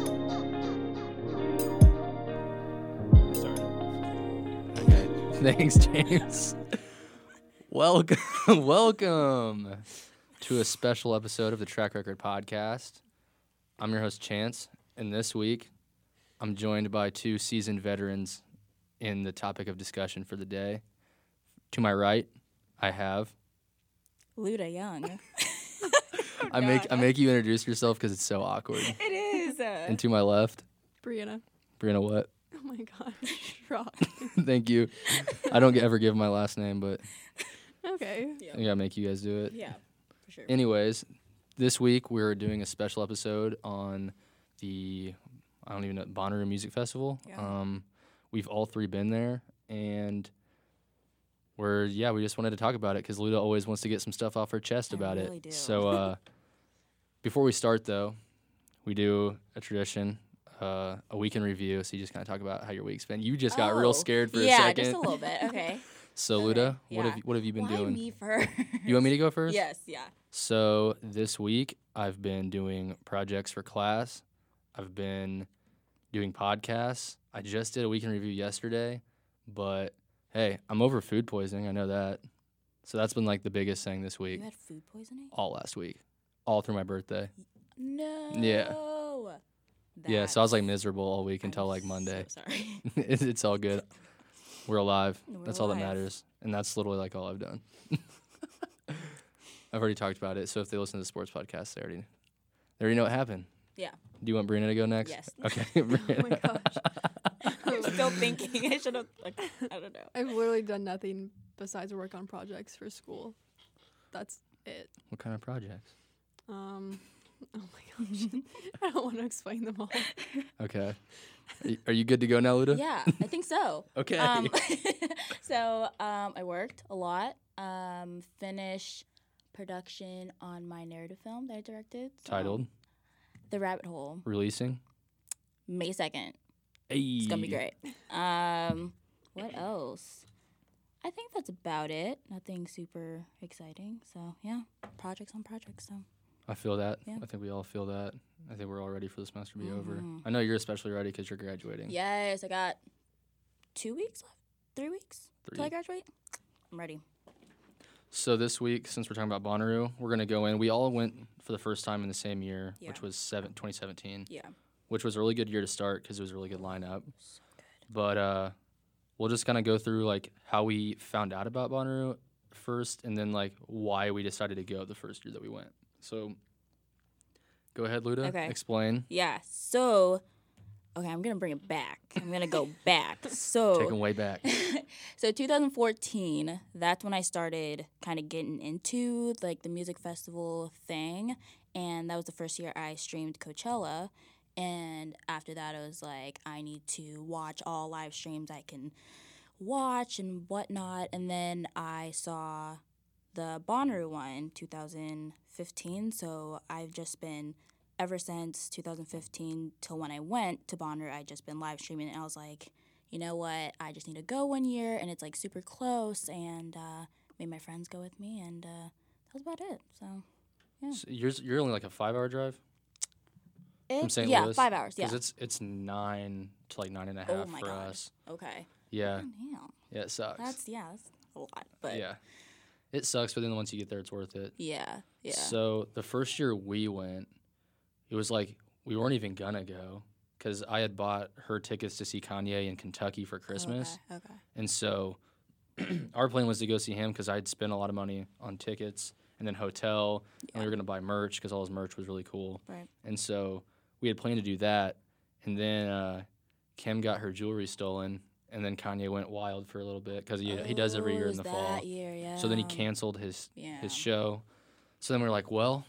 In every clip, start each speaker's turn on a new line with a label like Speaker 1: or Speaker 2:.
Speaker 1: Thanks, James. welcome, welcome to a special episode of the Track Record Podcast. I'm your host Chance, and this week I'm joined by two seasoned veterans in the topic of discussion for the day. To my right, I have
Speaker 2: Luda Young.
Speaker 1: I make I make you introduce yourself because it's so awkward.
Speaker 2: it is. Uh,
Speaker 1: And to my left,
Speaker 3: Brianna.
Speaker 1: Brianna What.
Speaker 3: Oh my god, shock.
Speaker 1: Thank you. I don't ever give my last name, but
Speaker 3: okay.
Speaker 1: I gotta make you guys do it.
Speaker 2: yeah, for sure.
Speaker 1: Anyways, this week we're doing a special episode on the I don't even know Bonnaroo Music Festival.
Speaker 2: Yeah.
Speaker 1: Um, we've all three been there, and we're yeah we just wanted to talk about it because Luda always wants to get some stuff off her chest
Speaker 2: I
Speaker 1: about
Speaker 2: really
Speaker 1: it.
Speaker 2: do.
Speaker 1: So uh, before we start though, we do a tradition. Uh, a week in review, so you just kind of talk about how your week's been. You just got
Speaker 2: Oh,
Speaker 1: real scared for
Speaker 2: yeah,
Speaker 1: a second.
Speaker 2: just a little bit. Okay.
Speaker 1: So
Speaker 2: Okay,
Speaker 1: Luda, what
Speaker 2: yeah.
Speaker 1: have you, what have you been
Speaker 2: Why
Speaker 1: doing?
Speaker 2: me first?
Speaker 1: You want me to go first?
Speaker 2: Yes. Yeah.
Speaker 1: So this week I've been doing projects for class. I've been doing podcasts. I just did a weekend review yesterday, but hey, I'm over food poisoning. I know that. So that's been like the biggest thing this
Speaker 2: You
Speaker 1: week,
Speaker 2: had food poisoning?
Speaker 1: all last week, all through my birthday.
Speaker 2: No.
Speaker 1: yeah, so I was like
Speaker 2: That's-
Speaker 1: miserable all week until
Speaker 2: I'm
Speaker 1: like Monday.
Speaker 2: So sorry.
Speaker 1: it's, it's all good. We're alive.
Speaker 2: We're
Speaker 1: that's all that
Speaker 2: alive.
Speaker 1: matters. And that's literally like all I've done. I've already talked about it. So if they listen to the sports podcast, they already they already know what happened.
Speaker 2: Yeah.
Speaker 1: Do you want Brianna to go next?
Speaker 2: Yes.
Speaker 1: Okay.
Speaker 3: Oh my
Speaker 1: Brianna.
Speaker 3: gosh.
Speaker 2: I'm still thinking. I should have. Like, I don't know.
Speaker 3: I've literally done nothing besides work on projects for school. That's it.
Speaker 1: what kind of projects?
Speaker 3: Um oh my gosh. I don't want to explain them all.
Speaker 1: Okay. Are you- Are you good to go now, Luda?
Speaker 2: Yeah, I think so.
Speaker 1: Okay.
Speaker 2: Um, so um, I worked a lot. Um, finished production on my narrative film that I directed. so-
Speaker 1: Titled
Speaker 2: The Rabbit Hole,
Speaker 1: Releasing.
Speaker 2: May second.
Speaker 1: It's
Speaker 2: It's gonna be
Speaker 1: E.
Speaker 2: great. Um, what else? I think that's about it. Nothing super exciting. So yeah, projects on projects. So
Speaker 1: I feel that.
Speaker 2: Yeah.
Speaker 1: I think we all feel that. I think we're all ready for the semester to be over.
Speaker 2: Mhm.
Speaker 1: I know you're especially ready because you're graduating.
Speaker 2: yes, I got two weeks left, three weeks till I
Speaker 1: Three.
Speaker 2: graduate. I'm ready.
Speaker 1: So this week, since we're talking about Bonnaroo, we're gonna go in. We all went for the first time in the same year,
Speaker 2: Yeah.
Speaker 1: which was seven, 2017,
Speaker 2: Yeah.
Speaker 1: which was a really good year to start because it was a really good lineup. But uh, we'll just kind of go through like how we found out about Bonnaroo first, and then like why we decided to go the first year that we went. So go ahead, Luda.
Speaker 2: Okay.
Speaker 1: Explain.
Speaker 2: Yeah. So, okay, I'm gonna bring it back. I'm gonna go back. So,
Speaker 1: Take 'em way back.
Speaker 2: so 2014 that's when i started kind of getting into like the music festival thing and that was the first year i streamed coachella and after that i was like i need to watch all live streams i can watch and whatnot and then i saw the Bonnaroo one 2015 so i've just been ever since 2015 till when i went to Bonnaroo i just been live streaming and i was like you know what, I just need to go one year and it's like super close and uh, made my friends go with me and uh, that was about it. So
Speaker 1: So yours, you're only like a five-hour drive
Speaker 2: it,
Speaker 1: from St.
Speaker 2: yeah,
Speaker 1: Louis.
Speaker 2: five hours. Yeah.
Speaker 1: Because it's it's nine to like nine and a half
Speaker 2: Oh my
Speaker 1: for
Speaker 2: God.
Speaker 1: us.
Speaker 2: okay.
Speaker 1: Yeah.
Speaker 2: Damn.
Speaker 1: Yeah. It sucks.
Speaker 2: That's yeah, that's a lot. But yeah,
Speaker 1: yeah. It sucks, but then once you get there, it's worth it.
Speaker 2: yeah,
Speaker 1: So the first year we went, it was like we weren't even gonna go because I had bought her tickets to see Kanye in Kentucky for Christmas,
Speaker 2: Oh, Okay. okay.
Speaker 1: and so our plan was to go see him because I'd spent a lot of money on tickets and then hotel, and we were gonna buy merch because all his merch was really cool,
Speaker 2: Right.
Speaker 1: and so we had planned to do that, and then uh, Kim got her jewelry stolen, and then Kanye went wild for a little bit because he, he does every
Speaker 2: Oh,
Speaker 1: year
Speaker 2: is
Speaker 1: in the
Speaker 2: that
Speaker 1: fall.
Speaker 2: Year, yeah.
Speaker 1: So then he canceled his
Speaker 2: Yeah.
Speaker 1: his show. So then we are like, well,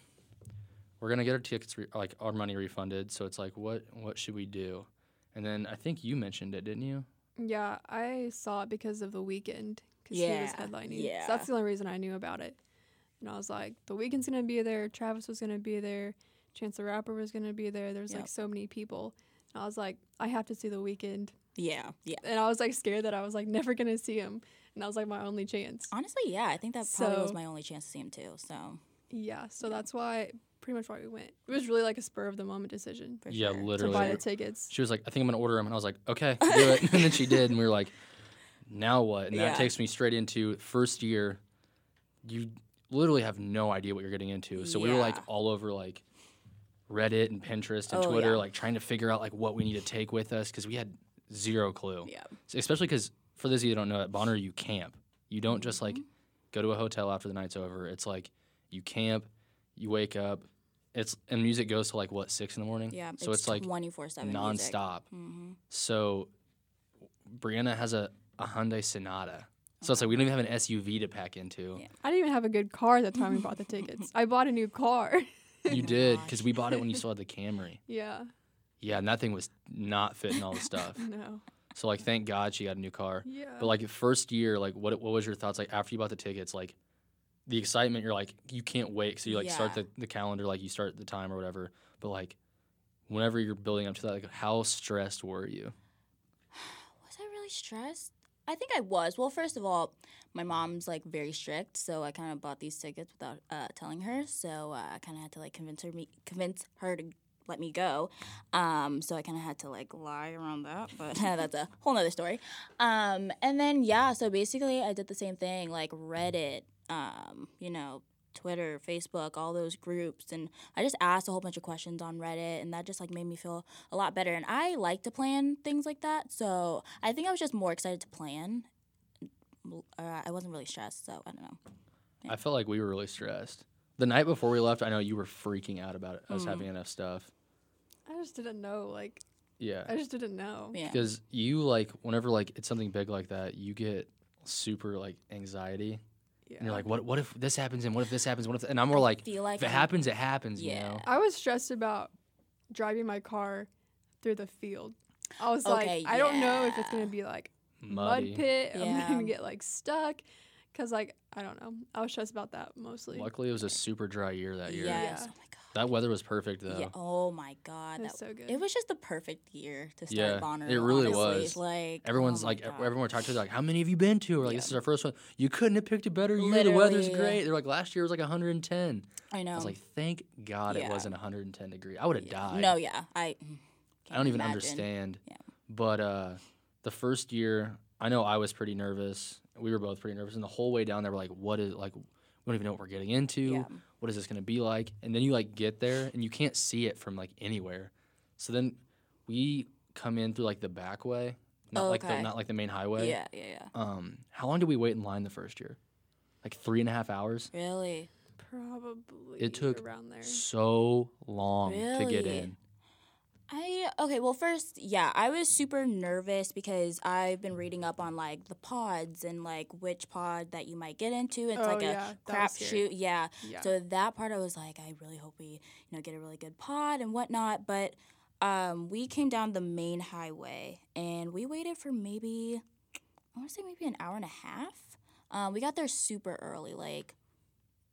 Speaker 1: we're gonna get our tickets, re- like our money refunded. So it's like, what what should we do? And then I think you mentioned it, didn't you?
Speaker 3: Yeah, I saw it because of the weekend cuz he was
Speaker 2: Yeah,
Speaker 3: headlining.
Speaker 2: yeah.
Speaker 3: So that's the only reason I knew about it. And I was like, the weekend's going to be there, Travis was going to be there, Chance the Rapper was going to be there. There's
Speaker 2: Yep.
Speaker 3: like so many people. And I was like, I have to see the weekend.
Speaker 2: Yeah. Yeah.
Speaker 3: and I was like scared that I was like never gonna see him, and that was like my only chance.
Speaker 2: Honestly, yeah, I think that probably was
Speaker 3: So-
Speaker 2: my only chance to see him too. So
Speaker 3: Yeah, so that's why pretty much why we went. It was really like a spur of the moment decision
Speaker 2: for
Speaker 1: yeah,
Speaker 2: sure.
Speaker 3: to buy
Speaker 1: literally.
Speaker 3: the tickets.
Speaker 1: She was like, I think I'm gonna order them, and I was like, okay, do it. and then she did, and we were like, now what? And that
Speaker 2: Yeah.
Speaker 1: takes me straight into first year. You literally have no idea what you're getting into. So we were like
Speaker 2: Yeah.
Speaker 1: all over like Reddit and Pinterest and
Speaker 2: Oh,
Speaker 1: Twitter,
Speaker 2: yeah.
Speaker 1: like trying to figure out like what we need to take with us because we had zero clue.
Speaker 2: Yeah.
Speaker 1: So especially because for those of you that don't know, at Bonner you camp. You don't just
Speaker 2: Mm-hmm.
Speaker 1: like go to a hotel after the night's over. It's like you camp, you wake up. It's and music goes to like what six in the morning.
Speaker 2: Yeah.
Speaker 1: So it's, like
Speaker 2: twenty four seven
Speaker 1: nonstop.
Speaker 2: Mm-hmm.
Speaker 1: So Brianna has a, a Hyundai Sonata. So it's like we don't even have an SUV to pack into.
Speaker 2: Yeah.
Speaker 3: I didn't even have a good car at the time we bought the tickets. I bought a new car.
Speaker 1: You did
Speaker 2: gosh.
Speaker 1: because we bought it when you still had the Camry.
Speaker 3: yeah.
Speaker 1: Yeah, and that thing was not fitting all the stuff.
Speaker 3: No.
Speaker 1: So like, thank God she got a new car.
Speaker 3: Yeah.
Speaker 1: But like first year, like what what was your thoughts like after you bought the tickets? Like the excitement, you're like you can't wait. So you like start
Speaker 2: Yeah.
Speaker 1: the, the calendar, like you start the time or whatever. But like whenever you're building up to that, like how stressed were you?
Speaker 2: Was I really stressed? I think I was. Well, first of all, my mom's like very strict, so I kind of bought these tickets without uh, telling her. So uh, I kind of had to like convince her me convince her to let me go. Um, so I kind of had to like lie around that, but that's a whole nother story. Um, and then yeah, so basically I did the same thing like Reddit, um, you know, Twitter, Facebook, all those groups, and I just asked a whole bunch of questions on Reddit, and that just like made me feel a lot better. And I like to plan things like that, so I think I was just more excited to plan. Uh, I wasn't really stressed, so I don't know.
Speaker 1: I felt like we were really stressed. The night before we left, I know you were freaking out about us
Speaker 2: Mhm.
Speaker 1: having enough stuff.
Speaker 3: I just didn't know. Like,
Speaker 1: Yeah.
Speaker 3: I just didn't know.
Speaker 2: Oh, Yeah.
Speaker 1: because you like whenever like it's something big like that you get super like anxiety
Speaker 3: Yeah.
Speaker 1: and you're like what what if this happens and what if this happens what if and i'm more like
Speaker 2: feel like
Speaker 1: if it
Speaker 2: I'm-
Speaker 1: happens it happens you
Speaker 2: Yeah.
Speaker 1: know
Speaker 3: I was stressed about driving my car through the field. I was
Speaker 2: Okay,
Speaker 3: like, I don't know if it's
Speaker 2: yeah.
Speaker 3: gonna be like
Speaker 1: muddy
Speaker 3: mud pit.
Speaker 2: Yeah.
Speaker 3: I'm gonna get like stuck. Cause like I don't know. I was stressed about that mostly.
Speaker 1: luckily it was a super dry year that year
Speaker 2: Yes.
Speaker 3: Yeah.
Speaker 2: Oh
Speaker 1: that weather was perfect
Speaker 2: my
Speaker 1: though
Speaker 2: god. Yeah. Oh my god.
Speaker 3: It was
Speaker 2: That,
Speaker 3: so good.
Speaker 2: it was just the perfect year to start
Speaker 1: Yeah,
Speaker 2: Bonner.
Speaker 1: it really
Speaker 2: honestly.
Speaker 1: was.
Speaker 2: Like
Speaker 1: everyone's
Speaker 2: oh my
Speaker 1: like e-
Speaker 2: God.
Speaker 1: everyone we talked to they're like how many have you been to or like
Speaker 3: Yeah.
Speaker 1: this is our first one you couldn't have picked a better year the weather's
Speaker 2: Literally.
Speaker 1: great they're like last year was like 110
Speaker 2: I know.
Speaker 1: i was like thank god it
Speaker 2: Um, Yeah.
Speaker 1: wasn't 110 degree i would have died
Speaker 2: No, yeah. I. mm,
Speaker 1: I don't even
Speaker 2: imagine.
Speaker 1: understand.
Speaker 2: Yeah.
Speaker 1: But uh, the first year, I know I was pretty nervous. We were both pretty nervous, and the whole way down there, we're like, "What is like? We don't even know what we're getting into.
Speaker 2: Yeah.
Speaker 1: What is this going to be like?" And then you like get there, and you can't see it from like anywhere. So then we come in through like the back way, not like the
Speaker 2: Okay.
Speaker 1: not like the main highway.
Speaker 2: Yeah, yeah, yeah.
Speaker 1: Um, how long did we wait in line the first year? Like three and a half hours.
Speaker 2: Really?
Speaker 3: Probably
Speaker 1: took
Speaker 3: around there.
Speaker 1: So long to get
Speaker 2: Really?
Speaker 1: in.
Speaker 2: I okay, well first, yeah, I was super nervous because I've been reading up on like the pods and like which pod that you might get into. It's
Speaker 3: Oh,
Speaker 2: like
Speaker 3: yeah,
Speaker 2: a
Speaker 3: that was
Speaker 2: crapshoot.
Speaker 3: scary.
Speaker 2: Yeah.
Speaker 3: Yeah.
Speaker 2: So that part I was like, I really hope we, you know, get a really good pod and whatnot. But um, we came down the main highway and we waited for maybe, I want to say maybe an hour and a half. Um, we got there super early, like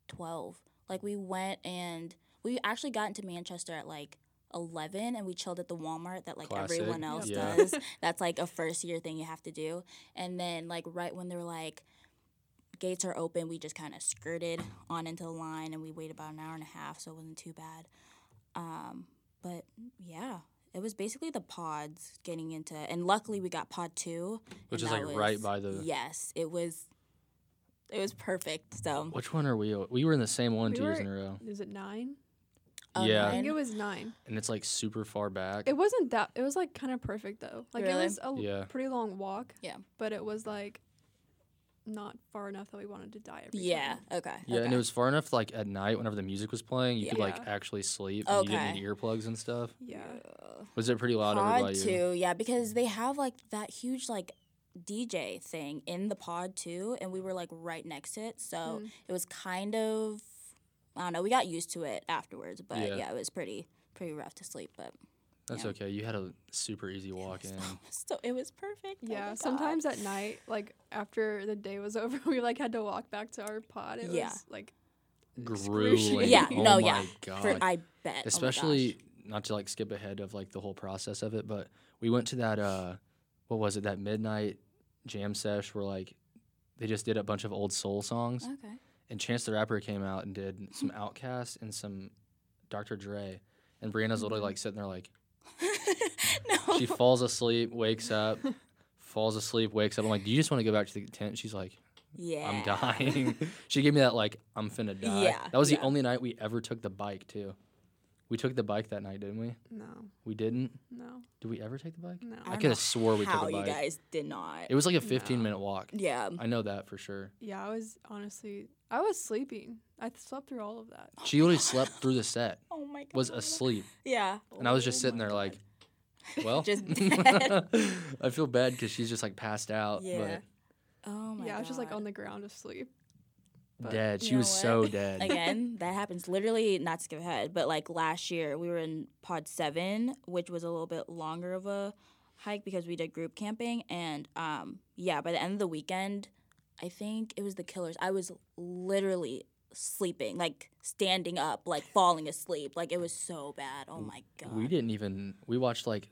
Speaker 2: 12. Like we went and we actually got into Manchester at like 11 and we chilled at the Walmart that like
Speaker 1: Classic.
Speaker 2: everyone else
Speaker 1: Yeah.
Speaker 2: does. That's like a first year thing you have to do. And then like right when they were like, gates are open. We just kind of skirted on into the line, and we waited about an hour and a half, so it wasn't too bad. Um, but yeah, it was basically the pods getting into, and luckily we got pod two,
Speaker 1: Which
Speaker 2: and
Speaker 1: is,
Speaker 2: that
Speaker 1: like, right by the-
Speaker 2: Yes, it was. It was perfect. So
Speaker 1: Which one are we? We were in the same one
Speaker 3: We
Speaker 1: two years
Speaker 3: were-
Speaker 1: in a row,
Speaker 3: Is it nine?
Speaker 2: oh,
Speaker 1: Yeah.
Speaker 3: I think
Speaker 2: nine.
Speaker 3: it was nine.
Speaker 1: and it's like super far back.
Speaker 3: It wasn't that. It was like kind of perfect though. Like
Speaker 2: Really?
Speaker 3: it was a l-
Speaker 1: Yeah.
Speaker 3: pretty long walk.
Speaker 2: Yeah.
Speaker 3: But it was like not far enough that we wanted to die. Every
Speaker 2: yeah.
Speaker 3: time.
Speaker 2: Okay.
Speaker 1: Yeah, and
Speaker 2: okay.
Speaker 1: it was far enough like at night whenever the music was playing, you could like
Speaker 3: Yeah.
Speaker 1: actually sleep and you didn't
Speaker 2: Okay.
Speaker 1: need earplugs and stuff.
Speaker 3: Yeah.
Speaker 1: Was it pretty loud over by
Speaker 2: pod
Speaker 1: you?
Speaker 2: two, yeah, because they have like that huge like DJ thing in the pod too, and we were like right next to it, so
Speaker 3: Hmm.
Speaker 2: it was kind of I don't know. We got used to it afterwards, but
Speaker 1: Yeah.
Speaker 2: yeah, it was pretty pretty rough to sleep, but
Speaker 1: That's
Speaker 2: yeah.
Speaker 1: okay. You had a super easy walk in.
Speaker 2: so it was perfect. Oh my
Speaker 3: Yeah.
Speaker 2: God.
Speaker 3: Sometimes at night, like after the day was over, we like had to walk back to our pod. It
Speaker 2: Yeah.
Speaker 3: was like
Speaker 1: Grueling.
Speaker 3: excruciating.
Speaker 2: Yeah,
Speaker 1: Oh
Speaker 2: no,
Speaker 1: my
Speaker 2: yeah.
Speaker 1: God.
Speaker 2: For, I bet, Oh my
Speaker 1: Especially
Speaker 2: gosh.
Speaker 1: not to like skip ahead of like the whole process of it, but we went to that uh what was it, that midnight jam sesh where like they just did a bunch of old soul songs.
Speaker 2: okay,
Speaker 1: and Chance the Rapper came out and did some Outkast and some Dr. Dre. And
Speaker 2: Mm-hmm.
Speaker 1: Brianna's literally like sitting there like
Speaker 2: no,
Speaker 1: she falls asleep, wakes up, falls asleep, wakes up. I'm like, do you just want to go back to the tent? She's like,
Speaker 2: Yeah.
Speaker 1: I'm dying. she gave me that like I'm finna die.
Speaker 2: Yeah,
Speaker 1: That was
Speaker 2: yeah.
Speaker 1: the only night we ever took the bike too. We took the bike that night, didn't we?
Speaker 3: No,
Speaker 1: We didn't.
Speaker 3: no,
Speaker 1: Did we ever take the bike?
Speaker 3: no.
Speaker 1: I
Speaker 2: don't
Speaker 1: coulda
Speaker 2: know
Speaker 1: swore we took a
Speaker 2: how you
Speaker 1: bite.
Speaker 2: guys Mm-hmm. did not.
Speaker 1: It was like a 15
Speaker 3: No.
Speaker 1: minute walk.
Speaker 2: yeah.
Speaker 1: I know that for sure.
Speaker 3: yeah, I was honestly, I was sleeping. I slept through all of that.
Speaker 1: She literally slept through the set.
Speaker 2: Oh my god.
Speaker 1: Was asleep,
Speaker 2: Yeah.
Speaker 1: and I was
Speaker 2: Oh
Speaker 1: just sitting
Speaker 2: my
Speaker 1: there
Speaker 2: God.
Speaker 1: like, well,
Speaker 2: Just dead.
Speaker 1: I feel bad because she's just like passed out,
Speaker 2: Yeah. Oh my
Speaker 3: yeah, I was just like
Speaker 2: God.
Speaker 3: on the ground asleep.
Speaker 1: but
Speaker 3: But
Speaker 1: dead.
Speaker 2: you
Speaker 1: She
Speaker 2: know
Speaker 1: was
Speaker 2: what?
Speaker 1: so dead.
Speaker 2: again that happens literally not to skip ahead but like last year we were in pod seven which was a little bit longer of a hike because we did group camping and um yeah by the end of the weekend i think it was the killers i was literally sleeping like standing up like falling asleep like it was so bad oh my god
Speaker 1: We didn't even. We watched like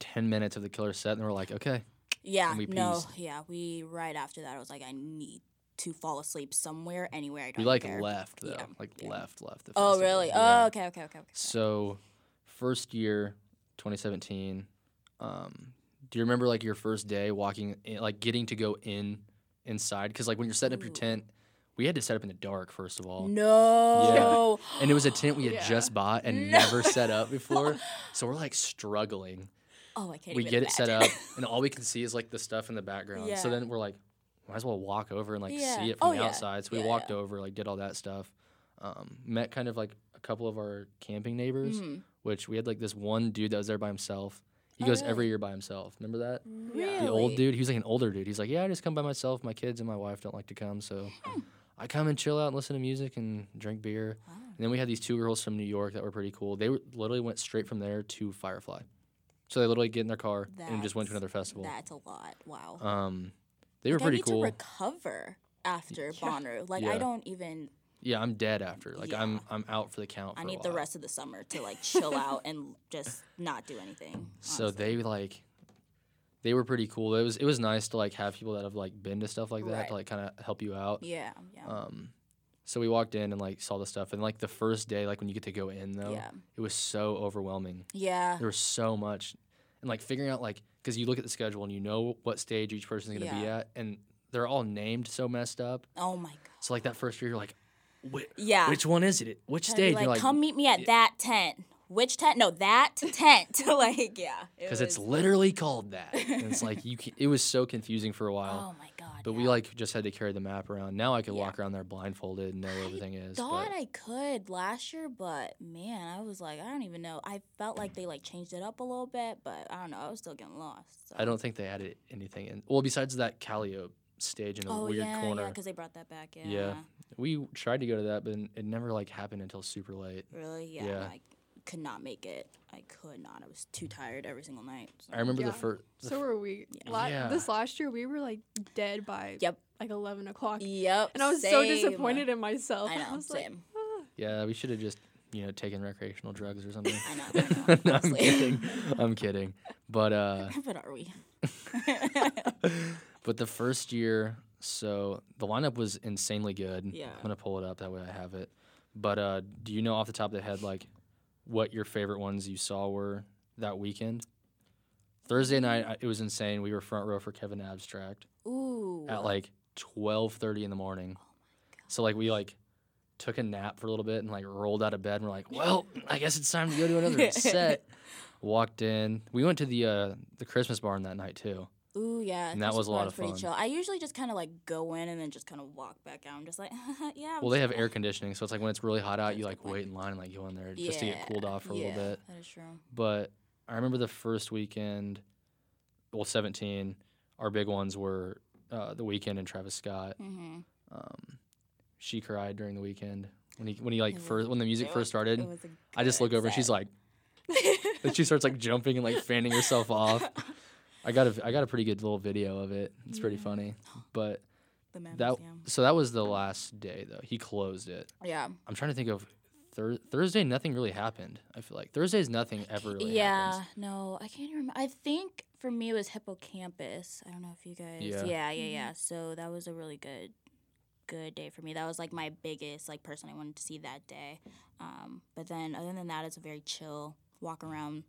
Speaker 1: 10 minutes of the killer set, and we're like, okay,
Speaker 2: yeah
Speaker 1: and we
Speaker 2: no
Speaker 1: peaced.
Speaker 2: yeah we right after that i was like i need to fall asleep somewhere anywhere i don't
Speaker 1: we like
Speaker 2: care.
Speaker 1: left though,
Speaker 2: Yeah,
Speaker 1: like
Speaker 2: yeah.
Speaker 1: left, left. The
Speaker 2: oh
Speaker 1: festival.
Speaker 2: really
Speaker 1: Yeah.
Speaker 2: oh okay okay okay okay
Speaker 1: So, first year, 2017. Um, do you remember like your first day walking, in, like getting to go in inside? Because like when you're setting up your
Speaker 2: Ooh.
Speaker 1: tent, we had to set up in the dark first of all,
Speaker 2: no
Speaker 1: and it was a tent we had
Speaker 3: Yeah.
Speaker 1: just bought and
Speaker 2: No.
Speaker 1: never set up before. So we're like struggling.
Speaker 2: Oh, I can't.
Speaker 1: we
Speaker 2: even
Speaker 1: get it set up,
Speaker 2: imagine.
Speaker 1: and all we can see is like the stuff in the background. So
Speaker 2: Yeah.
Speaker 1: then we're like, might as well walk over and like
Speaker 2: Yeah.
Speaker 1: see it from
Speaker 2: Oh,
Speaker 1: the
Speaker 2: yeah.
Speaker 1: outside. So we
Speaker 2: Yeah,
Speaker 1: walked over, like did all that stuff. Um, met kind of like a couple of our camping neighbors,
Speaker 2: Mhm.
Speaker 1: which we had like this one dude that was there by himself. He
Speaker 2: Oh,
Speaker 1: goes
Speaker 2: really?
Speaker 1: every year by himself. Remember that?
Speaker 3: Yeah.
Speaker 1: The old
Speaker 2: Really?
Speaker 1: dude. He was like an older dude. He's like, yeah, I just come by myself. My kids and my wife don't like to come, so
Speaker 2: Hmm.
Speaker 1: I come and chill out and listen to music and drink beer.
Speaker 2: Wow.
Speaker 1: And then we had these two girls from New York that were pretty cool. They were, literally went straight from there to Firefly. So they literally get in their car and just went to
Speaker 2: That's-
Speaker 1: another festival.
Speaker 2: That's a lot. Wow.
Speaker 1: Um, they were
Speaker 2: Like, I
Speaker 1: pretty
Speaker 2: need
Speaker 1: cool.
Speaker 2: to recover after Bonnaroo. Like
Speaker 1: Yeah.
Speaker 2: I don't even.
Speaker 1: yeah, I'm dead after. Like
Speaker 2: Yeah.
Speaker 1: I'm I'm out for the count.
Speaker 2: I
Speaker 1: for a
Speaker 2: need the
Speaker 1: while.
Speaker 2: rest of the summer to like chill out and just not do anything.
Speaker 1: So
Speaker 2: honestly.
Speaker 1: they like, they were pretty cool. It was it was nice to like have people that have like been to stuff like that
Speaker 2: Right.
Speaker 1: to like kind of help you out.
Speaker 2: Yeah. Yeah.
Speaker 1: Um, so we walked in and like saw the stuff and like the first day like when you get to go in though,
Speaker 2: Yeah.
Speaker 1: it was so overwhelming.
Speaker 2: yeah.
Speaker 1: There was so much, and like figuring out like because you look at the schedule and you know what stage each person's gonna be
Speaker 2: Yeah.
Speaker 1: at, and they're all named so messed up.
Speaker 2: Oh my god.
Speaker 1: So like that first year, you're like, "Wh-
Speaker 2: Yeah.
Speaker 1: which one is it? At Which
Speaker 2: Trying to be
Speaker 1: stage?
Speaker 2: Like,
Speaker 1: You're like,
Speaker 2: come meet me at that tent. Which tent? No, that tent. like yeah. it
Speaker 1: because it's
Speaker 2: was-
Speaker 1: literally called that. And it's like you. Can, it was so confusing for a while,
Speaker 2: Oh my god.
Speaker 1: but
Speaker 2: yeah.
Speaker 1: we like just had to carry the map around. Now I could
Speaker 2: Yeah.
Speaker 1: walk around there blindfolded and know where everything is.
Speaker 2: thought
Speaker 1: but
Speaker 2: I could last year, but man, I was like, I don't even know. I felt like they like changed it up a little bit, but I don't know. I was still getting lost. So.
Speaker 1: I don't think they added anything in. Well, besides that Calliope stage in a
Speaker 2: Oh
Speaker 1: weird
Speaker 2: yeah,
Speaker 1: corner,
Speaker 2: because they brought that back. Yeah.
Speaker 1: Yeah. we tried to go to that, but it never like happened until super late.
Speaker 2: Really? Yeah.
Speaker 1: Yeah.
Speaker 2: I could not make it. I could not. I was too tired every single night. so.
Speaker 1: I remember
Speaker 3: Yeah.
Speaker 1: the first.
Speaker 3: So were we.
Speaker 2: Yeah.
Speaker 3: La-
Speaker 1: Yeah.
Speaker 3: This last year, we were like dead by
Speaker 2: Yep.
Speaker 3: like 11 o'clock.
Speaker 2: Yep.
Speaker 3: And I was so
Speaker 2: same.
Speaker 3: disappointed in myself.
Speaker 2: I know.
Speaker 3: was like,
Speaker 2: same.
Speaker 3: "Ah."
Speaker 1: yeah, we should have just you know taken recreational drugs or something.
Speaker 2: I know. I know
Speaker 1: no, I'm
Speaker 2: honestly.
Speaker 1: kidding. I'm kidding. But uh,
Speaker 2: but are we?
Speaker 1: but the first year, so the lineup was insanely good.
Speaker 2: Yeah.
Speaker 1: I'm gonna pull it up that way I have it. But uh, do you know off the top of the head like what your favorite ones you saw were that weekend? Thursday night I, it was insane. We were front row for Kevin Abstract
Speaker 2: Ooh.
Speaker 1: at like 12:30 in the morning.
Speaker 2: Oh
Speaker 1: So like we like took a nap for a little bit and like rolled out of bed and we're like, well, I guess it's time to go to another set. Walked in. We went to the uh, the Christmas barn that night too.
Speaker 2: Ooh yeah.
Speaker 1: And that
Speaker 2: Christmas
Speaker 1: was a lot
Speaker 2: party's
Speaker 1: of
Speaker 2: pretty
Speaker 1: fun.
Speaker 2: Chill. I usually just kind of like go in and then just kind of walk back out. I'm just like, yeah. I'm
Speaker 1: Well, they
Speaker 2: just
Speaker 1: have air conditioning, so it's like when it's really hot out, you
Speaker 2: That's
Speaker 1: like
Speaker 2: the point.
Speaker 1: wait in line and like go in there just to get cooled off for a
Speaker 2: yeah,
Speaker 1: little bit.
Speaker 2: That is true.
Speaker 1: But I remember the first weekend, well, 17, our big ones were uh, the weekend and Travis Scott.
Speaker 2: Mm-hmm.
Speaker 1: Um, she cried during the weekend when he when he like
Speaker 2: It was-
Speaker 1: first when the music
Speaker 2: Mm. it
Speaker 1: first started. I just look over and she's like, and she starts like jumping and like fanning herself off. I got a I got a pretty good little video of it. It's pretty
Speaker 3: Yeah.
Speaker 1: funny, but
Speaker 2: the memories,
Speaker 1: that
Speaker 2: yeah.
Speaker 1: so that was the last day though. He closed it.
Speaker 2: yeah.
Speaker 1: I'm trying to think of thir- Thursday. Nothing really happened. I feel like Thursdays nothing ever really
Speaker 2: yeah,
Speaker 1: happens.
Speaker 2: no, I can't remember. I think for me it was hippocampus. I don't know if you guys.
Speaker 1: Yeah.
Speaker 2: Yeah, yeah, yeah.
Speaker 3: Mhm.
Speaker 2: So that was a really good, good day for me. That was like my biggest like person I wanted to see that day. Um, but then other than that, it's a very chill walk around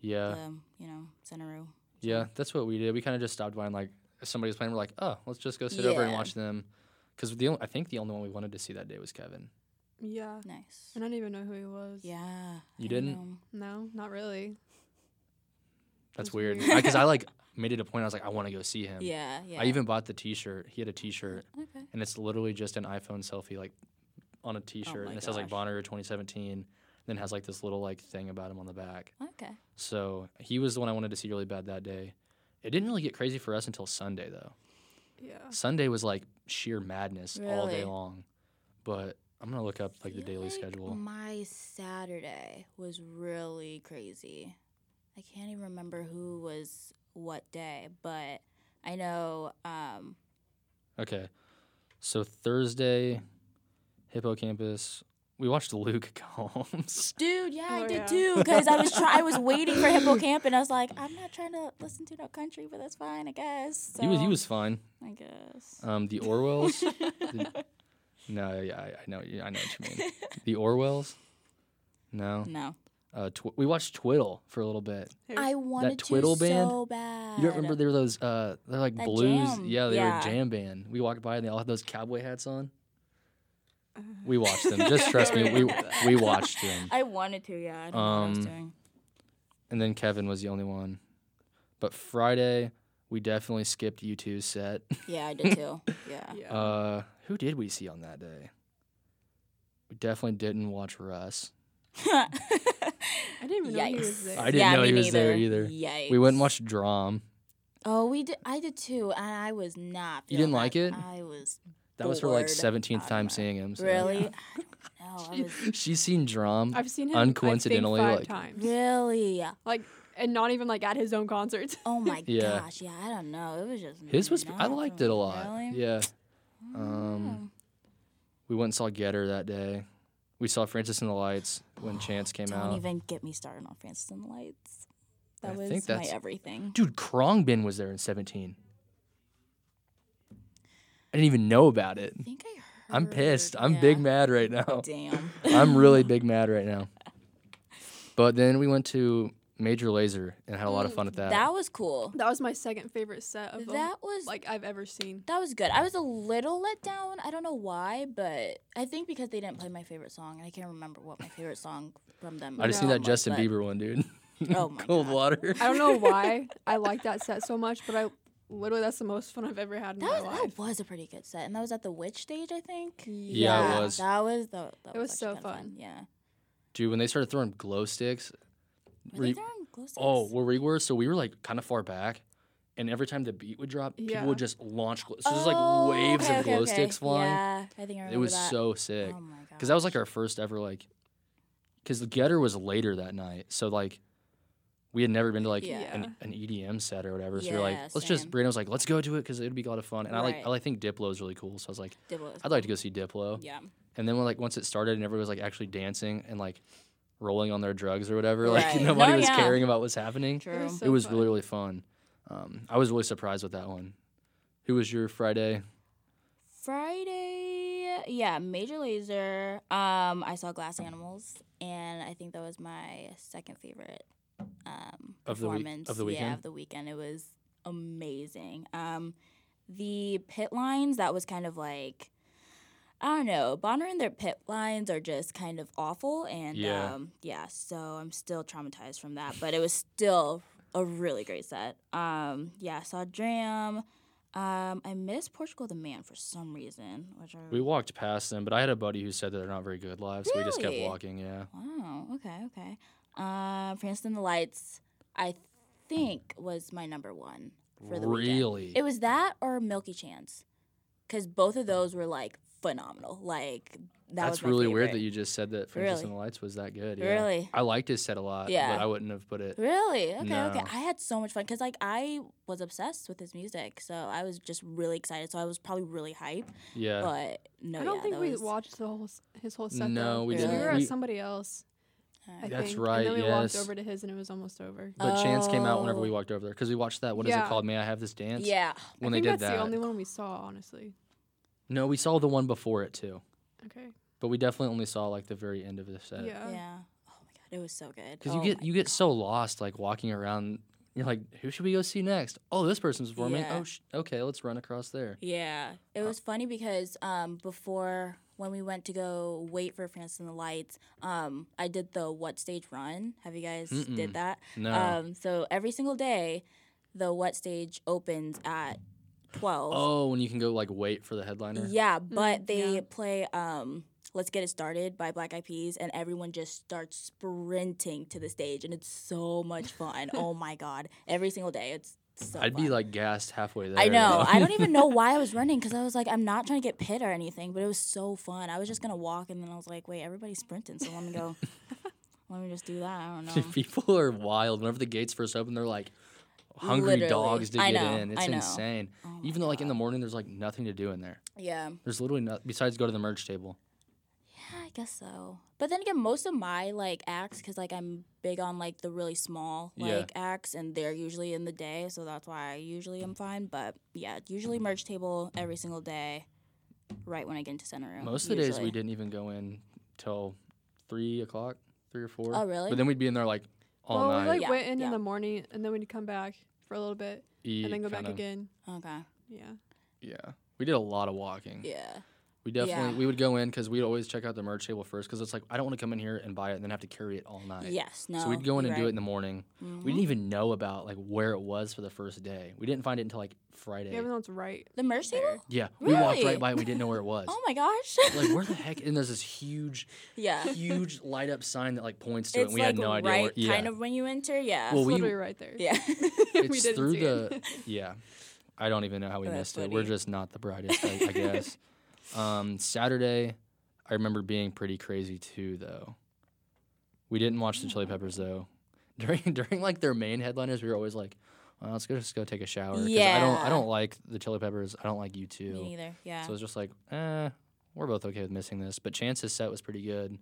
Speaker 1: Yeah,
Speaker 2: the you know Centeroo.
Speaker 1: Yeah, that's what we did. We kind of just stopped by and like if somebody was playing. We're like, oh, let's just go sit over and
Speaker 2: Yeah.
Speaker 1: watch them. Because the only, I think the only one we wanted to see that day was Kevin.
Speaker 3: Yeah.
Speaker 2: Nice.
Speaker 3: And I didn't even know who he was.
Speaker 2: Yeah.
Speaker 1: You
Speaker 2: I
Speaker 1: didn't?
Speaker 2: know.
Speaker 3: No, not really.
Speaker 1: That's
Speaker 3: That's
Speaker 1: weird.
Speaker 3: weird.
Speaker 1: Because I like made it a point. I was like, I want to go see him.
Speaker 2: Yeah. Yeah.
Speaker 1: I even bought the T-shirt. He had a T-shirt,
Speaker 2: Okay.
Speaker 1: and it's literally just an iPhone selfie, like on a T-shirt,
Speaker 2: Oh my
Speaker 1: and it says like
Speaker 2: gosh.
Speaker 1: Bonner 2017. Then has like this little like thing about him on the back.
Speaker 2: Okay.
Speaker 1: So he was the one I wanted to see really bad that day. It didn't really get crazy for us until Sunday though.
Speaker 3: Yeah.
Speaker 1: Sunday was like sheer madness all day
Speaker 2: Oh. Really?
Speaker 1: long. But I'm gonna look up like the
Speaker 2: feel
Speaker 1: daily
Speaker 2: like mm.
Speaker 1: schedule.
Speaker 2: My Saturday was really crazy. I can't even remember who was what day, but I know. Um,
Speaker 1: Okay. So Thursday, hippocampus. We watched Luke Combs.
Speaker 2: dude, yeah, I
Speaker 3: Oh,
Speaker 2: did
Speaker 3: yeah.
Speaker 2: too. Because I was try- I was waiting for hippocamp, and I was like, I'm not trying to listen to no country, but that's fine, I guess.
Speaker 1: He was he
Speaker 2: So,
Speaker 1: was fine.
Speaker 2: I guess.
Speaker 1: Um, the Orwells. no, yeah, I, I know, I know what you mean. The Orwells. No.
Speaker 2: no,
Speaker 1: Uh, tw- we watched Twiddle for a little bit.
Speaker 2: I wanted
Speaker 1: Twiddle
Speaker 2: to
Speaker 1: band?
Speaker 2: so bad.
Speaker 1: You don't remember they were those uh they're like
Speaker 2: That
Speaker 1: blues.
Speaker 2: jam.
Speaker 1: Yeah, they were
Speaker 2: Yeah.
Speaker 1: a jam band. We walked by and they all had those cowboy hats on. We watched them. Just trust me, we we watched them.
Speaker 2: I wanted to, yeah. I don't know what I was
Speaker 1: Um,
Speaker 2: doing.
Speaker 1: And then Kevin was the only one. But Friday, we definitely skipped U2's set.
Speaker 2: Yeah, I did too. Yeah.
Speaker 3: Yeah.
Speaker 1: Uh who did we see on that day? We definitely didn't watch Russ.
Speaker 3: I didn't even know he was
Speaker 2: Yikes.
Speaker 3: there.
Speaker 1: I didn't
Speaker 2: yeah,
Speaker 1: know
Speaker 2: me
Speaker 1: he was there
Speaker 2: neither.
Speaker 1: either. We went and
Speaker 2: Yikes.
Speaker 1: watched Drum.
Speaker 2: Oh, we did. I did too, and I was not.
Speaker 1: You didn't
Speaker 2: feeling
Speaker 1: like it?
Speaker 2: I was.
Speaker 1: That was her like
Speaker 2: Bored
Speaker 1: 17th
Speaker 2: out of
Speaker 1: time
Speaker 2: my-
Speaker 1: seeing him. so-
Speaker 2: Really? I don't know. I was
Speaker 1: She's seen Drum.
Speaker 3: I've seen him
Speaker 1: Uncoincidentally,
Speaker 3: I think, five
Speaker 1: like-
Speaker 3: times,
Speaker 2: really.
Speaker 3: like, and not even like at his own concerts.
Speaker 2: Oh my
Speaker 1: Yeah.
Speaker 2: gosh! Yeah, I don't know. It was just.
Speaker 1: His was I
Speaker 2: not
Speaker 1: liked
Speaker 2: for
Speaker 1: it a
Speaker 2: me,
Speaker 1: lot.
Speaker 2: Really? Oh.
Speaker 1: Yeah. Um,
Speaker 2: I don't know.
Speaker 1: We went and saw Getter that day. We saw Francis and the Lights when Chance came
Speaker 2: don't
Speaker 1: out.
Speaker 2: even get me started on Francis and the Lights. That
Speaker 1: I
Speaker 2: was
Speaker 1: think that's-
Speaker 2: my everything.
Speaker 1: Dude, Krongbin was there in 17. I didn't even know about it.
Speaker 2: I think I heard.
Speaker 1: I'm pissed. I'm
Speaker 2: yeah.
Speaker 1: big mad right now.
Speaker 2: Damn.
Speaker 1: I'm really big mad right now. But then we went to Major Laser and had a lot of fun at that.
Speaker 2: that was cool.
Speaker 3: That was my second favorite set of them,
Speaker 2: That was
Speaker 3: like I've ever seen.
Speaker 2: That was good. I was a little let down. I don't know why, but I think because they didn't play my favorite song, and I can't remember what my favorite song from them.
Speaker 1: I just
Speaker 2: was
Speaker 1: need
Speaker 3: No,
Speaker 1: that
Speaker 2: was,
Speaker 1: Justin
Speaker 2: but-
Speaker 1: Bieber one, dude.
Speaker 2: Oh my
Speaker 1: Cold
Speaker 2: God.
Speaker 1: water.
Speaker 3: I don't know why I like that set so much, but I literally that's the most fun I've ever had in
Speaker 2: That
Speaker 3: my
Speaker 2: was, oh,
Speaker 3: life.
Speaker 2: that was a pretty good set, and that was at the Witch stage, I think.
Speaker 1: Yeah, it was.
Speaker 2: That was the. That
Speaker 3: It was so
Speaker 2: actually kinda
Speaker 3: fun.
Speaker 2: Yeah.
Speaker 1: Dude, when they started throwing glow sticks,
Speaker 2: Were
Speaker 1: Were
Speaker 2: they
Speaker 1: you-
Speaker 2: throwing glow sticks?
Speaker 1: Oh, where we were, so we were like kind of far back, and every time the beat would drop,
Speaker 3: Yeah.
Speaker 1: people would just launch. Glo- so there's like
Speaker 2: Oh,
Speaker 1: waves
Speaker 2: okay,
Speaker 1: of
Speaker 2: okay,
Speaker 1: glow
Speaker 2: okay.
Speaker 1: sticks flying.
Speaker 2: Yeah, I think I remember
Speaker 1: it was
Speaker 2: that.
Speaker 1: so sick
Speaker 2: Oh my god.
Speaker 1: because that was like our first ever like, because the getter was later that night, so like, we had never been to like an, an EDM set or whatever. So we were like,
Speaker 2: Yeah,
Speaker 1: let's just.
Speaker 2: same.
Speaker 1: Brianna was like, let's go to it because it'd be a lot of fun. And I like,
Speaker 2: Right.
Speaker 1: I like, think Diplo is really cool. So I was like,
Speaker 2: Dibble is-
Speaker 1: I'd like to go see Diplo.
Speaker 2: Yeah.
Speaker 1: And then when like once it started and everybody was like actually dancing and like rolling on their drugs or whatever, like
Speaker 2: Right. No,
Speaker 1: nobody was
Speaker 2: yeah.
Speaker 1: caring about what's happening
Speaker 2: True.
Speaker 3: was
Speaker 1: it
Speaker 3: so
Speaker 1: was
Speaker 3: fun.
Speaker 1: really really fun. Um, I was really surprised with that one. Who was your Friday?
Speaker 2: Friday, yeah, Major Laser. Um, I saw Glass Animals, and I think that was my second favorite um,
Speaker 1: Of the week-
Speaker 2: performance
Speaker 1: of the
Speaker 2: Yeah,
Speaker 1: weekend?
Speaker 2: of the weekend, it was amazing. Um, the pit lines, that was kind of like. I don't know. Bonner and their pit lines are just kind of awful, and
Speaker 1: Yeah.
Speaker 2: um, yeah. So I'm still traumatized from that, but it was still a really great set. Um, yeah, I saw Jam. Um, I miss Portugal the Man for some reason, which I
Speaker 1: We walked past them, but I had a buddy who said that they're not very good live, so we just kept
Speaker 2: Really?
Speaker 1: walking. Yeah,
Speaker 2: wow. Okay, okay. Um, Pranced in the Lights, I think was my number one for the weekend.
Speaker 1: really.
Speaker 2: It was that or Milky Chance, because both of those were like phenomenal. Like that was
Speaker 1: That's
Speaker 2: my
Speaker 1: really weird that
Speaker 2: favorite.
Speaker 1: you just said that Francis
Speaker 2: Really?
Speaker 1: and the Lights was that good. Yeah.
Speaker 2: Really?
Speaker 1: I liked his set a lot,
Speaker 2: Yeah.
Speaker 1: but I wouldn't have put it.
Speaker 2: Really? Okay, okay.
Speaker 1: No.
Speaker 2: I had so much fun because like I was obsessed with his music, so I was just really excited. So I was probably really hyped,
Speaker 1: Yeah,
Speaker 2: but no,
Speaker 3: I don't
Speaker 2: Oh, yeah,
Speaker 3: think
Speaker 2: that
Speaker 3: we
Speaker 2: was,
Speaker 3: watched the whole s- his whole set.
Speaker 1: No,
Speaker 3: though,
Speaker 1: we
Speaker 3: because
Speaker 2: didn't.
Speaker 3: We were
Speaker 1: We-
Speaker 3: at somebody else. I
Speaker 2: Alright.
Speaker 1: Yeah. That's
Speaker 3: think,
Speaker 1: right,
Speaker 3: And then we
Speaker 1: yes.
Speaker 3: walked over to his, and it was almost over.
Speaker 1: but Chance came out whenever we
Speaker 2: Oh.
Speaker 1: walked over there because we watched that. What is it
Speaker 3: Yeah.
Speaker 1: called? May I have this dance?
Speaker 2: yeah.
Speaker 1: When they
Speaker 3: I think
Speaker 1: did
Speaker 3: that's
Speaker 1: that.
Speaker 3: the only one we saw, honestly.
Speaker 1: No, we saw the one before it too,
Speaker 3: Okay.
Speaker 1: but we definitely only saw like the very end of the set.
Speaker 3: Yeah.
Speaker 2: Yeah. Oh my god, it was so good.
Speaker 1: Because
Speaker 2: Oh
Speaker 1: you get
Speaker 2: my-
Speaker 1: you get so lost like walking around You're like, who should we go see next? Oh, this person's performing.
Speaker 2: Yeah.
Speaker 1: Oh, sh- okay, let's run across there.
Speaker 2: Yeah,
Speaker 1: Uh,
Speaker 2: it was funny because um, before when we went to go wait for France and the Lights, um, I did the what stage run. Have you guys
Speaker 1: Mm-mm.
Speaker 2: did that?
Speaker 1: No.
Speaker 2: Um, so every single day, the what stage opens at twelve.
Speaker 1: oh, when you can go like wait for the headliner.
Speaker 2: Yeah, but
Speaker 3: Mm,
Speaker 2: they
Speaker 3: yeah.
Speaker 2: play um Let's Get It Started by Black Eyed Peas and everyone just starts sprinting to the stage and it's so much fun. oh my god. Every single day it's so
Speaker 1: I'd be
Speaker 2: fun.
Speaker 1: like gassed halfway there.
Speaker 2: I know.
Speaker 1: though.
Speaker 2: I don't even know why I was running because I was like, I'm not trying to get pit or anything, but it was so fun. I was just gonna walk and then I was like, wait, everybody's sprinting, so let me go. let me just do that. I don't know.
Speaker 1: People are wild. Whenever the gates first open, they're like hungry
Speaker 2: Literally.
Speaker 1: dogs to
Speaker 2: I
Speaker 1: get
Speaker 2: know,
Speaker 1: in. It's
Speaker 2: I know.
Speaker 1: insane.
Speaker 2: Oh my
Speaker 1: Even though like in
Speaker 2: God.
Speaker 1: the morning, there's like nothing to do in there.
Speaker 2: yeah.
Speaker 1: There's literally nothing besides go to the merge table.
Speaker 2: Yeah, I guess so. But then again, most of my like acts, because like I'm big on like the really small
Speaker 1: Yeah.
Speaker 2: like acts, and they're usually in the day, so that's why I usually am fine. But yeah, usually merch table every single day, right when I get into center room.
Speaker 1: Most of the days we
Speaker 2: usually.
Speaker 1: didn't even go in till three o'clock, three or four.
Speaker 2: Oh, really?
Speaker 1: But then we'd be in there like all
Speaker 3: well,
Speaker 1: night.
Speaker 3: we like
Speaker 2: Yeah,
Speaker 3: went in
Speaker 2: yeah.
Speaker 3: in the morning and then we'd come back for a little bit
Speaker 1: eat,
Speaker 3: and then go back
Speaker 1: kinda-
Speaker 3: again.
Speaker 2: Okay.
Speaker 1: Mm.
Speaker 3: Yeah.
Speaker 1: Yeah, we did a lot of walking.
Speaker 2: Yeah.
Speaker 1: We definitely
Speaker 2: Yeah.
Speaker 1: we would go in because we'd always check out the merch table first because it's like I don't want to come in here and buy it and then have to carry it all night.
Speaker 2: Yes. No.
Speaker 1: so we'd go in and
Speaker 2: you're
Speaker 1: do it in
Speaker 2: right.
Speaker 1: the morning.
Speaker 2: Mhm.
Speaker 1: We didn't even know about like where it was for the first day. We didn't find it until like Friday.
Speaker 3: Yeah, everyone's right.
Speaker 2: the merch
Speaker 3: there.
Speaker 2: table.
Speaker 1: Yeah, we walked
Speaker 2: Really?
Speaker 1: right by. it. We didn't know where it was.
Speaker 2: Oh my gosh.
Speaker 1: like where the heck? And there's this huge,
Speaker 2: yeah.
Speaker 1: huge light up sign that like points to it.
Speaker 2: It's
Speaker 1: and We
Speaker 2: like
Speaker 1: had no
Speaker 2: right
Speaker 1: idea. where, yeah,
Speaker 2: kind of when you enter. Yeah.
Speaker 1: Well,
Speaker 3: It's
Speaker 1: we-
Speaker 3: literally right there.
Speaker 2: yeah.
Speaker 1: it's
Speaker 3: we didn't
Speaker 1: through
Speaker 3: see
Speaker 1: the.
Speaker 3: it.
Speaker 1: Yeah, I don't even know how we
Speaker 2: That's
Speaker 1: missed it. We're
Speaker 2: funny.
Speaker 1: just not the brightest, I, I guess. Um, Saturday, I remember being pretty crazy too, though. We didn't watch the
Speaker 2: Mm.
Speaker 1: Chili Peppers though. During during like their main headliners, we were always like, well, "Let's go just go take a shower." 'cause I don't I
Speaker 2: Yeah.
Speaker 1: don't like the Chili Peppers. I don't like you
Speaker 2: Me
Speaker 1: two.
Speaker 2: neither. Yeah.
Speaker 1: So it's just like, eh, we're both okay with missing this. But Chance's set was pretty good.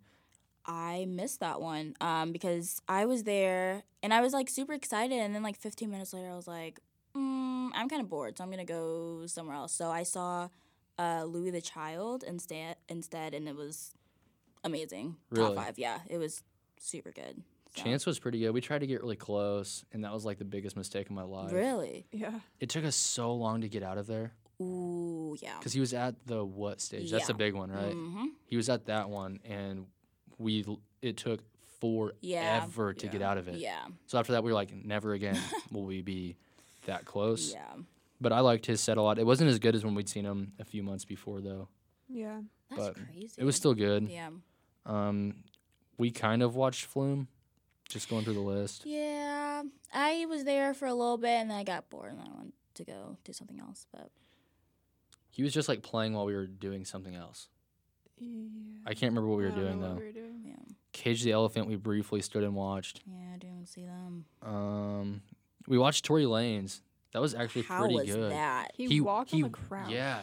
Speaker 2: I missed that one um, because I was there and I was like super excited. And then like 15 minutes later, I was like, mm, I'm kind of bored, so I'm gonna go somewhere else. So I saw uh, Louis the Child instead, instead, and it was amazing.
Speaker 1: Really?
Speaker 2: Top five, yeah, it was super good. So-
Speaker 1: Chance was pretty good. We tried to get really close, and that was like the biggest mistake of my life.
Speaker 2: really?
Speaker 3: Yeah.
Speaker 1: It took us so long to get out of there.
Speaker 2: Ooh, yeah.
Speaker 1: Because he was at the what stage? That's the
Speaker 2: Yeah.
Speaker 1: big one, right?
Speaker 2: hmm
Speaker 1: He was at that one, and we l- it took forever
Speaker 2: Yeah.
Speaker 1: to
Speaker 3: Yeah.
Speaker 1: get out of it.
Speaker 2: Yeah,
Speaker 1: So after that, we were like, never again will we be that close.
Speaker 2: yeah.
Speaker 1: But I liked his set a lot. It wasn't as good as when we'd seen him a few months before, though.
Speaker 3: Yeah.
Speaker 2: That's
Speaker 1: But
Speaker 2: crazy.
Speaker 1: It was still good.
Speaker 2: yeah.
Speaker 1: Um, we kind of watched Flume, just going through the list.
Speaker 2: Yeah, I was there for a little bit and then I got bored and I wanted to go do something else. But
Speaker 1: He was just like playing while we were doing something else.
Speaker 3: Yeah.
Speaker 1: I can't remember what we were
Speaker 3: I don't
Speaker 1: doing
Speaker 3: know
Speaker 1: though.
Speaker 3: what we were doing.
Speaker 2: yeah,
Speaker 1: Cage the Elephant, we briefly stood and watched.
Speaker 2: yeah, I didn't see them.
Speaker 1: Um, we watched Tory Lanes. That was actually
Speaker 2: How
Speaker 1: pretty
Speaker 2: was
Speaker 1: good.
Speaker 2: that?
Speaker 3: He,
Speaker 1: He-
Speaker 3: walked
Speaker 1: he-
Speaker 3: on the crowd.
Speaker 1: Yeah,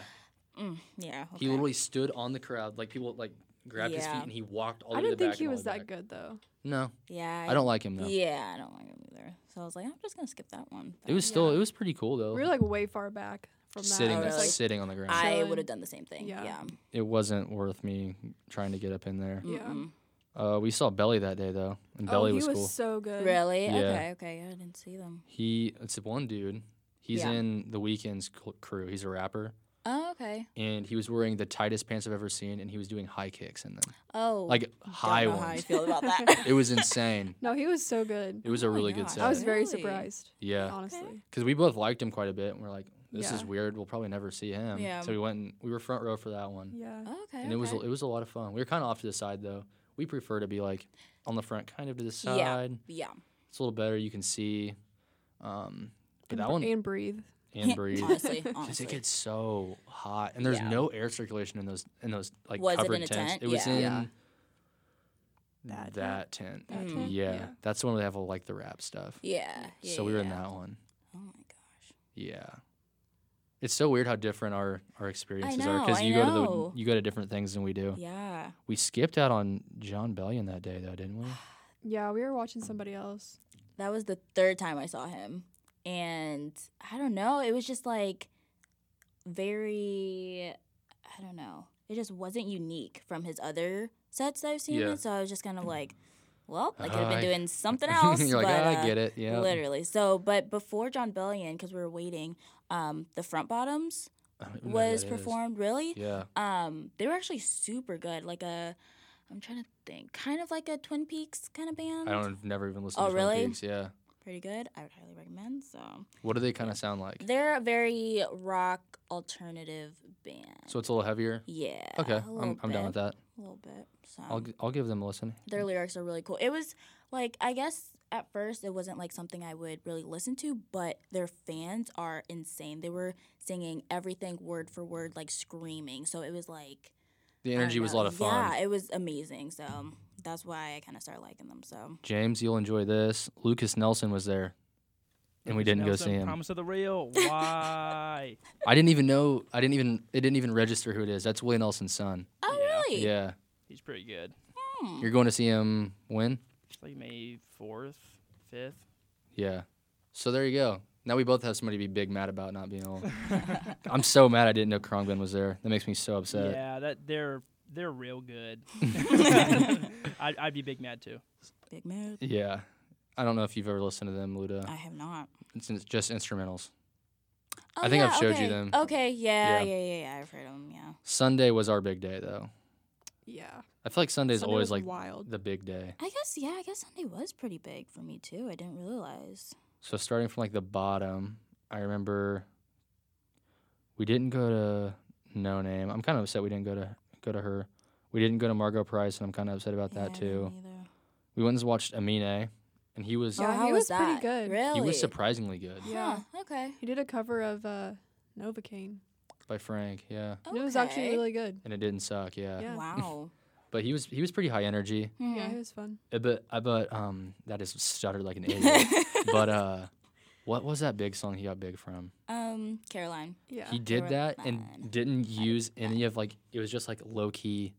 Speaker 2: Mm, yeah, okay.
Speaker 1: he literally stood on the crowd, like people like grabbed his feet
Speaker 2: Yeah.
Speaker 1: and he walked all the
Speaker 3: I
Speaker 1: way
Speaker 3: didn't think
Speaker 1: back.
Speaker 3: he was that good though.
Speaker 1: good. No,
Speaker 2: yeah,
Speaker 1: I don't like him though.
Speaker 2: Yeah, I don't like him either. So I was like, I'm just gonna skip that one.
Speaker 1: It was still, it was pretty cool though.
Speaker 3: We were like way far back from that.
Speaker 1: sitting,
Speaker 2: Oh,
Speaker 1: there,
Speaker 3: It's
Speaker 2: really?
Speaker 3: like,
Speaker 1: sitting on the ground.
Speaker 2: I
Speaker 3: chilling.
Speaker 2: would have done the same thing.
Speaker 3: Yeah.
Speaker 2: Yeah.
Speaker 1: it wasn't worth me trying to get up in there.
Speaker 3: Yeah.
Speaker 2: Mm-mm.
Speaker 1: Uh, we saw Belly that day though, and Belly
Speaker 3: oh,
Speaker 1: was,
Speaker 3: he was
Speaker 1: cool.
Speaker 3: so good.
Speaker 2: Really?
Speaker 1: Yeah.
Speaker 2: Okay. Okay. Yeah, I didn't see them.
Speaker 1: He, it's one dude. He's
Speaker 2: Yeah.
Speaker 1: in the Weekends cl- crew. He's a rapper,
Speaker 2: Oh, okay.
Speaker 1: and he was wearing the tightest pants I've ever seen, and he was doing high kicks in them,
Speaker 2: Oh,
Speaker 1: like high
Speaker 2: don't know how I
Speaker 1: ones.
Speaker 2: feel about that.
Speaker 1: It was insane.
Speaker 3: No, he was so good.
Speaker 1: It was a
Speaker 2: Oh my
Speaker 1: really good
Speaker 2: gosh.
Speaker 1: set.
Speaker 3: I was very
Speaker 2: Really?
Speaker 3: surprised,
Speaker 1: yeah,
Speaker 3: honestly.
Speaker 1: because we both liked him quite a bit, and we're like, "This is
Speaker 3: Yeah.
Speaker 1: weird. We'll probably never see him."
Speaker 2: Yeah.
Speaker 1: So we went. And, we were front row for that one,
Speaker 3: Yeah.
Speaker 2: okay.
Speaker 1: and it was
Speaker 2: okay.
Speaker 1: it was a lot of fun. We were kind of off to the side though. We prefer to be like on the front, kind of to the side.
Speaker 2: Yeah. yeah.
Speaker 1: It's a little better. You can see. Um, but
Speaker 3: and,
Speaker 1: that
Speaker 3: br-
Speaker 1: one
Speaker 3: and breathe.
Speaker 1: and breathe.
Speaker 2: honestly,
Speaker 1: 'Cause
Speaker 2: honestly.
Speaker 1: it gets so hot, and there's
Speaker 2: Yeah.
Speaker 1: no air circulation in those in those like
Speaker 2: Was it
Speaker 1: covered
Speaker 2: in a
Speaker 1: tents.
Speaker 2: tent?
Speaker 1: It was
Speaker 2: Yeah.
Speaker 1: in
Speaker 3: Yeah.
Speaker 1: that,
Speaker 3: That
Speaker 1: tent.
Speaker 3: That
Speaker 2: Mm.
Speaker 3: tent?
Speaker 1: Yeah.
Speaker 3: Yeah.
Speaker 1: that's the one where they have all like the wrap stuff.
Speaker 2: yeah. Yeah.
Speaker 1: so we were in
Speaker 2: yeah.
Speaker 1: that one.
Speaker 2: Oh my gosh.
Speaker 1: Yeah. It's so weird how different our, our experiences are
Speaker 2: know,
Speaker 1: because
Speaker 2: I
Speaker 1: you go to
Speaker 2: know.
Speaker 1: the you go to different things than we do.
Speaker 2: Yeah.
Speaker 1: We skipped out on John Bellion that day though, didn't we?
Speaker 3: Yeah, we were watching somebody else.
Speaker 2: that was the third time I saw him. And I don't know, it was just like very I don't know. It just wasn't unique from his other sets that I've seen.
Speaker 1: Yeah.
Speaker 2: So I was just kind of like, well, I could have been
Speaker 1: I-
Speaker 2: doing something else.
Speaker 1: You're like,
Speaker 2: but,
Speaker 1: "Ah,
Speaker 2: uh,
Speaker 1: I get it. Yeah.
Speaker 2: Literally. So, but before John Bellion, because we were waiting, um, the front bottoms
Speaker 1: I don't even know who
Speaker 2: was
Speaker 1: that is.
Speaker 2: performed. Really?
Speaker 1: Yeah.
Speaker 2: Um, they were actually super good. Like a, I'm trying to think, kind of like a Twin Peaks kind of band.
Speaker 1: I don't I've never even listened
Speaker 2: Oh,
Speaker 1: to Twin
Speaker 2: really?
Speaker 1: Peaks. Yeah.
Speaker 2: Pretty good. I would highly recommend. So
Speaker 1: What do they kind of sound like?
Speaker 2: they're a very rock alternative band.
Speaker 1: So it's a little heavier.
Speaker 2: yeah.
Speaker 1: Okay,
Speaker 2: a
Speaker 1: I'm,
Speaker 2: little
Speaker 1: I'm down with
Speaker 2: bit, Um,
Speaker 1: that.
Speaker 2: A little bit. So
Speaker 1: I'll g- I'll give them a listen.
Speaker 2: their lyrics are really cool. It was like I guess at first it wasn't like something I would really listen to, but their fans are insane. They were singing everything word for word, like screaming. So it was like
Speaker 1: The
Speaker 2: I don't
Speaker 1: energy was a
Speaker 2: know.
Speaker 1: lot of fun.
Speaker 2: Yeah, it was amazing. So that's why I kind of started liking them. So
Speaker 1: James, you'll enjoy this. Lucas Nelson was there, and we didn't go see him.
Speaker 4: uh, Promise of the real. Why?
Speaker 1: I didn't even know. I didn't even. It didn't even register who it is. That's Willie Nelson's son.
Speaker 2: oh
Speaker 4: Yeah.
Speaker 2: really?
Speaker 1: Yeah,
Speaker 4: He's pretty good.
Speaker 2: Hmm.
Speaker 1: you're going to see him when?
Speaker 4: It's like May fourth, fifth.
Speaker 1: Yeah. So there you go. Now we both have somebody to be big mad about not being old. I'm so mad I didn't know Krongbin was there. That makes me so upset.
Speaker 4: yeah, that they're they're real good. I'd, I'd be big mad too.
Speaker 2: Big mouth.
Speaker 1: Yeah. I don't know if you've ever listened to them,
Speaker 2: I
Speaker 1: Luda.
Speaker 2: have not.
Speaker 1: It's it's just instrumentals.
Speaker 2: Oh,
Speaker 1: I think I've
Speaker 2: yeah,
Speaker 1: showed you
Speaker 2: okay.
Speaker 1: them.
Speaker 2: Okay. Yeah,
Speaker 1: Yeah.
Speaker 2: yeah. Yeah. Yeah. I've heard them. Yeah.
Speaker 1: Sunday was our big day, though.
Speaker 3: Yeah.
Speaker 1: I feel like Sunday's
Speaker 3: Sunday
Speaker 1: always
Speaker 3: was
Speaker 1: like
Speaker 3: wild.
Speaker 1: the big day.
Speaker 2: I guess. Yeah. I guess Sunday was pretty big for me too. I didn't realize.
Speaker 1: So starting from like the bottom, I remember we didn't go to No Name. I'm kind of upset we didn't go to go to her. We didn't go to Margot Price, and I'm kind of upset about
Speaker 2: Yeah, I
Speaker 1: that
Speaker 2: didn't
Speaker 1: too.
Speaker 2: either.
Speaker 1: We went and watched Aminé, and he was
Speaker 3: Yeah,
Speaker 2: Oh,
Speaker 3: he
Speaker 2: how
Speaker 3: was pretty good.
Speaker 2: Really?
Speaker 1: he was surprisingly good
Speaker 3: Yeah.
Speaker 2: Huh, okay.
Speaker 3: He did a cover of uh, Novocaine.
Speaker 1: by Frank, yeah,
Speaker 3: It was actually
Speaker 2: Okay.
Speaker 3: really good.
Speaker 1: and it didn't suck, yeah.
Speaker 3: Yeah.
Speaker 2: Wow.
Speaker 1: But he was he was pretty high energy.
Speaker 3: Yeah,
Speaker 2: Hmm.
Speaker 3: it was fun.
Speaker 1: Uh, But I but um that is stuttered like an idiot. but uh, what was that big song he got big from?
Speaker 2: um, Caroline.
Speaker 3: Yeah.
Speaker 1: he did that
Speaker 2: Caroline.
Speaker 1: and didn't use any of like it was just like low key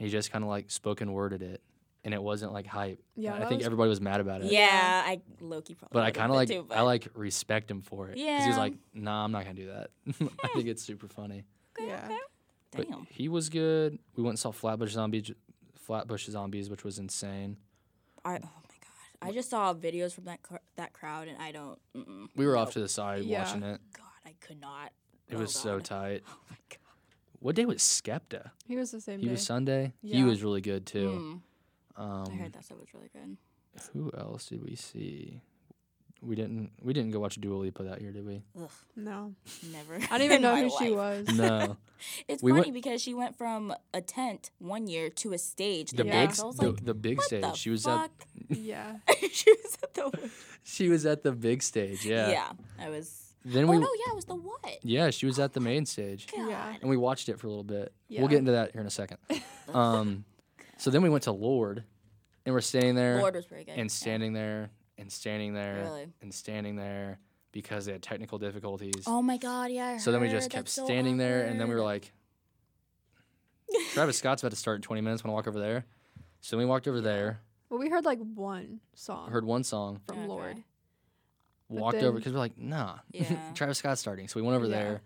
Speaker 1: and he just kind of like spoken worded it and it wasn't like hype
Speaker 3: Yeah,
Speaker 1: And i
Speaker 3: that
Speaker 1: think
Speaker 3: was-
Speaker 1: everybody was mad about it
Speaker 2: Yeah, I Loki probably.
Speaker 1: but i
Speaker 2: would've
Speaker 1: kind of
Speaker 2: been
Speaker 1: like
Speaker 2: too,
Speaker 1: i
Speaker 2: but-
Speaker 1: like respect him for it because he was
Speaker 2: Yeah.
Speaker 1: like nah i'm not gonna do that i think it's super funny
Speaker 2: Okay,
Speaker 3: Yeah.
Speaker 2: okay.
Speaker 1: but
Speaker 2: Damn.
Speaker 1: he was good we went and saw flatbush zombies flatbush zombies which was insane
Speaker 2: I, oh my god. I just saw videos from that cr- that crowd, and I don't. Mm-mm.
Speaker 1: we were off
Speaker 2: Nope.
Speaker 1: to the side
Speaker 3: Yeah.
Speaker 1: watching it
Speaker 2: God, I could not.
Speaker 1: it
Speaker 2: Oh,
Speaker 1: was so
Speaker 2: God.
Speaker 1: tight
Speaker 2: Oh my god.
Speaker 1: what day was skepta
Speaker 3: He was the same
Speaker 1: he
Speaker 3: day.
Speaker 1: was sunday he
Speaker 3: Yeah.
Speaker 1: was really good too
Speaker 2: Mm,
Speaker 1: um,
Speaker 2: I heard that stuff was really good.
Speaker 1: Who else did we see? We didn't. We didn't go watch Dua Lipa that year, did we?
Speaker 2: Ugh,
Speaker 3: no.
Speaker 2: never.
Speaker 3: I didn't even
Speaker 2: in
Speaker 3: know
Speaker 2: my
Speaker 3: who she
Speaker 2: life.
Speaker 3: was.
Speaker 1: No.
Speaker 2: It's
Speaker 1: We
Speaker 2: funny
Speaker 1: went-
Speaker 2: because she went from a tent one year to a stage
Speaker 1: the
Speaker 2: the
Speaker 1: big,
Speaker 2: next.
Speaker 1: s-
Speaker 2: I was
Speaker 1: the,
Speaker 2: like,
Speaker 1: the big
Speaker 2: what
Speaker 1: stage.
Speaker 2: the
Speaker 1: she was
Speaker 2: fuck?
Speaker 3: yeah.
Speaker 2: at. she was at the.
Speaker 1: at. She was at the big stage. Yeah.
Speaker 2: Yeah. I was.
Speaker 1: Then
Speaker 2: oh
Speaker 1: we.
Speaker 2: no! Yeah, it was the what?
Speaker 1: Yeah, she was at the main stage,
Speaker 2: God.
Speaker 3: Yeah.
Speaker 1: and we watched it for a little bit. We'll
Speaker 3: Yeah.
Speaker 1: get into that here in a second. Um, so then we went to Lord, and we're standing there,
Speaker 2: Lord was pretty good.
Speaker 1: and
Speaker 2: yeah.
Speaker 1: standing there, and standing there,
Speaker 2: Really?
Speaker 1: and standing there, because they had technical difficulties.
Speaker 2: Oh my god, yeah. I
Speaker 1: So then we
Speaker 2: heard.
Speaker 1: just kept
Speaker 2: That's so
Speaker 1: standing there, and then we were
Speaker 2: awkward.
Speaker 1: like, Travis Scott's about to start in 20 minutes. Want to walk over there? So then we walked over there,
Speaker 3: Well, we heard like one song
Speaker 1: heard one song,
Speaker 3: from
Speaker 2: Okay.
Speaker 3: Lord. But
Speaker 1: walked over
Speaker 3: then-
Speaker 1: because we're like, nah,
Speaker 2: Yeah.
Speaker 1: Travis Scott's starting. So we went over
Speaker 3: Yeah.
Speaker 1: there,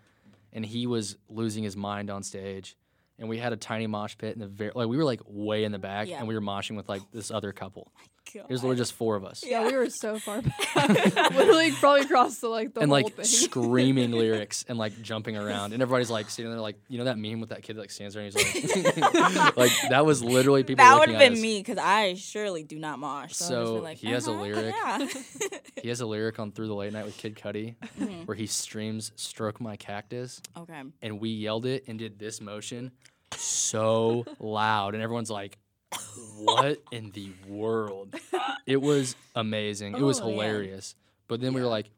Speaker 1: and he was losing his mind on stage. And we had a tiny mosh pit in the very, like, we were like way in the back,
Speaker 2: Yeah.
Speaker 1: and we were moshing with like this other couple.
Speaker 2: God.
Speaker 1: There's literally just four of us.
Speaker 3: Yeah, we were so far back. Literally probably crossed the like the
Speaker 1: and
Speaker 3: whole
Speaker 1: like
Speaker 3: thing.
Speaker 1: screaming lyrics and like jumping around and everybody's like sitting there like you know that meme with that kid that like stands there and he's like like that was literally people
Speaker 2: that would
Speaker 1: looking
Speaker 2: have
Speaker 1: at
Speaker 2: been
Speaker 1: us.
Speaker 2: me because I surely do not mosh. So, I've just
Speaker 1: So
Speaker 2: been like,
Speaker 1: he has a
Speaker 2: "Uh-huh,
Speaker 1: lyric.
Speaker 2: Yeah.
Speaker 1: he has a lyric on through the late night with kid cuddy where he streams stroke my cactus
Speaker 2: Mm-hmm. okay.
Speaker 1: and we yelled it and did this motion so loud and everyone's like what in the world it was amazing it was
Speaker 2: Oh, yeah.
Speaker 1: hilarious but then we were like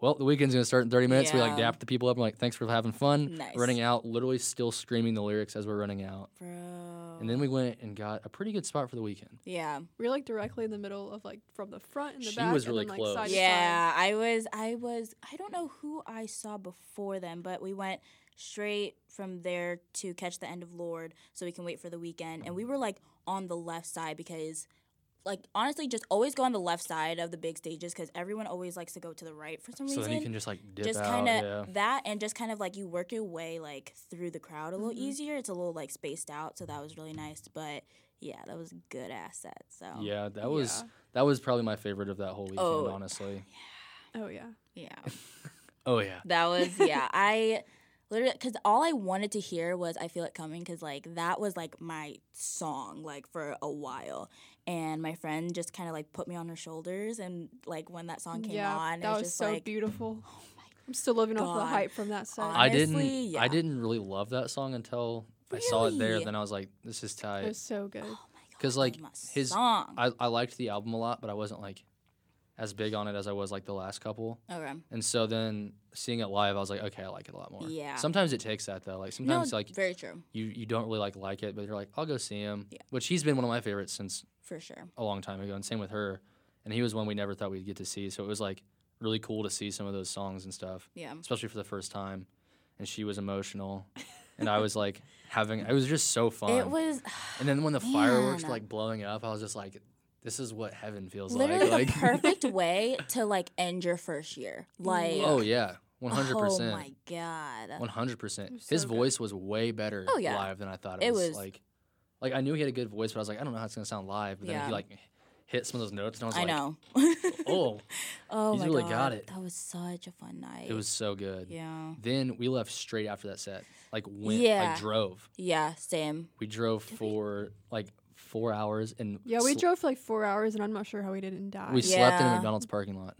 Speaker 1: well the weekend's gonna start in 30 minutes we like
Speaker 2: Yeah.
Speaker 1: dapped the people up and like thanks for having fun
Speaker 2: Nice.
Speaker 1: running out literally still screaming the lyrics as we're running out
Speaker 2: Bro.
Speaker 1: and then we went and got a pretty good spot for the weekend
Speaker 2: yeah.
Speaker 3: we were like directly in the middle of like from the front and the
Speaker 1: She
Speaker 3: back.
Speaker 1: was
Speaker 3: and
Speaker 1: really
Speaker 3: then, like,
Speaker 1: close.
Speaker 3: Side to
Speaker 2: Yeah. I was, I was, I don't know who I saw before them, but we went straight from there to catch the end of Lord so we can wait for the weekend. And we were like on the left side because. Like honestly, just always go on the left side of the big stages because everyone always likes to go to the right for some
Speaker 1: so
Speaker 2: reason.
Speaker 1: then you can just like dip
Speaker 2: just
Speaker 1: out
Speaker 2: kind of
Speaker 1: yeah
Speaker 2: that and just kind of like you Mm-hmm. work your way like through the crowd a little easier it's a little like spaced out so that was really nice but yeah, that was good asset. So
Speaker 1: yeah, that was that was probably my favorite of that whole weekend,
Speaker 2: Oh.
Speaker 1: honestly.
Speaker 3: Yeah. Oh yeah.
Speaker 2: yeah.
Speaker 1: Oh yeah.
Speaker 2: That was yeah. I literally because all I wanted to hear was "I Feel It Coming" because like that was like my song like for a while, and my friend just kind of like put me on her shoulders and like when that song came
Speaker 3: yeah.
Speaker 2: on, it
Speaker 3: that
Speaker 2: was,
Speaker 3: was
Speaker 2: just
Speaker 3: so
Speaker 2: like
Speaker 3: beautiful.
Speaker 2: oh my.
Speaker 3: I'm still living off the
Speaker 2: God.
Speaker 3: hype from that song.
Speaker 1: I didn't
Speaker 2: Honestly, yeah.
Speaker 1: I didn't really love that song until I saw it there
Speaker 2: Really?
Speaker 1: then I was like this is
Speaker 3: it
Speaker 1: tight.
Speaker 3: was so good.
Speaker 2: Oh my god!
Speaker 1: 'Cause, like,
Speaker 2: my
Speaker 1: his-
Speaker 2: song.
Speaker 1: I, I liked the album a lot, but I wasn't like as big on it as I was like the last couple.
Speaker 2: okay.
Speaker 1: And so then seeing it live, I was like, okay, I like it a lot more.
Speaker 2: Yeah.
Speaker 1: Sometimes it takes that though. Like
Speaker 2: No,
Speaker 1: sometimes like
Speaker 2: very true
Speaker 1: you you don't really like like it, but you're like, I'll go see him.
Speaker 2: Yeah.
Speaker 1: Which he's been one of my favorites since
Speaker 2: for sure.
Speaker 1: a long time ago, and same with her. And he was one we never thought we'd get to see, so it was like really cool to see some of those songs and stuff,
Speaker 2: Yeah.
Speaker 1: especially for the first time. And she was emotional, and I was like having it was just so fun.
Speaker 2: It was
Speaker 1: and then when the fireworks were
Speaker 2: man.
Speaker 1: like blowing up, I was just like, this is what heaven feels
Speaker 2: literally
Speaker 1: like.
Speaker 2: the
Speaker 1: like
Speaker 2: perfect way to like end your first year. Like
Speaker 1: oh yeah, one hundred
Speaker 2: Oh
Speaker 1: percent.
Speaker 2: my god.
Speaker 1: One hundred percent.
Speaker 3: was
Speaker 1: His
Speaker 3: so good.
Speaker 1: voice was way better
Speaker 2: Oh, yeah.
Speaker 1: live than I thought. It,
Speaker 2: It
Speaker 1: was,
Speaker 2: was-
Speaker 1: like, like I knew he had a good voice, but I was like, I don't know how it's gonna sound live. But then
Speaker 2: Yeah.
Speaker 1: he like hit some of those notes, and I was
Speaker 2: I
Speaker 1: like,
Speaker 2: know.
Speaker 1: oh,
Speaker 2: Oh
Speaker 1: He's
Speaker 2: my
Speaker 1: really
Speaker 2: god,
Speaker 1: got it.
Speaker 2: that was such a fun night.
Speaker 1: it was so good.
Speaker 2: yeah,
Speaker 1: Then we left straight after that set. Like went,
Speaker 2: Yeah.
Speaker 1: like drove.
Speaker 2: yeah, same.
Speaker 1: We drove for like four hours, and
Speaker 3: Yeah, we
Speaker 1: sl-
Speaker 3: drove for like four hours, and I'm not sure how we didn't die.
Speaker 1: We slept in a
Speaker 2: Yeah.
Speaker 1: McDonald's parking lot.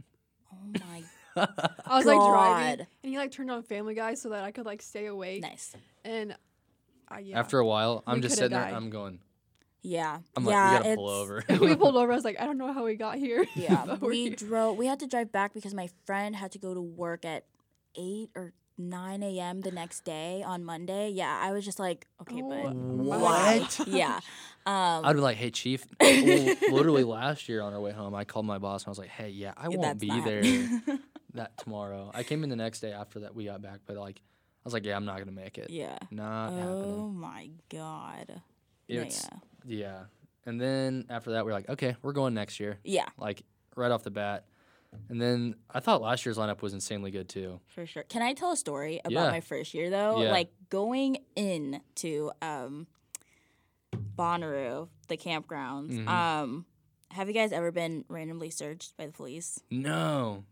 Speaker 2: Oh my
Speaker 3: I was like driving,
Speaker 2: God.
Speaker 3: and he like turned on Family Guy so that I could like stay awake.
Speaker 2: nice.
Speaker 3: And uh, yeah.
Speaker 1: After a while, I'm
Speaker 3: We
Speaker 1: just
Speaker 3: coulda
Speaker 1: sitting there.
Speaker 3: died.
Speaker 1: I'm going.
Speaker 2: Yeah,
Speaker 1: I'm
Speaker 2: yeah,
Speaker 1: like, we gotta pull
Speaker 2: it's-
Speaker 1: over.
Speaker 3: we pulled over, I was like, I don't know how we got here.
Speaker 2: Yeah,
Speaker 3: but we're
Speaker 2: we
Speaker 3: here.
Speaker 2: drove. We had to drive back because my friend had to go to work at eight or nine a.m. the next day on Monday. Yeah, I was just like, okay,
Speaker 3: Oh
Speaker 2: but
Speaker 3: my
Speaker 2: why?
Speaker 3: gosh.
Speaker 2: Yeah, um,
Speaker 1: I'd be like, "Hey, chief." l- literally last year on our way home, I called my boss and I was like, "Hey, yeah, I won't
Speaker 2: that's
Speaker 1: be
Speaker 2: not-
Speaker 1: there that tomorrow." I came in the next day after that we got back, but like, I was like, "Yeah, I'm not gonna make it.
Speaker 2: yeah.
Speaker 1: Not
Speaker 2: Oh
Speaker 1: happening."
Speaker 2: my god. No,
Speaker 1: It's yeah. And then after that, we are like, "Okay, we're going next year."
Speaker 2: yeah, yeah,
Speaker 1: Like right off the bat. And then I thought last year's lineup was insanely good too.
Speaker 2: for sure. Can I tell a story about
Speaker 1: Yeah.
Speaker 2: my first year though?
Speaker 1: Yeah.
Speaker 2: Like going in to um Bonnaroo, the campgrounds.
Speaker 1: Mhm.
Speaker 2: Um have you guys ever been randomly searched by the police?
Speaker 1: No,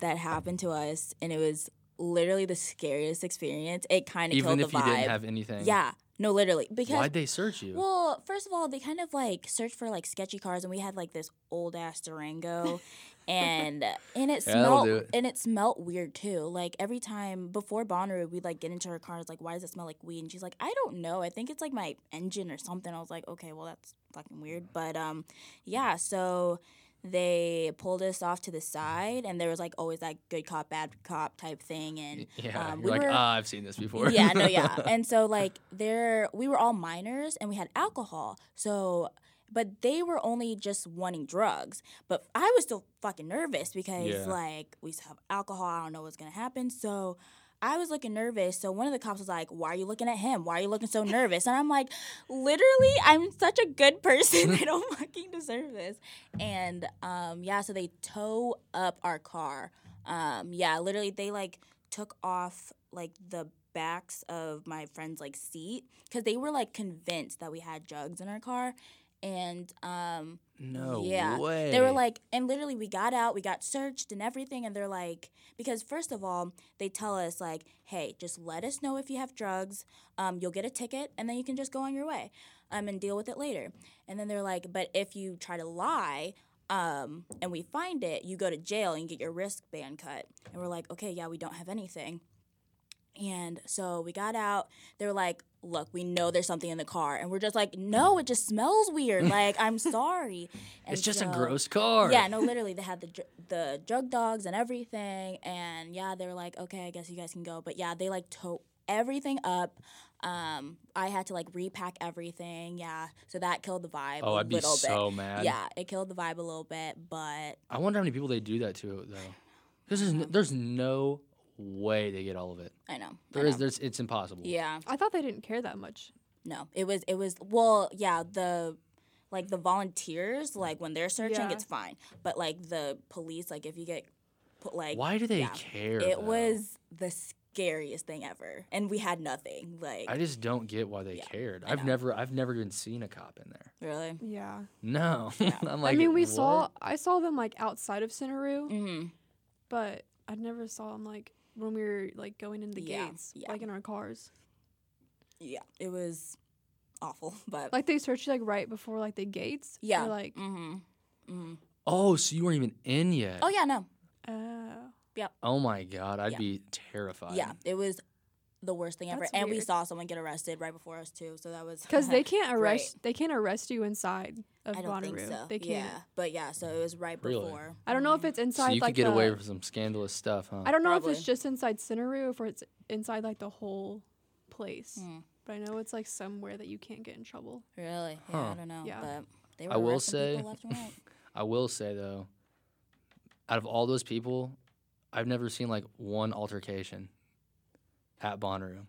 Speaker 2: That happened to us and it was literally the scariest experience. It kind of
Speaker 1: even
Speaker 2: killed
Speaker 1: if
Speaker 2: the
Speaker 1: you
Speaker 2: vibe.
Speaker 1: didn't have anything.
Speaker 2: yeah. No, literally. Because
Speaker 1: Why'd they search you?
Speaker 2: Well, first of all, they kind of like searched for like sketchy cars, and we had like this old ass Durango, and uh, and it
Speaker 1: Yeah, that'll
Speaker 2: smelled
Speaker 1: do it.
Speaker 2: and it smelled weird too. Like every time before Bonnaroo, we'd like get into her car, and it's like, why does it smell like weed? And she's like, I don't know. I think it's like my engine or something. I was like, okay, well that's fucking weird, but um, yeah. So they pulled us off to the side, and there was like always that good cop, bad cop type thing, and
Speaker 1: yeah,
Speaker 2: um,
Speaker 1: you're
Speaker 2: we
Speaker 1: like,
Speaker 2: were-
Speaker 1: ah, I've seen this before.
Speaker 2: yeah, no, yeah. And so like there we were all minors and we had alcohol. So but they were only just wanting drugs. But I was still fucking nervous because
Speaker 1: Yeah.
Speaker 2: like we still have alcohol, I don't know what's gonna happen. So I was looking nervous. So one of the cops was like, Why are you looking at him? Why are you looking so nervous? And I'm like, literally, I'm such a good person. I don't fucking deserve this. And um, yeah, so they tow up our car. Um, yeah, literally, they like took off like the backs of my friend's like seat because they were like convinced that we had drugs in our car. And um,
Speaker 1: no
Speaker 2: Yeah.
Speaker 1: way.
Speaker 2: they were like, and literally, we got out, we got searched and everything. And they're like, because first of all, they tell us, like, hey, just let us know if you have drugs. Um, you'll get a ticket and then you can just go on your way um, and deal with it later. And then they're like, but if you try to lie, um, and we find it, you go to jail and you get your wristband cut. And we're like, okay, yeah, we don't have anything. And so we got out. They were like, look, we know there's something in the car. And we're just like, no, it just smells weird. Like, I'm sorry.
Speaker 1: it's
Speaker 2: And
Speaker 1: just a
Speaker 2: so-
Speaker 1: gross car.
Speaker 2: yeah, no, literally, they had the dr- the drug dogs and everything, and yeah, they were like, okay, I guess you guys can go, but yeah, they like tow everything up. Um, I had to like repack everything, yeah, so that killed the vibe.
Speaker 1: Oh,
Speaker 2: a
Speaker 1: I'd be
Speaker 2: little
Speaker 1: so
Speaker 2: bit.
Speaker 1: mad.
Speaker 2: Yeah, it killed the vibe a little bit, but
Speaker 1: I wonder how many people they do that to though. Because there's, n- there's no way they get all of it.
Speaker 2: I know I
Speaker 1: There is
Speaker 2: know.
Speaker 1: there's it's impossible.
Speaker 2: yeah,
Speaker 3: I thought they didn't care that much.
Speaker 2: no, it was it was well, yeah, the like the volunteers like when they're searching,
Speaker 3: Yeah.
Speaker 2: it's fine, but like the police, like if you get put like
Speaker 1: Why do they
Speaker 2: yeah.
Speaker 1: care?
Speaker 2: It
Speaker 1: though?
Speaker 2: was the scariest thing ever, and we had nothing. Like
Speaker 1: I just don't get why they
Speaker 2: Yeah,
Speaker 1: cared.
Speaker 2: I
Speaker 1: I've
Speaker 2: know.
Speaker 1: never I've never even seen a cop in there.
Speaker 2: really.
Speaker 3: Yeah.
Speaker 1: No. I'm like
Speaker 3: I mean, we
Speaker 1: "What?"
Speaker 3: saw I saw them like outside of Cinnaru,
Speaker 2: Mm-hmm.
Speaker 3: but I never saw them like when we were like going in the
Speaker 2: Yeah,
Speaker 3: gates,
Speaker 2: yeah.
Speaker 3: like in our cars.
Speaker 2: Yeah, it was awful, but
Speaker 3: Like they searched you, like right before like the gates. They're
Speaker 2: Yeah.
Speaker 3: like,
Speaker 2: hmm hmm
Speaker 1: Oh, so you weren't even in yet.
Speaker 2: Oh yeah, no,
Speaker 3: oh,
Speaker 1: Oh my god, I'd
Speaker 2: Yeah.
Speaker 1: be terrified.
Speaker 2: yeah, it was the worst thing ever,
Speaker 3: That's
Speaker 2: and we
Speaker 3: weird.
Speaker 2: saw someone get arrested right before us too, so that was
Speaker 3: because they can't
Speaker 2: Right.
Speaker 3: arrest they can't arrest you inside of
Speaker 2: I don't
Speaker 3: Bonnaroo.
Speaker 2: think so.
Speaker 3: They can't.
Speaker 2: Yeah, but yeah, so it was right
Speaker 1: Really?
Speaker 2: before.
Speaker 3: I don't know if
Speaker 2: Mhm.
Speaker 3: it's
Speaker 1: So
Speaker 3: inside
Speaker 1: you
Speaker 3: like
Speaker 1: could get
Speaker 3: the,
Speaker 1: away with some scandalous stuff, huh?
Speaker 3: I don't know if
Speaker 2: Probably.
Speaker 3: it's just inside Cinnaru or if it's inside like the whole place.
Speaker 2: Mm.
Speaker 3: But I know it's like somewhere that you can't get in trouble.
Speaker 2: really. Yeah,
Speaker 1: Huh.
Speaker 2: I don't know.
Speaker 3: Yeah.
Speaker 2: But they were
Speaker 1: I will
Speaker 2: arresting people
Speaker 1: say-
Speaker 2: left and right.
Speaker 1: I will say though, out of all those people, I've never seen like one altercation at Bonnaroo.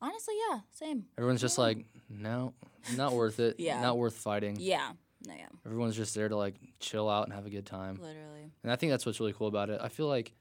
Speaker 2: Honestly, yeah, same.
Speaker 1: Everyone's just
Speaker 2: Yeah.
Speaker 1: like, no, not worth it.
Speaker 2: Yeah.
Speaker 1: Not worth fighting.
Speaker 2: Yeah, no, yeah,
Speaker 1: Everyone's just there to like chill out and have a good time.
Speaker 2: literally.
Speaker 1: And I think that's what's really cool about it. I feel like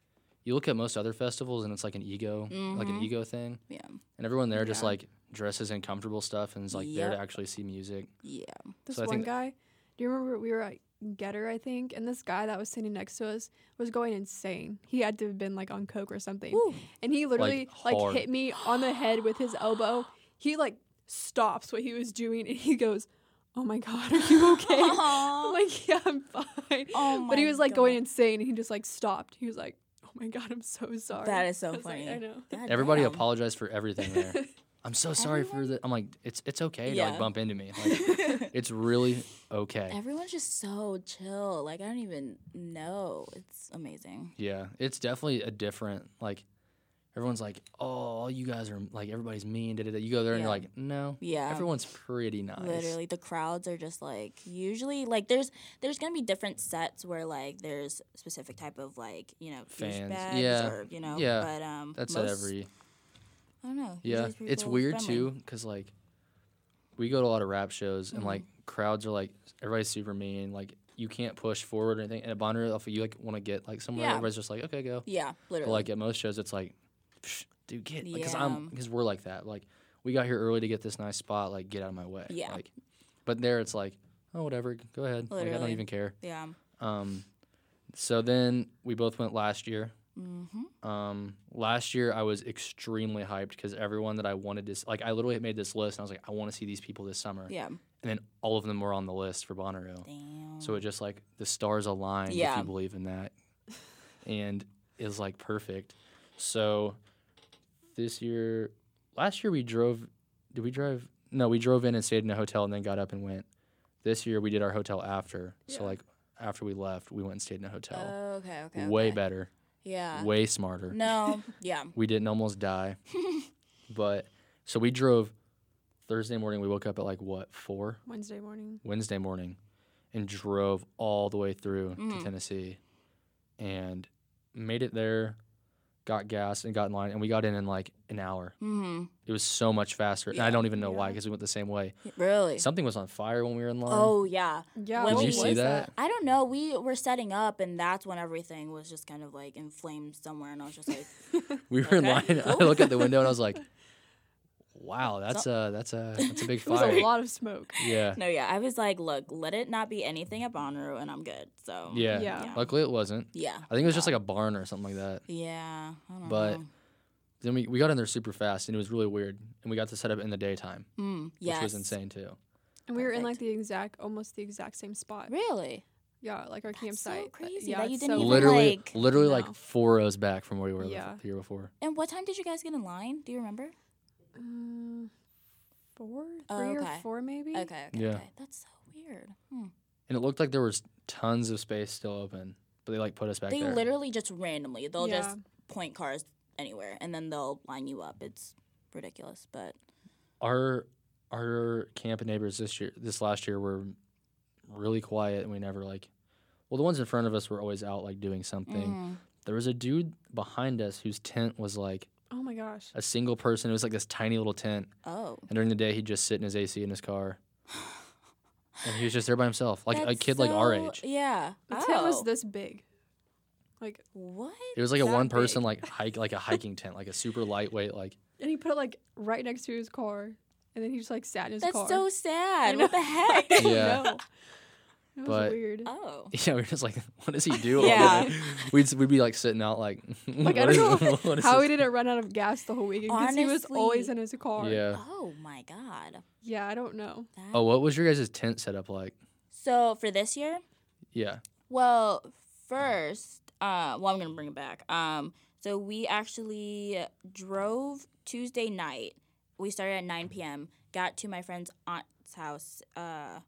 Speaker 1: you look at most other festivals and it's like an ego, like an
Speaker 2: Mhm.
Speaker 1: ego thing.
Speaker 2: Yeah,
Speaker 1: And everyone there just
Speaker 3: Yeah.
Speaker 1: like dresses in comfortable stuff and is like there to
Speaker 2: Yep.
Speaker 1: actually see music.
Speaker 2: yeah.
Speaker 3: This
Speaker 1: So I
Speaker 3: one
Speaker 1: think-
Speaker 3: guy, do you remember we were at Getter, I think, and this guy that was sitting next to us was going insane. He had to have been like on coke or something,
Speaker 2: Woo.
Speaker 3: and he literally like,
Speaker 1: hard.
Speaker 3: hit me on the head with his elbow. He like stops what he was doing and he goes, "Oh my god, are you okay?"
Speaker 2: Aw.
Speaker 3: I'm like, "Yeah, I'm fine."
Speaker 2: Oh
Speaker 3: but he
Speaker 2: my
Speaker 3: was like going
Speaker 2: God.
Speaker 3: insane, and he just like stopped. He was like, "Oh my god, I'm so sorry."
Speaker 2: That is so
Speaker 3: I was like,
Speaker 2: funny.
Speaker 3: I know.
Speaker 2: God
Speaker 1: Everybody
Speaker 2: damn.
Speaker 1: apologized for everything there. I'm so sorry for the. I'm like, it's it's okay to
Speaker 2: Yeah.
Speaker 1: like bump into me. Like, it's really okay.
Speaker 2: Everyone's just so chill. Like I don't even know. It's amazing.
Speaker 1: Yeah, it's definitely a different like. Everyone's like, oh, you guys are like everybody's mean. Da, da, da. You go there and you're
Speaker 2: Yeah.
Speaker 1: like, no,
Speaker 2: Yeah.
Speaker 1: everyone's pretty nice.
Speaker 2: Literally, the crowds are just like usually like there's there's gonna be different sets where like there's specific type of like you know
Speaker 1: Fans.
Speaker 2: douchebags
Speaker 1: Yeah.
Speaker 2: or you know
Speaker 1: Yeah.
Speaker 2: but um
Speaker 1: That's
Speaker 2: most,
Speaker 1: at every.
Speaker 2: I don't know
Speaker 1: Yeah,
Speaker 2: usually
Speaker 1: it's
Speaker 2: people
Speaker 1: weird
Speaker 2: friendly.
Speaker 1: too, cause like, we go to a lot of rap shows and like
Speaker 2: Mm-hmm.
Speaker 1: crowds are like everybody's super mean. Like you can't push forward or anything. And at Bonnaroo, if you like want to get like somewhere,
Speaker 2: Yeah.
Speaker 1: everybody's just like, okay, go.
Speaker 2: yeah
Speaker 1: But
Speaker 2: literally
Speaker 1: like at most shows, it's like, "Psh, dude, get because I'm
Speaker 2: Yeah.
Speaker 1: because we're like that. Like we got here early to get this nice spot. Like get out of my way.
Speaker 2: Yeah.
Speaker 1: Like, but there it's like, oh whatever, go ahead. Like I don't
Speaker 2: Literally.
Speaker 1: even care.
Speaker 2: yeah
Speaker 1: Um, so then we both went last year.
Speaker 2: mm-hmm.
Speaker 1: Um, last year I was extremely hyped because everyone that I wanted to s- like I literally made this list and I was like I want to see these people this summer.
Speaker 2: yeah
Speaker 1: And then all of them were on the list for Bonnaroo.
Speaker 2: damn
Speaker 1: So it just like the stars aligned if
Speaker 2: Yeah.
Speaker 1: you believe in that, and is like perfect. So this year, last year we drove. Did we drive? No, we drove in and stayed in a hotel and then got up and went. This year we did our hotel after. So
Speaker 3: Yeah.
Speaker 1: like after we left, we went and stayed in a hotel.
Speaker 2: okay Oh, okay
Speaker 1: way
Speaker 2: okay.
Speaker 1: better,
Speaker 2: yeah
Speaker 1: way smarter.
Speaker 2: no yeah
Speaker 1: We didn't almost die, but so we drove. Thursday morning we woke up at like what four?
Speaker 3: Wednesday morning.
Speaker 1: Wednesday morning and drove all the way through
Speaker 2: Mhm.
Speaker 1: to Tennessee and made it there, got gas and got in line and we got in in like an hour.
Speaker 2: mm-hmm.
Speaker 1: It was so much faster. And I
Speaker 2: Yeah.
Speaker 1: don't even know why
Speaker 3: Yeah.
Speaker 1: because we went the same way.
Speaker 2: really
Speaker 1: Something was on fire when we were in line.
Speaker 2: oh yeah
Speaker 3: Yeah.
Speaker 2: When
Speaker 1: Did
Speaker 2: what
Speaker 1: you
Speaker 2: was
Speaker 1: see that?
Speaker 2: I don't know. We were setting up, and that's when everything was just kind of like inflamed somewhere, and I was just like,
Speaker 1: We were in line.
Speaker 2: Okay,
Speaker 1: I look at the window and I was like, wow, that's a, that's a, that's a big
Speaker 3: It was a
Speaker 1: fire.
Speaker 3: lot of smoke.
Speaker 1: Yeah.
Speaker 2: No, yeah. I was like, look, let it not be anything at Bonnaroo, and I'm good. So
Speaker 1: Yeah.
Speaker 3: Yeah.
Speaker 1: Luckily it wasn't.
Speaker 2: yeah,
Speaker 1: I think it was just like a barn or something like that.
Speaker 2: yeah. I don't
Speaker 1: But-
Speaker 2: know.
Speaker 1: Then we, we got in there super fast and it was really weird. And we got to set up in the daytime,
Speaker 2: Mm,
Speaker 1: which
Speaker 2: yes.
Speaker 1: was insane too.
Speaker 3: And we were in like
Speaker 2: Perfect.
Speaker 3: the exact, almost the exact same spot.
Speaker 2: Really?
Speaker 3: Yeah, like our
Speaker 2: so
Speaker 3: campsite. Uh,
Speaker 2: crazy
Speaker 3: yeah,
Speaker 2: that you
Speaker 3: it's
Speaker 2: didn't
Speaker 3: so
Speaker 2: even,
Speaker 3: weird.
Speaker 1: literally,
Speaker 2: like-
Speaker 1: literally
Speaker 3: No.
Speaker 1: like four rows back from where we were
Speaker 3: Yeah.
Speaker 1: the year before.
Speaker 2: And what time did you guys get in line? Do you remember?
Speaker 3: Mm, four, three
Speaker 2: Oh,
Speaker 3: or
Speaker 2: okay.
Speaker 3: four maybe.
Speaker 2: Okay. okay
Speaker 1: Yeah.
Speaker 2: Okay. That's so weird. Hmm.
Speaker 1: And it looked like there was tons of space still open, but they like put us back
Speaker 2: They
Speaker 1: there.
Speaker 2: literally just randomly they'll
Speaker 3: Yeah.
Speaker 2: just point cars anywhere, and then they'll line you up. It's ridiculous, but
Speaker 1: our our camp neighbors this year, this last year, were really quiet, and we never like. Well, the ones in front of us were always out like doing something.
Speaker 2: Mm.
Speaker 1: There was a dude behind us whose tent was like
Speaker 3: Oh my gosh.
Speaker 1: a single person. It was like this tiny little tent,
Speaker 2: oh,
Speaker 1: and during the day he'd just sit in his AC in his car, and he was just there by himself, like a
Speaker 2: That's
Speaker 1: kid like our
Speaker 2: so-
Speaker 1: age.
Speaker 2: Yeah.
Speaker 3: The tent was
Speaker 2: Oh.
Speaker 3: this big. Like,
Speaker 2: What?
Speaker 1: It was like a
Speaker 3: That
Speaker 1: one person
Speaker 3: big.
Speaker 1: like hike like a hiking tent, like a super lightweight like
Speaker 3: and he put it like right next to his car, and then he just like sat in his
Speaker 2: That's
Speaker 3: car.
Speaker 2: so sad. What the
Speaker 3: I
Speaker 2: heck?
Speaker 3: don't
Speaker 1: Yeah.
Speaker 3: know. It was
Speaker 1: But-
Speaker 3: weird.
Speaker 2: Oh.
Speaker 1: yeah, we were just like, what does he do? all
Speaker 2: Yeah.
Speaker 1: day? we'd s- we'd be like sitting out like,
Speaker 3: Like I
Speaker 1: what is-
Speaker 3: don't know
Speaker 1: what is
Speaker 3: how
Speaker 1: this?
Speaker 3: he didn't run out of gas the whole weekend because he was always in his car.
Speaker 1: Yeah.
Speaker 2: Oh my god.
Speaker 3: Yeah, I don't know.
Speaker 2: That-
Speaker 1: Oh, what was your guys' tent setup like?
Speaker 2: So for this year,
Speaker 1: Yeah.
Speaker 2: Well, first, uh, well, I'm gonna bring it back. Um, so we actually drove Tuesday night. We started at 9 p.m. Got to my friend's aunt's house uh,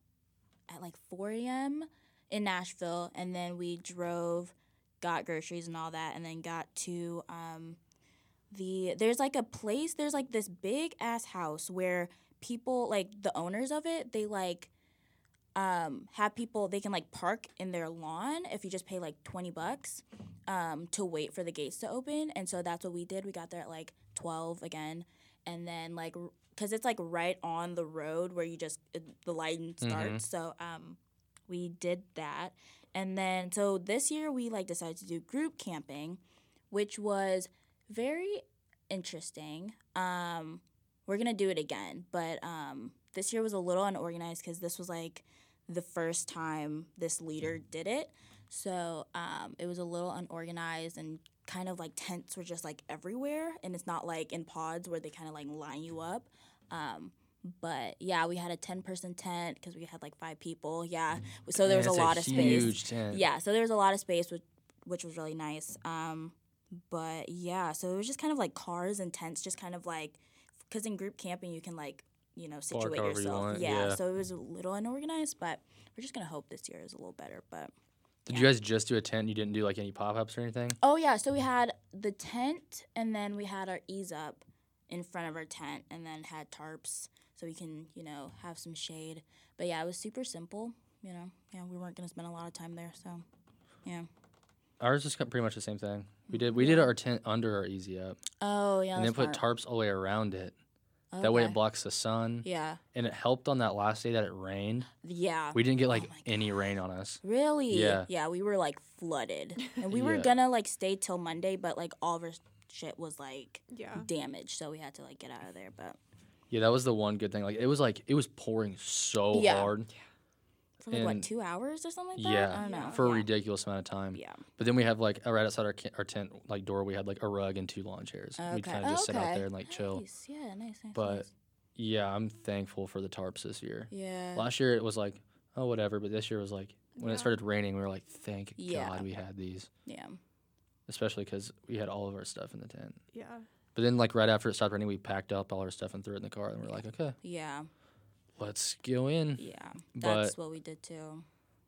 Speaker 2: at like 4 a.m. in Nashville, and then we drove, got groceries and all that, and then got to um, the there's like a place. There's like this big ass house where people like the owners of it they like um, have people they can like park in their lawn if you just pay like 20 bucks um, to wait for the gates to open and so that's what we did we got there at like 12 again and then like because it's like right on the road where you just it, the line starts so um, we did that and then so this year we like decided to do group camping which was very interesting um, we're gonna do it again but um, this year was a little unorganized because this was like the first time this leader did it. So um, it was a little unorganized and kind of like tents were just like everywhere. And it's not like in pods where they kind of like line you up. Um, but yeah, we had a 10 person tent because we had like five people. Yeah. So there was
Speaker 1: Yeah,
Speaker 2: a
Speaker 1: it's
Speaker 2: lot of space.
Speaker 1: Huge tent.
Speaker 2: Yeah, so there was a lot of space, which which was really nice. Um, but yeah, so it was just kind of like cars and tents, just kind of like because in group camping you can like you know situate
Speaker 1: however you
Speaker 2: yourself.
Speaker 1: want,
Speaker 2: yeah,
Speaker 1: yeah.
Speaker 2: so it was a little unorganized, but we're just gonna hope this year is a little better. But
Speaker 1: Did you guys just do a tent? You didn't do like any pop ups or anything?
Speaker 2: oh yeah, so we had the tent, and then we had our ease up in front of our tent, and then had tarps so we can you know have some shade. But yeah, it was super simple. You know, yeah, we weren't gonna spend a lot of time there, so yeah.
Speaker 1: Ours was ki- pretty much the same thing. We did we did our tent under our easy up,
Speaker 2: Oh yeah,
Speaker 1: and then
Speaker 2: that's
Speaker 1: put
Speaker 2: smart.
Speaker 1: tarps all the way around it. That way
Speaker 2: Okay.
Speaker 1: it blocks the sun,
Speaker 2: Yeah.
Speaker 1: and it helped on that last day that it rained.
Speaker 2: Yeah. Oh
Speaker 1: We didn't get like
Speaker 2: my
Speaker 1: any rain on us.
Speaker 2: really?
Speaker 1: Yeah.
Speaker 2: we were like flooded. And we were
Speaker 1: Yeah.
Speaker 2: gonna like stay till Monday, but like all of our shit was like
Speaker 3: Yeah.
Speaker 2: damaged, so we had to like get out of there. But
Speaker 1: Yeah, that was the one good thing. Like it was like it was pouring so
Speaker 2: Yeah.
Speaker 1: hard
Speaker 2: for like what,
Speaker 1: And-
Speaker 2: two hours or something like that?
Speaker 1: Yeah,
Speaker 2: I don't know.
Speaker 1: for a
Speaker 2: Oh, yeah.
Speaker 1: ridiculous amount of time.
Speaker 2: yeah.
Speaker 1: But then we have like uh, right outside our ca- our tent like door, we had like a rug and two lawn chairs. We'd
Speaker 2: Okay.
Speaker 1: kind of just sit out
Speaker 2: Okay.
Speaker 1: there and like chill.
Speaker 2: Nice. Yeah, nice, nice.
Speaker 1: But
Speaker 2: nice.
Speaker 1: Yeah, I'm thankful for the tarps this year.
Speaker 2: Yeah.
Speaker 1: Last year it was like oh whatever, but this year was like when
Speaker 3: Yeah.
Speaker 1: it started raining, we were like thank
Speaker 2: Yeah.
Speaker 1: God we had these,
Speaker 2: Yeah.
Speaker 1: especially because we had all of our stuff in the tent.
Speaker 3: Yeah.
Speaker 1: But then like right after it stopped raining, we packed up all our stuff and threw it in the car, and we're like okay,
Speaker 2: Yeah.
Speaker 1: let's go in.
Speaker 2: Yeah.
Speaker 1: But-
Speaker 2: That's what we did too.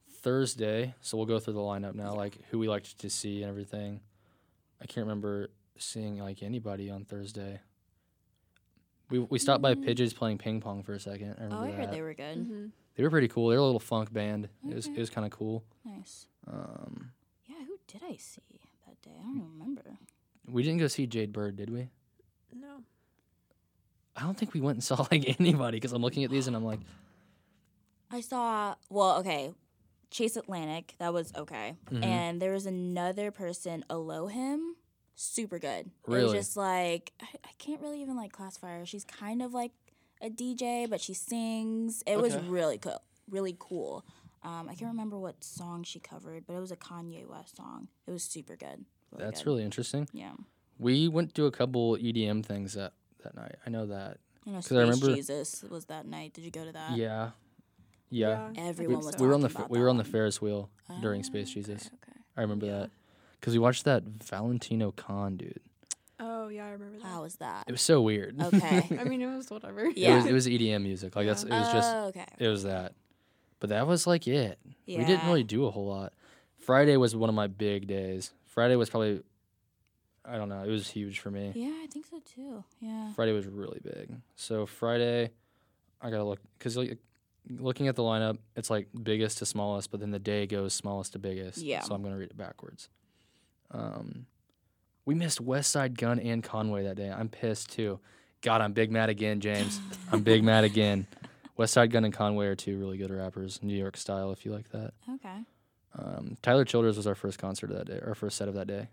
Speaker 1: Thursday, so we'll go through the lineup now, like who we liked to see and everything. I can't remember seeing like anybody on Thursday. We we stopped by
Speaker 2: Mm.
Speaker 1: Pidgeys playing ping pong for a second. I
Speaker 2: Oh,
Speaker 1: remember
Speaker 2: I
Speaker 1: that.
Speaker 2: heard they were good.
Speaker 3: hmm
Speaker 1: They were pretty cool. They were a little funk band. It was it
Speaker 2: Okay.
Speaker 1: was kind of cool.
Speaker 2: Nice.
Speaker 1: Um,
Speaker 2: Yeah, who did I see that day? I don't
Speaker 1: Hmm.
Speaker 2: remember.
Speaker 1: we didn't go see Jade Bird, did we?
Speaker 3: No.
Speaker 1: I don't think we went and saw like anybody because I'm looking at these and I'm like,
Speaker 2: I saw well, okay, Chase Atlantic. That was okay,
Speaker 1: Mhm.
Speaker 2: and there was another person, Elohim, super good. It was
Speaker 1: Really?
Speaker 2: just like I, I can't really even like classify her. She's kind of like a DJ, but she sings. It was
Speaker 1: Okay.
Speaker 2: really cool, really cool. Um, I can't remember what song she covered, but it was a Kanye West song. It was super good.
Speaker 1: that's
Speaker 2: good.
Speaker 1: really interesting.
Speaker 2: yeah.
Speaker 1: We went to a couple EDM things that that night. I know that.
Speaker 2: You know,
Speaker 1: 'Cause I
Speaker 2: Space
Speaker 1: remember-
Speaker 2: Jesus was that night. Did you go to that?
Speaker 1: yeah. Yeah. We,
Speaker 2: Everyone was.
Speaker 1: we were on the
Speaker 2: talking
Speaker 1: fe-
Speaker 2: about
Speaker 1: we
Speaker 2: that
Speaker 1: were on the
Speaker 2: one.
Speaker 1: Ferris wheel during Space
Speaker 2: Ah,
Speaker 1: Jesus.
Speaker 2: Okay. okay.
Speaker 1: I remember
Speaker 3: Yeah.
Speaker 1: that because we watched that Valentino Khan dude.
Speaker 3: Oh yeah, I remember that.
Speaker 2: How was that?
Speaker 1: It was so weird.
Speaker 2: Okay.
Speaker 3: I mean, it was whatever. Oh,
Speaker 1: it
Speaker 2: Yeah.
Speaker 1: was it was EDM music. Like that's it was just
Speaker 2: Oh, okay.
Speaker 1: it was that. But that was like it.
Speaker 2: Yeah.
Speaker 1: We didn't really do a whole lot. Friday was one of my big days. Friday was probably I don't know. It was huge for me.
Speaker 2: Yeah, I think so too. Yeah.
Speaker 1: Mm. Friday was really big. So Friday, I gotta look because like looking at the lineup, it's like biggest to smallest, but then the day goes smallest to biggest.
Speaker 2: Yeah.
Speaker 1: So I'm gonna read it backwards. Um, we missed West Side Gun and Conway that day. I'm pissed too. God, I'm big mad again, James. I'm big mad again. West Side Gun and Conway are two really good rappers, New York style, if you like that.
Speaker 2: Okay.
Speaker 1: Um, Tyler Childers was our first concert of that day, our first set of that day,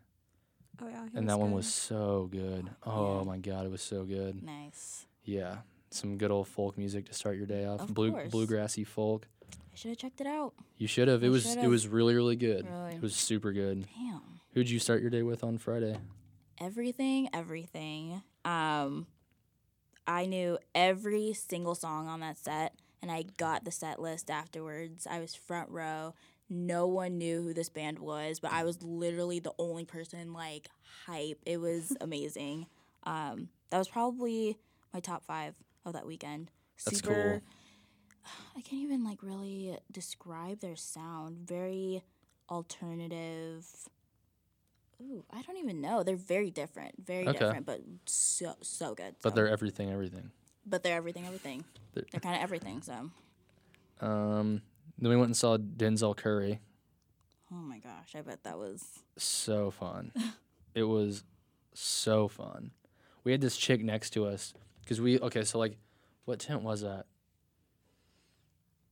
Speaker 3: Oh yeah. he
Speaker 1: and that one
Speaker 3: good.
Speaker 1: was so good. Oh my god, it was so good.
Speaker 2: Nice.
Speaker 1: Yeah, some good old folk music to start your day off.
Speaker 2: Of
Speaker 1: Blue,
Speaker 2: course.
Speaker 1: bluegrassy folk.
Speaker 2: I should have checked it out.
Speaker 1: You should have. It
Speaker 2: I
Speaker 1: was
Speaker 2: should
Speaker 1: it
Speaker 2: have.
Speaker 1: was really really good.
Speaker 2: Really.
Speaker 1: It was super good.
Speaker 2: Damn.
Speaker 1: Who'd you start your day with on Friday?
Speaker 2: Everything, everything. Um, I knew every single song on that set, and I got the set list afterwards. I was front row. No one knew who this band was, but I was literally the only person like hype. It was amazing. Um, that was probably my top five of that weekend.
Speaker 1: That's
Speaker 2: Super. I can't even like really describe their sound. Very alternative. Ooh, I don't even know. They're very different, very
Speaker 1: Okay.
Speaker 2: different, but so so good.
Speaker 1: But
Speaker 2: so-
Speaker 1: they're everything everything.
Speaker 2: but they're everything, everything.
Speaker 1: They're-
Speaker 2: They're, kind of everything. So,
Speaker 1: Um, then we went and saw Denzel Curry.
Speaker 2: oh my gosh, I bet that was
Speaker 1: So fun. it was so fun. We had this chick next to us because we okay. So like, what tent was that?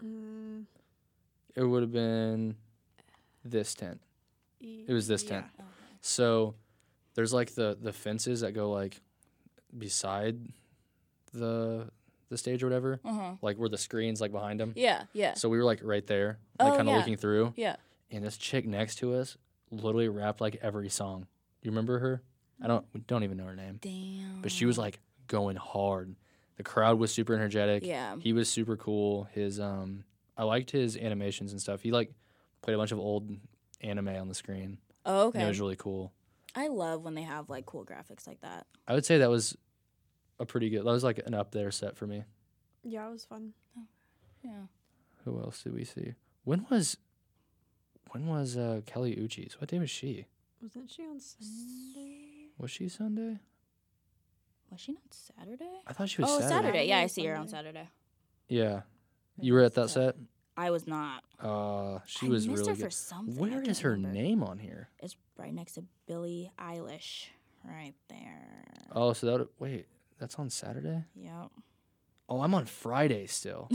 Speaker 3: Mm,
Speaker 1: It would have been this tent. It was this
Speaker 3: E yeah.
Speaker 1: tent. So there's like the the fences that go like beside the the stage or whatever,
Speaker 2: uh-huh.
Speaker 1: like where the screens like behind them.
Speaker 2: yeah, yeah,
Speaker 1: So we were like right there, like
Speaker 2: Oh,
Speaker 1: kind of
Speaker 2: yeah.
Speaker 1: looking through,
Speaker 2: yeah.
Speaker 1: and this chick next to us literally rapped like every song. You remember her? I don't we don't even know her name,
Speaker 2: Damn.
Speaker 1: but she was like going hard. The crowd was super energetic.
Speaker 2: yeah,
Speaker 1: He was super cool. His um I liked his animations and stuff. He like played a bunch of old anime on the screen.
Speaker 2: oh,
Speaker 1: And it
Speaker 2: okay.
Speaker 1: was really cool.
Speaker 2: I love when they have like cool graphics like that.
Speaker 1: I would say that was a pretty good. That was like an up there set for me.
Speaker 3: Yeah, it was fun.
Speaker 2: Yeah.
Speaker 1: Who else did we see? When was when was uh, Kelly Uchis? What day was she?
Speaker 3: Wasn't she on Sunday?
Speaker 1: Was she Sunday?
Speaker 2: Was she not Saturday?
Speaker 1: I thought she was
Speaker 2: Oh,
Speaker 1: Saturday.
Speaker 2: Saturday. Yeah, I
Speaker 3: Saturday,
Speaker 2: see her on
Speaker 3: Sunday.
Speaker 2: Saturday.
Speaker 1: Yeah, you were at that set.
Speaker 2: I was not.
Speaker 1: Uh, she
Speaker 2: I
Speaker 1: was
Speaker 2: missed
Speaker 1: really
Speaker 2: her for
Speaker 1: good.
Speaker 2: something. I
Speaker 1: Where
Speaker 2: can't
Speaker 1: is her
Speaker 2: remember.
Speaker 1: name on here?
Speaker 2: It's right next to Billie Eilish, right there.
Speaker 1: Oh, so that wait, that's on Saturday.
Speaker 2: Yep.
Speaker 1: Oh, I'm on Friday still.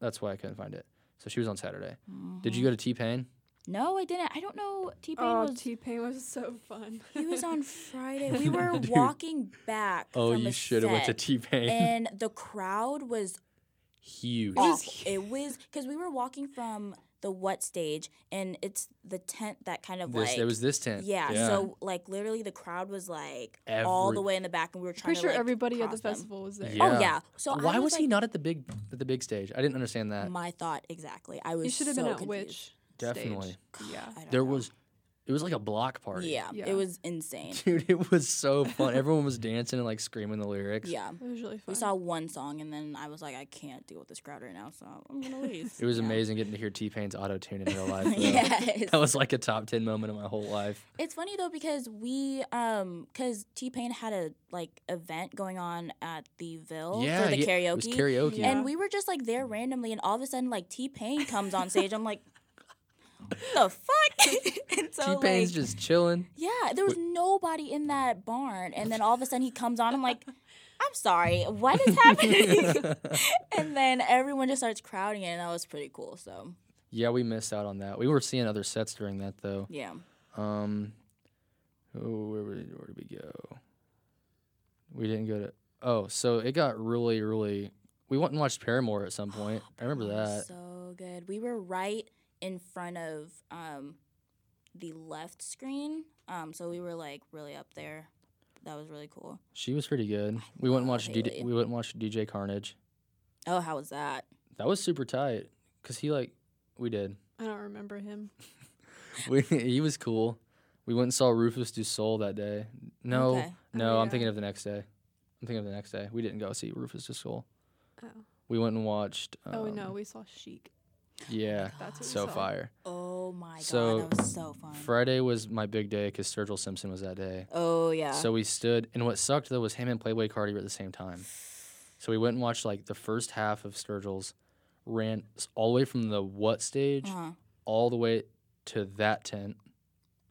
Speaker 1: that's why I couldn't find it. So she was on Saturday. Did
Speaker 2: Oh.
Speaker 1: you go to T Pain?
Speaker 2: Mm-hmm. No, I didn't. I don't know. T Pain
Speaker 3: Oh,
Speaker 2: was.
Speaker 3: T Pain was so fun.
Speaker 2: He was on Friday. We were
Speaker 1: Dude.
Speaker 2: walking back.
Speaker 1: Oh,
Speaker 2: from
Speaker 1: you
Speaker 2: a
Speaker 1: should have went to
Speaker 2: set,
Speaker 1: T Pain.
Speaker 2: And the crowd was
Speaker 1: Huge.
Speaker 3: was
Speaker 2: awful. It was because we were walking from the what stage, and it's the tent that kind of
Speaker 1: This,
Speaker 2: like
Speaker 1: it was this tent.
Speaker 2: yeah, So like literally, the crowd was like all
Speaker 1: Every-
Speaker 2: the way in the back, and we were trying to
Speaker 3: Pretty sure
Speaker 2: like,
Speaker 3: everybody at the
Speaker 2: cross them.
Speaker 3: festival was there.
Speaker 1: Yeah.
Speaker 2: Oh yeah. So I
Speaker 1: Why was, he
Speaker 2: like,
Speaker 1: not at the big at the big stage? I didn't understand that.
Speaker 2: My thought exactly. I was.
Speaker 3: You should have
Speaker 2: so
Speaker 3: been at
Speaker 2: confused.
Speaker 3: which?
Speaker 1: Definitely.
Speaker 3: Stage? Yeah.
Speaker 2: I don't
Speaker 1: There
Speaker 2: know.
Speaker 1: was, it was like a block party.
Speaker 2: Yeah,
Speaker 3: Yeah.
Speaker 2: it was insane.
Speaker 1: dude, it was so fun. Everyone was dancing and like screaming the lyrics.
Speaker 2: Yeah.
Speaker 3: It was really fun.
Speaker 2: We saw one song and then I was like, I can't deal with this crowd right now, so I'm gonna leave.
Speaker 1: it was
Speaker 2: Yeah.
Speaker 1: amazing getting to hear T Pain's auto tune in real life. though.
Speaker 2: yes.
Speaker 1: That was like a top ten moment of my whole life.
Speaker 2: It's funny though because we um because T Pain had a like event going on at the Ville
Speaker 1: yeah,
Speaker 2: Oh, for the
Speaker 1: yeah,
Speaker 2: karaoke.
Speaker 1: It was karaoke.
Speaker 3: Yeah.
Speaker 2: And we were just like there randomly and all of a sudden like T Pain comes on stage. I'm like the fuck? and so
Speaker 1: T Pain's
Speaker 2: like,
Speaker 1: just chilling.
Speaker 2: Yeah, there was nobody in that barn and then all of a sudden he comes on, I'm like, I'm sorry, what is happening? and then everyone just starts crowding in, and that was pretty cool. So
Speaker 1: yeah, we missed out on that. We were seeing other sets during that though.
Speaker 2: yeah,
Speaker 1: Um, oh, where, did- where did we go? We didn't go to. Oh, so it got really, really. We went and watched Paramore at some point. I remember
Speaker 2: Oh, That was
Speaker 1: that.
Speaker 2: so good. We were right in front of um, the left screen, um, so we were like really up there. That was really cool.
Speaker 1: She was pretty good. We went and
Speaker 2: love
Speaker 1: watched DJ,
Speaker 2: Haley.
Speaker 1: we went and watched DJ Carnage.
Speaker 2: Oh, how was that?
Speaker 1: That was super tight because he like we did.
Speaker 3: I don't remember him.
Speaker 1: We, he was cool. We went and saw Rufus Du Sol that day. No,
Speaker 2: Okay.
Speaker 1: no,
Speaker 3: Oh,
Speaker 1: I'm
Speaker 3: yeah.
Speaker 1: thinking of the next day. I'm thinking of the next day. We didn't go see Rufus Du Sol.
Speaker 3: Oh,
Speaker 1: We went and watched. Um,
Speaker 3: oh no, we saw Chic.
Speaker 1: Yeah,
Speaker 3: That's what we
Speaker 1: so
Speaker 3: saw.
Speaker 1: fire.
Speaker 2: Oh my
Speaker 1: So,
Speaker 2: god, that was so fun.
Speaker 1: Friday was my big day because Sergil Simpson was that day.
Speaker 2: oh yeah.
Speaker 1: So we stood, and what sucked though was him and Playboy Cardi were at the same time. So we went and watched like the first half of Sturgill's, ran s- all the way from the what stage
Speaker 2: uh-huh.
Speaker 1: all the way to that tent.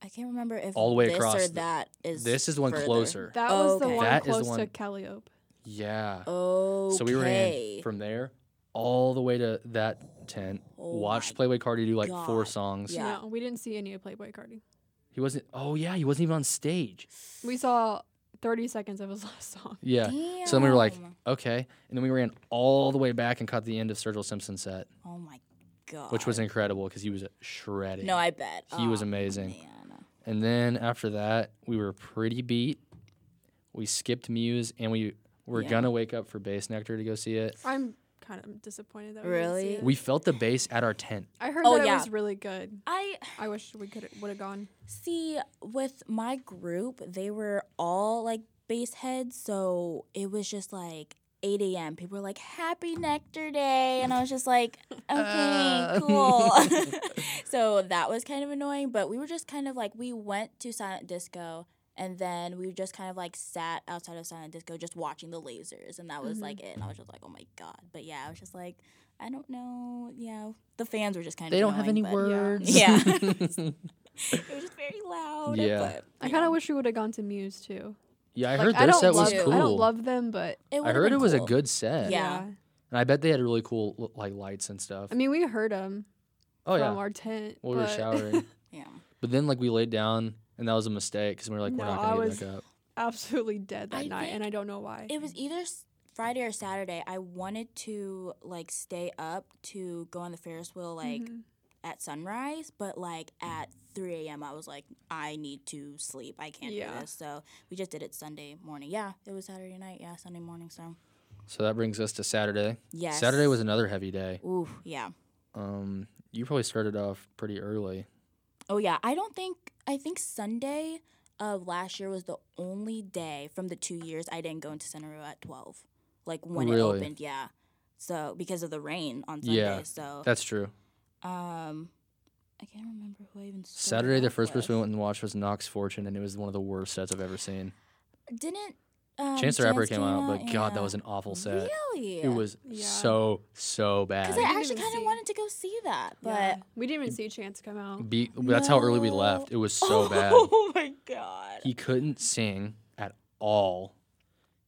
Speaker 2: I can't remember if
Speaker 1: All the way
Speaker 2: this
Speaker 1: across
Speaker 2: or
Speaker 1: the-
Speaker 2: that is.
Speaker 1: This is one
Speaker 2: further.
Speaker 1: closer.
Speaker 3: That
Speaker 2: Oh,
Speaker 3: was the
Speaker 2: okay.
Speaker 3: one
Speaker 1: That is the
Speaker 3: close
Speaker 1: one-
Speaker 3: to Calliope.
Speaker 1: yeah.
Speaker 2: Okay.
Speaker 1: So we ran from there all the way to that tent,
Speaker 2: Oh
Speaker 1: watched
Speaker 2: my
Speaker 1: Playboy Cardi do like four
Speaker 2: God.
Speaker 1: songs.
Speaker 2: Yeah.
Speaker 3: No, we didn't see any of Playboy Cardi.
Speaker 1: He wasn't. Oh yeah, he wasn't even on stage.
Speaker 3: We saw 30 seconds of his last song.
Speaker 1: Yeah. So then we were like,
Speaker 2: damn.
Speaker 1: okay, and then we ran all the way back and caught the end of Sergio Simpson's set,
Speaker 2: oh my god.
Speaker 1: which was incredible because he was shredding.
Speaker 2: No, I bet.
Speaker 1: He was
Speaker 2: Oh,
Speaker 1: amazing.
Speaker 2: man.
Speaker 1: And then after that, we were pretty beat. We skipped Muse, and we were
Speaker 2: Yeah.
Speaker 1: gonna wake up for Bass Nectar to go see it.
Speaker 3: I'm kind of disappointed that we didn't see
Speaker 2: Really?
Speaker 3: it.
Speaker 1: We felt the bass at our tent.
Speaker 3: I heard
Speaker 2: Oh,
Speaker 3: that
Speaker 2: yeah.
Speaker 3: it was really good.
Speaker 2: I
Speaker 3: I wish we could would have gone.
Speaker 2: See, with my group, they were all like base heads, so it was just like 8 a.m. People were like, Happy Nectar Day. And I was just like, Okay,
Speaker 1: Uh.
Speaker 2: cool. so that was kind of annoying, but we were just kind of like, we went to Silent Disco. And then we just kind of like sat outside of Silent Disco just watching the lasers, and that was
Speaker 1: Mm-hmm.
Speaker 3: Mhm.
Speaker 2: like it. And I was just like, oh my God. But yeah, I was just like, I don't know. Yeah, the fans were just kind
Speaker 1: They
Speaker 2: of.
Speaker 1: don't have
Speaker 2: annoying,
Speaker 1: any
Speaker 2: but-
Speaker 1: words.
Speaker 2: Yeah. it was just very loud.
Speaker 1: Yeah.
Speaker 2: But,
Speaker 3: I kind of wish we would have gone to Muse too.
Speaker 1: yeah, I
Speaker 3: Like,
Speaker 1: heard
Speaker 3: I
Speaker 1: their
Speaker 3: don't
Speaker 1: set was
Speaker 3: love,
Speaker 2: you.
Speaker 1: cool.
Speaker 3: I don't love them, but
Speaker 1: I
Speaker 2: It would've
Speaker 1: heard
Speaker 2: been
Speaker 1: it was a
Speaker 2: cool.
Speaker 1: good set.
Speaker 2: Yeah.
Speaker 1: And I bet they had really cool l- like lights and stuff.
Speaker 3: I mean, we heard them
Speaker 1: oh
Speaker 3: from
Speaker 1: yeah.
Speaker 3: our tent.
Speaker 1: While we were
Speaker 3: but
Speaker 1: showering.
Speaker 2: Yeah.
Speaker 1: but then like we laid down and that was a mistake because we were like, we're
Speaker 3: No,
Speaker 1: not
Speaker 3: I
Speaker 1: gonna get
Speaker 3: was-
Speaker 1: back up.
Speaker 3: absolutely dead that
Speaker 2: I
Speaker 3: night, and I don't know why.
Speaker 2: It was either s- Friday or Saturday. I wanted to like stay up to go on the Ferris wheel like
Speaker 3: Mhm.
Speaker 2: at sunrise, but like at 3 a.m. I was like, I need to sleep. I can't
Speaker 3: Yeah.
Speaker 2: do this. So we just did it Sunday morning. Yeah, it was Saturday night. Yeah, Sunday morning. So
Speaker 1: So that brings us to Saturday.
Speaker 2: yes.
Speaker 1: Saturday was another heavy day.
Speaker 2: Ooh, yeah.
Speaker 1: Um, you probably started off pretty early.
Speaker 2: Oh yeah, I don't think I think Sunday of last year was the only day from the two years I didn't go into Centeru at twelve, like when it
Speaker 1: Really?
Speaker 2: opened. Yeah, so because of the rain on Sunday.
Speaker 1: Yeah,
Speaker 2: So
Speaker 1: That's true.
Speaker 2: um, I can't remember who I even started
Speaker 1: Saturday, the
Speaker 2: off
Speaker 1: first person we
Speaker 2: with.
Speaker 1: went and watched was Knox Fortune, and it was one of the worst sets I've ever seen.
Speaker 2: didn't um,
Speaker 1: Chance the Rapper
Speaker 2: Chance
Speaker 1: came out, but God,
Speaker 2: yeah.
Speaker 1: that was an awful set.
Speaker 2: Really?
Speaker 1: It was
Speaker 3: Yeah.
Speaker 1: so so bad.
Speaker 2: because I
Speaker 3: didn't
Speaker 2: actually
Speaker 3: even
Speaker 2: kind of
Speaker 3: see.
Speaker 2: wanted to go see that, but
Speaker 3: Yeah. we didn't even see Chance come out.
Speaker 1: Be- that's how early we
Speaker 2: No.
Speaker 1: left. It was so bad.
Speaker 2: Oh my god.
Speaker 1: He couldn't sing at all.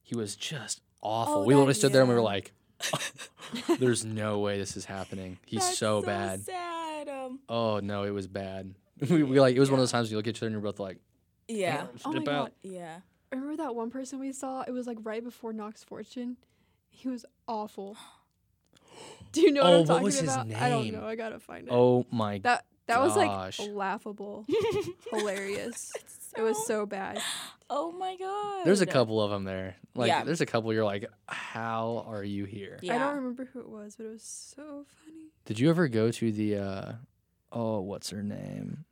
Speaker 1: He was just awful.
Speaker 2: Oh,
Speaker 1: we
Speaker 2: that-
Speaker 1: literally stood there and we were
Speaker 2: yeah.
Speaker 1: like, "There's no way this is happening." He's
Speaker 2: That's
Speaker 1: so, bad.
Speaker 2: Sad. Um,
Speaker 1: Oh no, it was bad. we, we like it was one of those times you look at each other and you're both like,
Speaker 2: yeah.
Speaker 3: Oh my
Speaker 1: Dip out.
Speaker 3: god!
Speaker 2: Yeah.
Speaker 3: Remember that one person we saw? It was like right before Knox Fortune. He was awful. Do you know
Speaker 1: Oh,
Speaker 3: what I'm
Speaker 1: what
Speaker 3: talking
Speaker 1: was his
Speaker 3: about? I don't
Speaker 1: name?
Speaker 3: know. I gotta find it.
Speaker 1: "Oh my."
Speaker 3: that that was
Speaker 1: gosh.
Speaker 3: like laughable, hilarious. It was so bad.
Speaker 2: Oh my god.
Speaker 1: There's a couple of them there. Like
Speaker 2: Yeah.
Speaker 1: there's a couple you're like, "How are you here?"
Speaker 2: Yeah.
Speaker 3: I don't remember who it was, but it was so funny.
Speaker 1: Did you ever go to the uh oh, what's her name?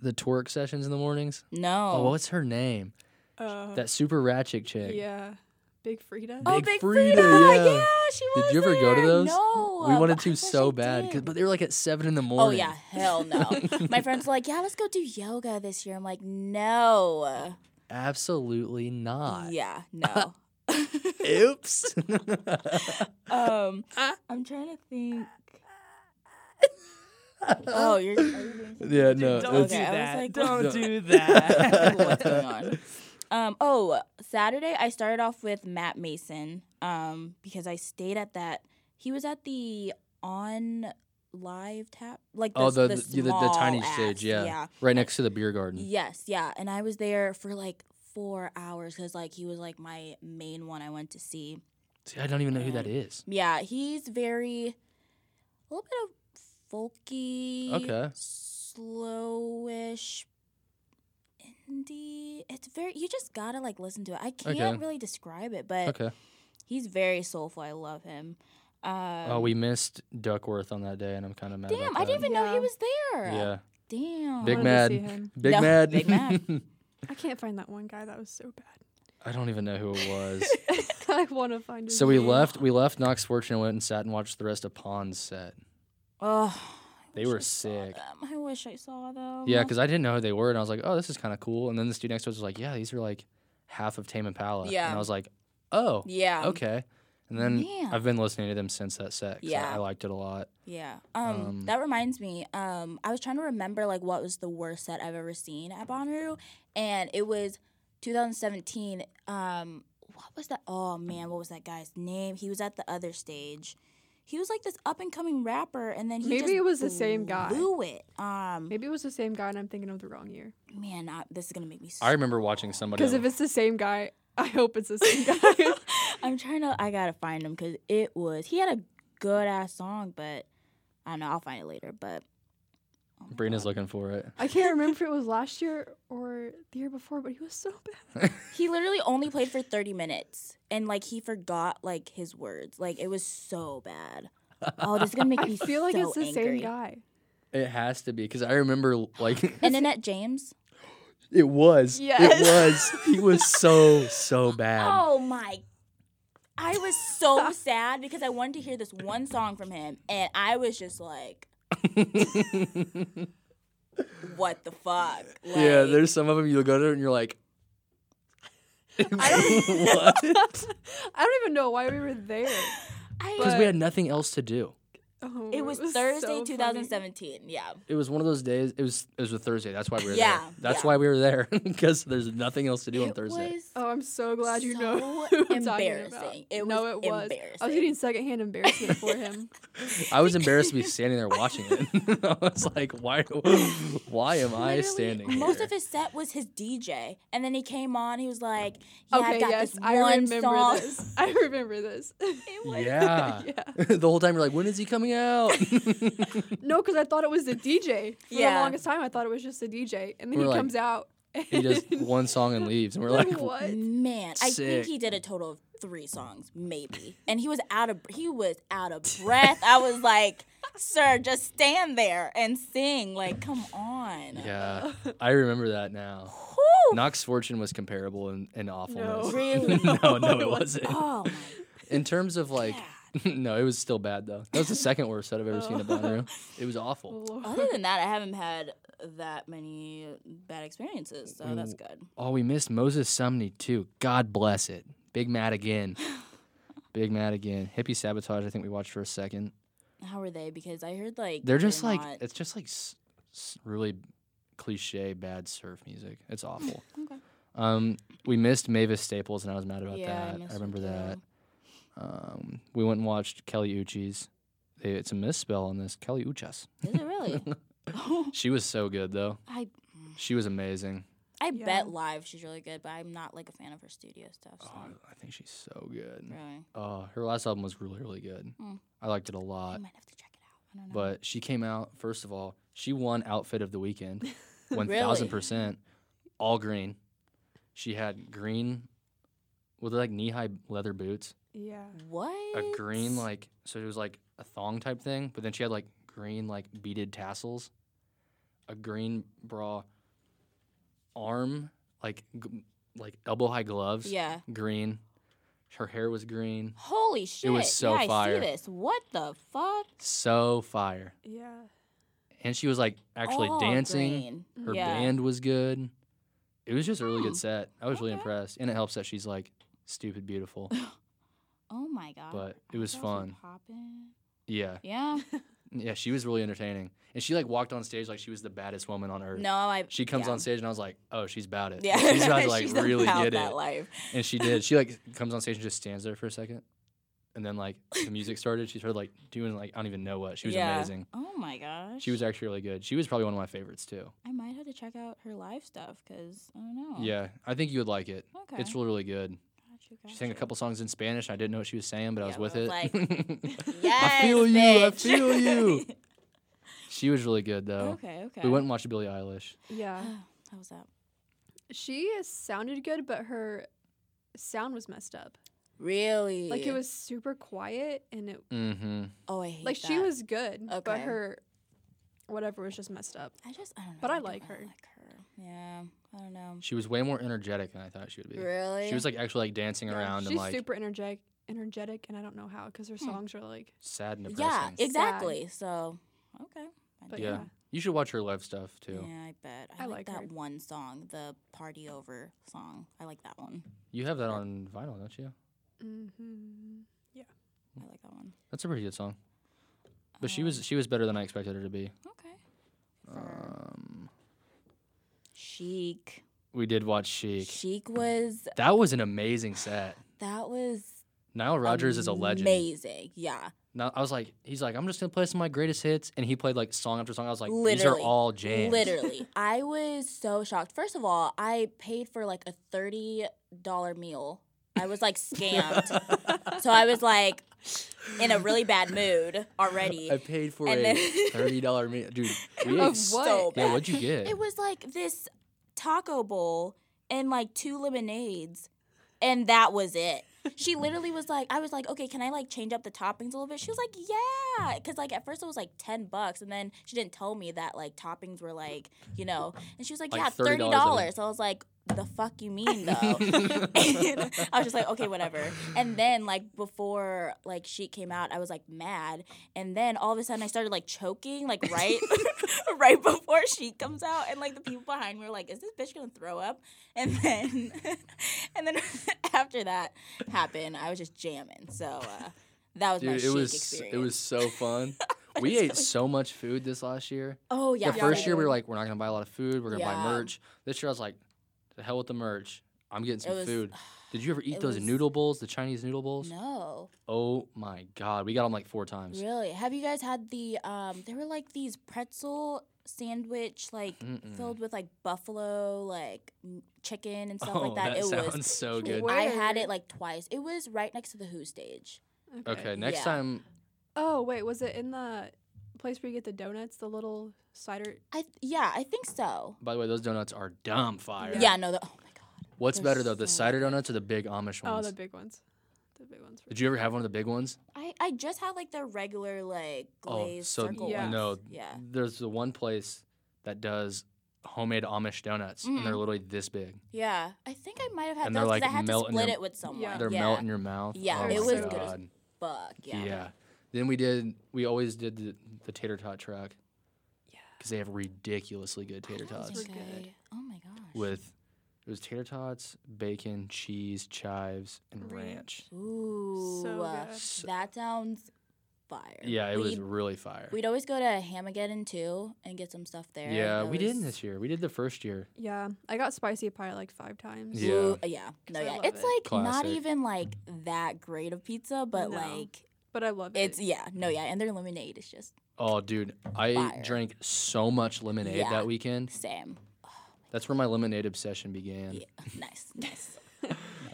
Speaker 1: The twerk sessions in the mornings?
Speaker 2: No.
Speaker 1: Oh, what's her name?
Speaker 3: Uh,
Speaker 1: That super ratchet chick.
Speaker 3: yeah, Big Frida.
Speaker 1: Oh,
Speaker 2: Oh,
Speaker 1: Big
Speaker 2: Big,
Speaker 1: Frida,
Speaker 2: Frida.
Speaker 1: yeah.
Speaker 2: Yeah. she was.
Speaker 1: Did you ever go to
Speaker 2: there.
Speaker 1: those?
Speaker 2: No.
Speaker 1: We
Speaker 2: uh,
Speaker 1: wanted
Speaker 2: but I
Speaker 1: to
Speaker 2: wish
Speaker 1: so
Speaker 2: I
Speaker 1: bad, 'cause-
Speaker 2: did.
Speaker 1: but they were like at seven in the
Speaker 2: Oh
Speaker 1: morning.
Speaker 2: yeah, hell no. My friends were like, "Yeah, let's go do yoga this year." I'm like, "No."
Speaker 1: absolutely not.
Speaker 2: Yeah, no.
Speaker 1: Oops.
Speaker 2: um, I'm trying to think. Oh, you're. Are you doing something?
Speaker 1: yeah,
Speaker 4: Dude,
Speaker 1: no.
Speaker 4: don't
Speaker 1: it's-
Speaker 4: do
Speaker 2: Okay, I was
Speaker 4: that.
Speaker 2: like,
Speaker 4: don't
Speaker 1: No.
Speaker 4: do
Speaker 2: What's
Speaker 4: that.
Speaker 2: going on? Um, oh, Saturday I started off with Matt Mason um, because I stayed at that. He was at the on live tap, like the,
Speaker 1: Oh, the
Speaker 2: the,
Speaker 1: the, the, the tiny
Speaker 2: small
Speaker 1: stage,
Speaker 2: ass,
Speaker 1: yeah.
Speaker 2: yeah,
Speaker 1: right next to the beer garden.
Speaker 2: yes, yeah. And I was there for like four hours because like he was like my main one I went to see.
Speaker 1: See, I don't even know who that is.
Speaker 2: Yeah, he's very a little bit of folky,
Speaker 1: Okay.
Speaker 2: slowish, indie. It's very you just gotta like listen to it. I can't really describe it, but
Speaker 1: Okay.
Speaker 2: he's very soulful. I love him. Um,
Speaker 1: oh, we missed Duckworth on that day, and I'm kind of mad.
Speaker 2: damn!
Speaker 1: about
Speaker 2: I didn't
Speaker 1: that.
Speaker 2: even know he
Speaker 3: Yeah.
Speaker 2: was there.
Speaker 1: Yeah,
Speaker 2: Damn.
Speaker 1: Big
Speaker 3: I wanted
Speaker 1: Mad.
Speaker 3: To see him.
Speaker 1: big
Speaker 2: No,
Speaker 1: mad.
Speaker 2: Big Mad.
Speaker 3: I can't find that one guy. That was so bad.
Speaker 1: I don't even know who it was.
Speaker 3: I want to find. His
Speaker 1: so we
Speaker 3: name.
Speaker 1: left. We left Knox Fortune and went and sat and watched the rest of Pawn's set.
Speaker 2: Ugh, I
Speaker 1: They
Speaker 2: wish
Speaker 1: were
Speaker 2: I saw
Speaker 1: sick.
Speaker 2: them. I wish I saw them.
Speaker 1: Yeah, because I didn't know who they were, and I was like, "Oh, this is kind of cool." And then this dude next to us was like, "Yeah, these are like half of Tame Impala."
Speaker 2: Yeah.
Speaker 1: and I was like, "Oh,
Speaker 2: yeah,
Speaker 1: okay." And then
Speaker 2: Man.
Speaker 1: I've been listening to them since that set. 'cause I-
Speaker 2: Yeah.
Speaker 1: I, liked it a lot.
Speaker 2: Yeah. Um,
Speaker 1: Um,
Speaker 2: that reminds me. Um, I was trying to remember like what was the worst set I've ever seen at Bonnaroo, and it was 2017. Um, what was that? Oh man, what was that guy's name? He was at the other stage. He was like this up and coming rapper, and then he
Speaker 3: Maybe
Speaker 2: just
Speaker 3: it was the same guy.
Speaker 2: Blew it. Um,
Speaker 3: Maybe it was the same guy, and I'm thinking of the wrong year.
Speaker 2: man, I, this is gonna make me.
Speaker 1: I
Speaker 2: So,
Speaker 1: remember watching somebody.
Speaker 3: Because
Speaker 1: on-
Speaker 3: if it's the same guy, I hope it's the same guy.
Speaker 2: I'm trying to. I gotta find him because it was. He had a good ass song, but I don't know. I'll find it later. But oh my
Speaker 1: Brina's
Speaker 2: God.
Speaker 1: looking for it.
Speaker 3: I can't remember if it was last year or the year before, but he was so bad.
Speaker 2: he literally only played for 30 minutes, and like he forgot like his words. Like it was so bad. Oh, this is gonna make
Speaker 3: I
Speaker 2: me
Speaker 3: feel like
Speaker 2: so
Speaker 3: it's the
Speaker 2: angry.
Speaker 3: same guy.
Speaker 1: It has to be because I remember like
Speaker 2: Internet James.
Speaker 1: it was.
Speaker 3: Yes.
Speaker 1: It was. He was so so bad.
Speaker 2: Oh my. I was so sad because I wanted to hear this one song from him and I was just like what the fuck?
Speaker 1: yeah,
Speaker 2: Like,
Speaker 1: there's some of them you'll go to and you're like, what?
Speaker 3: I don't even know why we were there.
Speaker 2: I-
Speaker 1: Because we had nothing else to do.
Speaker 3: Oh,
Speaker 2: it was,
Speaker 3: so
Speaker 2: Thursday
Speaker 3: funny.
Speaker 2: 2017. Yeah.
Speaker 1: It was one of those days. It was it was a Thursday. That's why we were
Speaker 2: Yeah,
Speaker 1: there. That's
Speaker 2: yeah.
Speaker 1: why we were there because there's nothing else to do on Thursday.
Speaker 2: was
Speaker 3: Oh, I'm so glad you
Speaker 2: so
Speaker 3: know. who I'm talking about.
Speaker 2: embarrassing. It
Speaker 3: no,
Speaker 2: was
Speaker 3: it was. I
Speaker 2: embarrassing.
Speaker 3: was getting secondhand embarrassment for him.
Speaker 1: I was embarrassed to be standing there watching it. I was like, why why am I
Speaker 2: Literally,
Speaker 1: standing
Speaker 2: Most
Speaker 1: here?
Speaker 2: of his set was his DJ, and then he came on. He was like, "Yeah,
Speaker 3: okay,
Speaker 2: I've got
Speaker 3: yes,
Speaker 2: this one
Speaker 3: I remember
Speaker 2: song."
Speaker 3: this. I remember this.
Speaker 2: It was
Speaker 1: yeah.
Speaker 3: yeah.
Speaker 1: the whole time you're like, when is he coming out?
Speaker 3: No, because I thought it was the DJ. For
Speaker 2: Yeah.
Speaker 3: the longest time, I thought it was just the DJ, and then
Speaker 1: We're
Speaker 3: he
Speaker 1: like-
Speaker 3: comes out.
Speaker 1: he does
Speaker 3: and-
Speaker 1: one song and leaves, and we're like,
Speaker 3: like what?
Speaker 2: Man, I
Speaker 1: Sick.
Speaker 2: think he did a total of three songs, maybe. And he was out of he was out of breath. I was like, "Sir, just stand there and sing. Like, come on."
Speaker 1: yeah, I remember that now.
Speaker 2: Whew.
Speaker 1: Knox Fortune was comparable in, in awfulness.
Speaker 2: Really?
Speaker 1: no, no, it wasn't.
Speaker 2: Oh, my
Speaker 1: In terms of like,
Speaker 2: God.
Speaker 1: no, it was still bad though. That was the second worst set I've ever seen at Bonnaroo. It was awful.
Speaker 3: Lord.
Speaker 2: Other than that, I haven't had that many bad experiences, so that's good.
Speaker 1: Oh, we missed Moses Sumney too. God bless it. Big Mad again. Big Mad again. Hippie Sabotage. I think we watched for a second.
Speaker 2: How were they? Because I heard like
Speaker 1: They're just like
Speaker 2: not-
Speaker 1: it's just like s- s- really cliche bad surf music. It's awful.
Speaker 2: Okay.
Speaker 1: Um, we missed Mavis Staples, and I was mad about
Speaker 2: yeah,
Speaker 1: that.
Speaker 2: missed
Speaker 1: I
Speaker 2: her
Speaker 1: remember that.
Speaker 2: too.
Speaker 1: Um, we went and watched Kelly Uchis. They, it's a misspell on this. Kelly Uchas.
Speaker 2: Is it really? Oh,
Speaker 1: She was so good though.
Speaker 2: I
Speaker 1: She was amazing.
Speaker 2: I
Speaker 3: Yeah.
Speaker 2: bet live she's really good, but I'm not like a fan of her studio stuff. So.
Speaker 1: Oh, I think she's so good.
Speaker 2: Really,
Speaker 1: Uh, her last album was really, really good.
Speaker 2: Mm.
Speaker 1: I liked it a
Speaker 2: I
Speaker 1: lot.
Speaker 2: might have to check it out. I don't know.
Speaker 1: But she came out first of all. She won outfit of the weekend, one
Speaker 2: Really?
Speaker 1: thousand percent, all green. She had green, with like knee high leather boots,
Speaker 3: Yeah.
Speaker 2: what?
Speaker 1: a green like so it was like a thong type thing, but then she had like green like beaded tassels, a green bra, arm like g- like elbow high gloves,
Speaker 2: Yeah.
Speaker 1: green. Her hair was green,
Speaker 2: Holy shit!
Speaker 1: was so
Speaker 2: yeah,
Speaker 1: fire.
Speaker 2: I see this. What the fuck?
Speaker 1: so fire,
Speaker 3: Yeah.
Speaker 1: and she was like actually
Speaker 2: All
Speaker 1: dancing.
Speaker 2: green.
Speaker 1: Her
Speaker 2: yeah.
Speaker 1: band was good. It was just a really
Speaker 2: Hmm.
Speaker 1: good set. I was really
Speaker 2: Okay.
Speaker 1: impressed, and it helps that she's like stupid beautiful.
Speaker 2: Oh my god.
Speaker 1: but it
Speaker 2: Our
Speaker 1: was
Speaker 2: girls
Speaker 1: fun.
Speaker 2: Are popping.
Speaker 1: yeah,
Speaker 2: Yeah.
Speaker 1: yeah, she was really entertaining, and she like walked on stage like she was the baddest woman on earth.
Speaker 2: No, I.
Speaker 1: She comes
Speaker 2: yeah.
Speaker 1: on stage and I was like, "Oh, she's about it.
Speaker 2: Yeah.
Speaker 1: she's about to like
Speaker 2: She's
Speaker 1: really
Speaker 2: about
Speaker 1: get
Speaker 2: that
Speaker 1: it."
Speaker 2: life.
Speaker 1: And she did. She like comes on stage and just stands there for a second, and then like the music started. She started like doing like I don't even know what. She was
Speaker 2: Yeah.
Speaker 1: amazing.
Speaker 2: Oh my gosh.
Speaker 1: She was actually really good. She was probably one of my favorites too.
Speaker 2: I might have to check out her live stuff because I don't know.
Speaker 1: Yeah, I think you would like it.
Speaker 2: Okay.
Speaker 1: It's really, really good.
Speaker 2: Gotcha,
Speaker 1: She sang a
Speaker 2: gotcha.
Speaker 1: couple songs in Spanish. and I didn't know what she was saying, but I was
Speaker 2: Yeah,
Speaker 1: with
Speaker 2: I
Speaker 1: it.
Speaker 2: was like,
Speaker 1: I
Speaker 2: Yes,
Speaker 1: feel you. I
Speaker 2: bitch.
Speaker 1: feel you. she was really good though.
Speaker 2: okay. Okay.
Speaker 1: We went and watched Billie Eilish.
Speaker 3: Yeah.
Speaker 2: How was that?
Speaker 3: She sounded good, but her sound was messed up.
Speaker 2: Really?
Speaker 3: Like it was super quiet, and it
Speaker 1: Mm-hmm.
Speaker 2: Oh, I hate
Speaker 3: like she
Speaker 2: that.
Speaker 3: was good, but
Speaker 2: Okay.
Speaker 3: her whatever was just messed up.
Speaker 2: I just I don't know.
Speaker 3: But I
Speaker 2: don't
Speaker 3: like
Speaker 2: really
Speaker 3: her.
Speaker 2: Like her. Yeah. I don't know.
Speaker 1: She was way more energetic than I thought she would be.
Speaker 2: Really?
Speaker 1: She was like actually like dancing
Speaker 3: Yeah,
Speaker 1: around
Speaker 3: she's
Speaker 1: and like
Speaker 3: super energetic, energetic, and I don't know how because her songs are like.
Speaker 1: sad and
Speaker 2: Yeah.
Speaker 1: depressing.
Speaker 2: Exactly. So. Okay. I
Speaker 3: But
Speaker 2: do
Speaker 1: yeah.
Speaker 2: that.
Speaker 3: yeah.
Speaker 1: You should watch her live stuff too.
Speaker 2: Yeah, I bet. I,
Speaker 3: I
Speaker 2: like,
Speaker 3: like
Speaker 2: that
Speaker 3: her.
Speaker 2: one song, the party over song. I like that one.
Speaker 1: You have that on vinyl, don't you?
Speaker 3: Mm-hmm.
Speaker 2: I like that one.
Speaker 1: That's a pretty good song. But she was she was better than I expected her to be.
Speaker 2: Okay. Um, For
Speaker 1: Um,
Speaker 2: Chic.
Speaker 1: we did watch Chic.
Speaker 2: Chic was
Speaker 1: That was an amazing set.
Speaker 2: that was
Speaker 1: Nile Rodgers is a legend.
Speaker 2: Amazing. Yeah.
Speaker 1: Now, I was like, he's like, I'm just gonna play some of my greatest hits, and he played like song after song. I was like, these are
Speaker 2: Literally.
Speaker 1: all jams.
Speaker 2: Literally. I was so shocked. First of all, I paid for like a $30 meal. I was like scammed. so I was like in a really bad mood already.
Speaker 1: I paid for
Speaker 2: And
Speaker 1: a
Speaker 2: then-
Speaker 1: thirty dollar meal, dude. We ate
Speaker 3: Of what?
Speaker 2: So
Speaker 1: Yeah,
Speaker 2: bad.
Speaker 1: what'd you get?
Speaker 2: It was like this taco bowl and like two lemonades, and that was it. She literally was like, I was like, okay, can I like change up the toppings a little bit? She was like, yeah, because like at first it was like ten bucks, and then she didn't tell me that like toppings were like you know, and she was like,
Speaker 1: Like
Speaker 2: yeah,
Speaker 1: $30,
Speaker 2: thirty
Speaker 1: I think.
Speaker 2: dollars. I was like, the fuck you mean though? and I was just like, okay, whatever. And then like before like she came out, I was like mad. And then all of a sudden I started like choking, like right right before she comes out. And like the people behind me were like, is this bitch gonna throw up? And then and then after that happened, I was just jamming. So uh, that was my
Speaker 1: dude,
Speaker 2: chic
Speaker 1: it was
Speaker 2: experience.
Speaker 1: it was so fun. we ate so much food this last year.
Speaker 2: oh yeah.
Speaker 1: the
Speaker 3: Yeah.
Speaker 1: first year we were like, we're not gonna buy a lot of food. We're gonna
Speaker 2: Yeah.
Speaker 1: buy merch. This year I was like, the hell with the merch. I'm getting some
Speaker 2: It was-
Speaker 1: food. Did you ever eat
Speaker 2: it
Speaker 1: those
Speaker 2: was-
Speaker 1: noodle bowls, the Chinese noodle bowls?
Speaker 2: no,
Speaker 1: Oh my god, we got them like four times.
Speaker 2: really. Have you guys had the? Um, there were like these pretzel sandwich, like
Speaker 1: Mm-mm.
Speaker 2: filled with like buffalo, like m- chicken and stuff
Speaker 1: oh,
Speaker 2: like that. it
Speaker 1: sounds
Speaker 2: was.
Speaker 1: so good.
Speaker 3: Where-
Speaker 2: I had
Speaker 3: Word.
Speaker 2: it like twice. It was right next to the Who stage.
Speaker 1: Okay, next
Speaker 2: Yeah.
Speaker 1: time
Speaker 3: Oh wait, was it in the place where you get the donuts, the little cider?
Speaker 2: I yeah, I think so.
Speaker 1: By the way, those donuts are dumb fire.
Speaker 2: Yeah, no, the, oh my god,
Speaker 1: What's
Speaker 2: they're
Speaker 1: better though, the
Speaker 2: so
Speaker 1: cider donuts or the big Amish
Speaker 3: Oh,
Speaker 1: ones?
Speaker 3: the big ones. The big ones. were-
Speaker 1: Did you ever have one of the big ones?
Speaker 2: I I just had like the regular like glazed
Speaker 1: Oh, so
Speaker 2: circle
Speaker 3: Yeah.
Speaker 2: ones.
Speaker 1: no.
Speaker 2: yeah,
Speaker 1: There's the one place that does homemade Amish donuts, and
Speaker 2: Mm-hmm.
Speaker 1: they're literally this big.
Speaker 2: yeah. I think I might have had
Speaker 1: And they're,
Speaker 2: those because
Speaker 1: like,
Speaker 2: I had to
Speaker 1: melting
Speaker 2: split
Speaker 1: your-
Speaker 2: it with someone.
Speaker 3: Yeah.
Speaker 1: They're
Speaker 2: yeah.
Speaker 1: melting your mouth.
Speaker 2: Yeah,
Speaker 1: oh
Speaker 3: it
Speaker 1: my
Speaker 3: was good
Speaker 2: as-
Speaker 1: God.
Speaker 2: Fuck yeah.
Speaker 1: Yeah. Then we did. We always did the, the tater tot truck.
Speaker 3: Yeah.
Speaker 1: Because they have ridiculously good tater
Speaker 2: Those
Speaker 1: tots
Speaker 2: were
Speaker 3: Those were good.
Speaker 2: good. Oh my gosh.
Speaker 1: with. It was tater tots, bacon, cheese, chives, and ranch.
Speaker 2: Ooh,
Speaker 3: So
Speaker 2: uh,
Speaker 3: good.
Speaker 1: So-
Speaker 2: that sounds fire.
Speaker 1: Yeah, it was
Speaker 2: We'd-
Speaker 1: really fire.
Speaker 2: We'd always go to Hamageddon too and get some stuff there.
Speaker 1: yeah,
Speaker 2: That
Speaker 1: we didn't
Speaker 2: was-
Speaker 1: this year. We did the first year.
Speaker 3: Yeah, I got spicy pie like five times.
Speaker 1: Yeah.
Speaker 2: Ooh, uh, yeah. No,
Speaker 3: I
Speaker 2: yeah.
Speaker 3: love
Speaker 2: It's
Speaker 3: it.
Speaker 2: like not
Speaker 1: Classic.
Speaker 2: even like that great of pizza, but
Speaker 3: No.
Speaker 2: like
Speaker 3: but I love it.
Speaker 2: it's yeah.
Speaker 1: Mm.
Speaker 2: No, yeah. And their lemonade is just
Speaker 1: Oh, dude, I
Speaker 2: Fire.
Speaker 1: drank so much lemonade
Speaker 2: Yeah.
Speaker 1: that weekend.
Speaker 2: Sam.
Speaker 1: That's where my lemonade obsession began.
Speaker 2: Yeah. nice. Nice.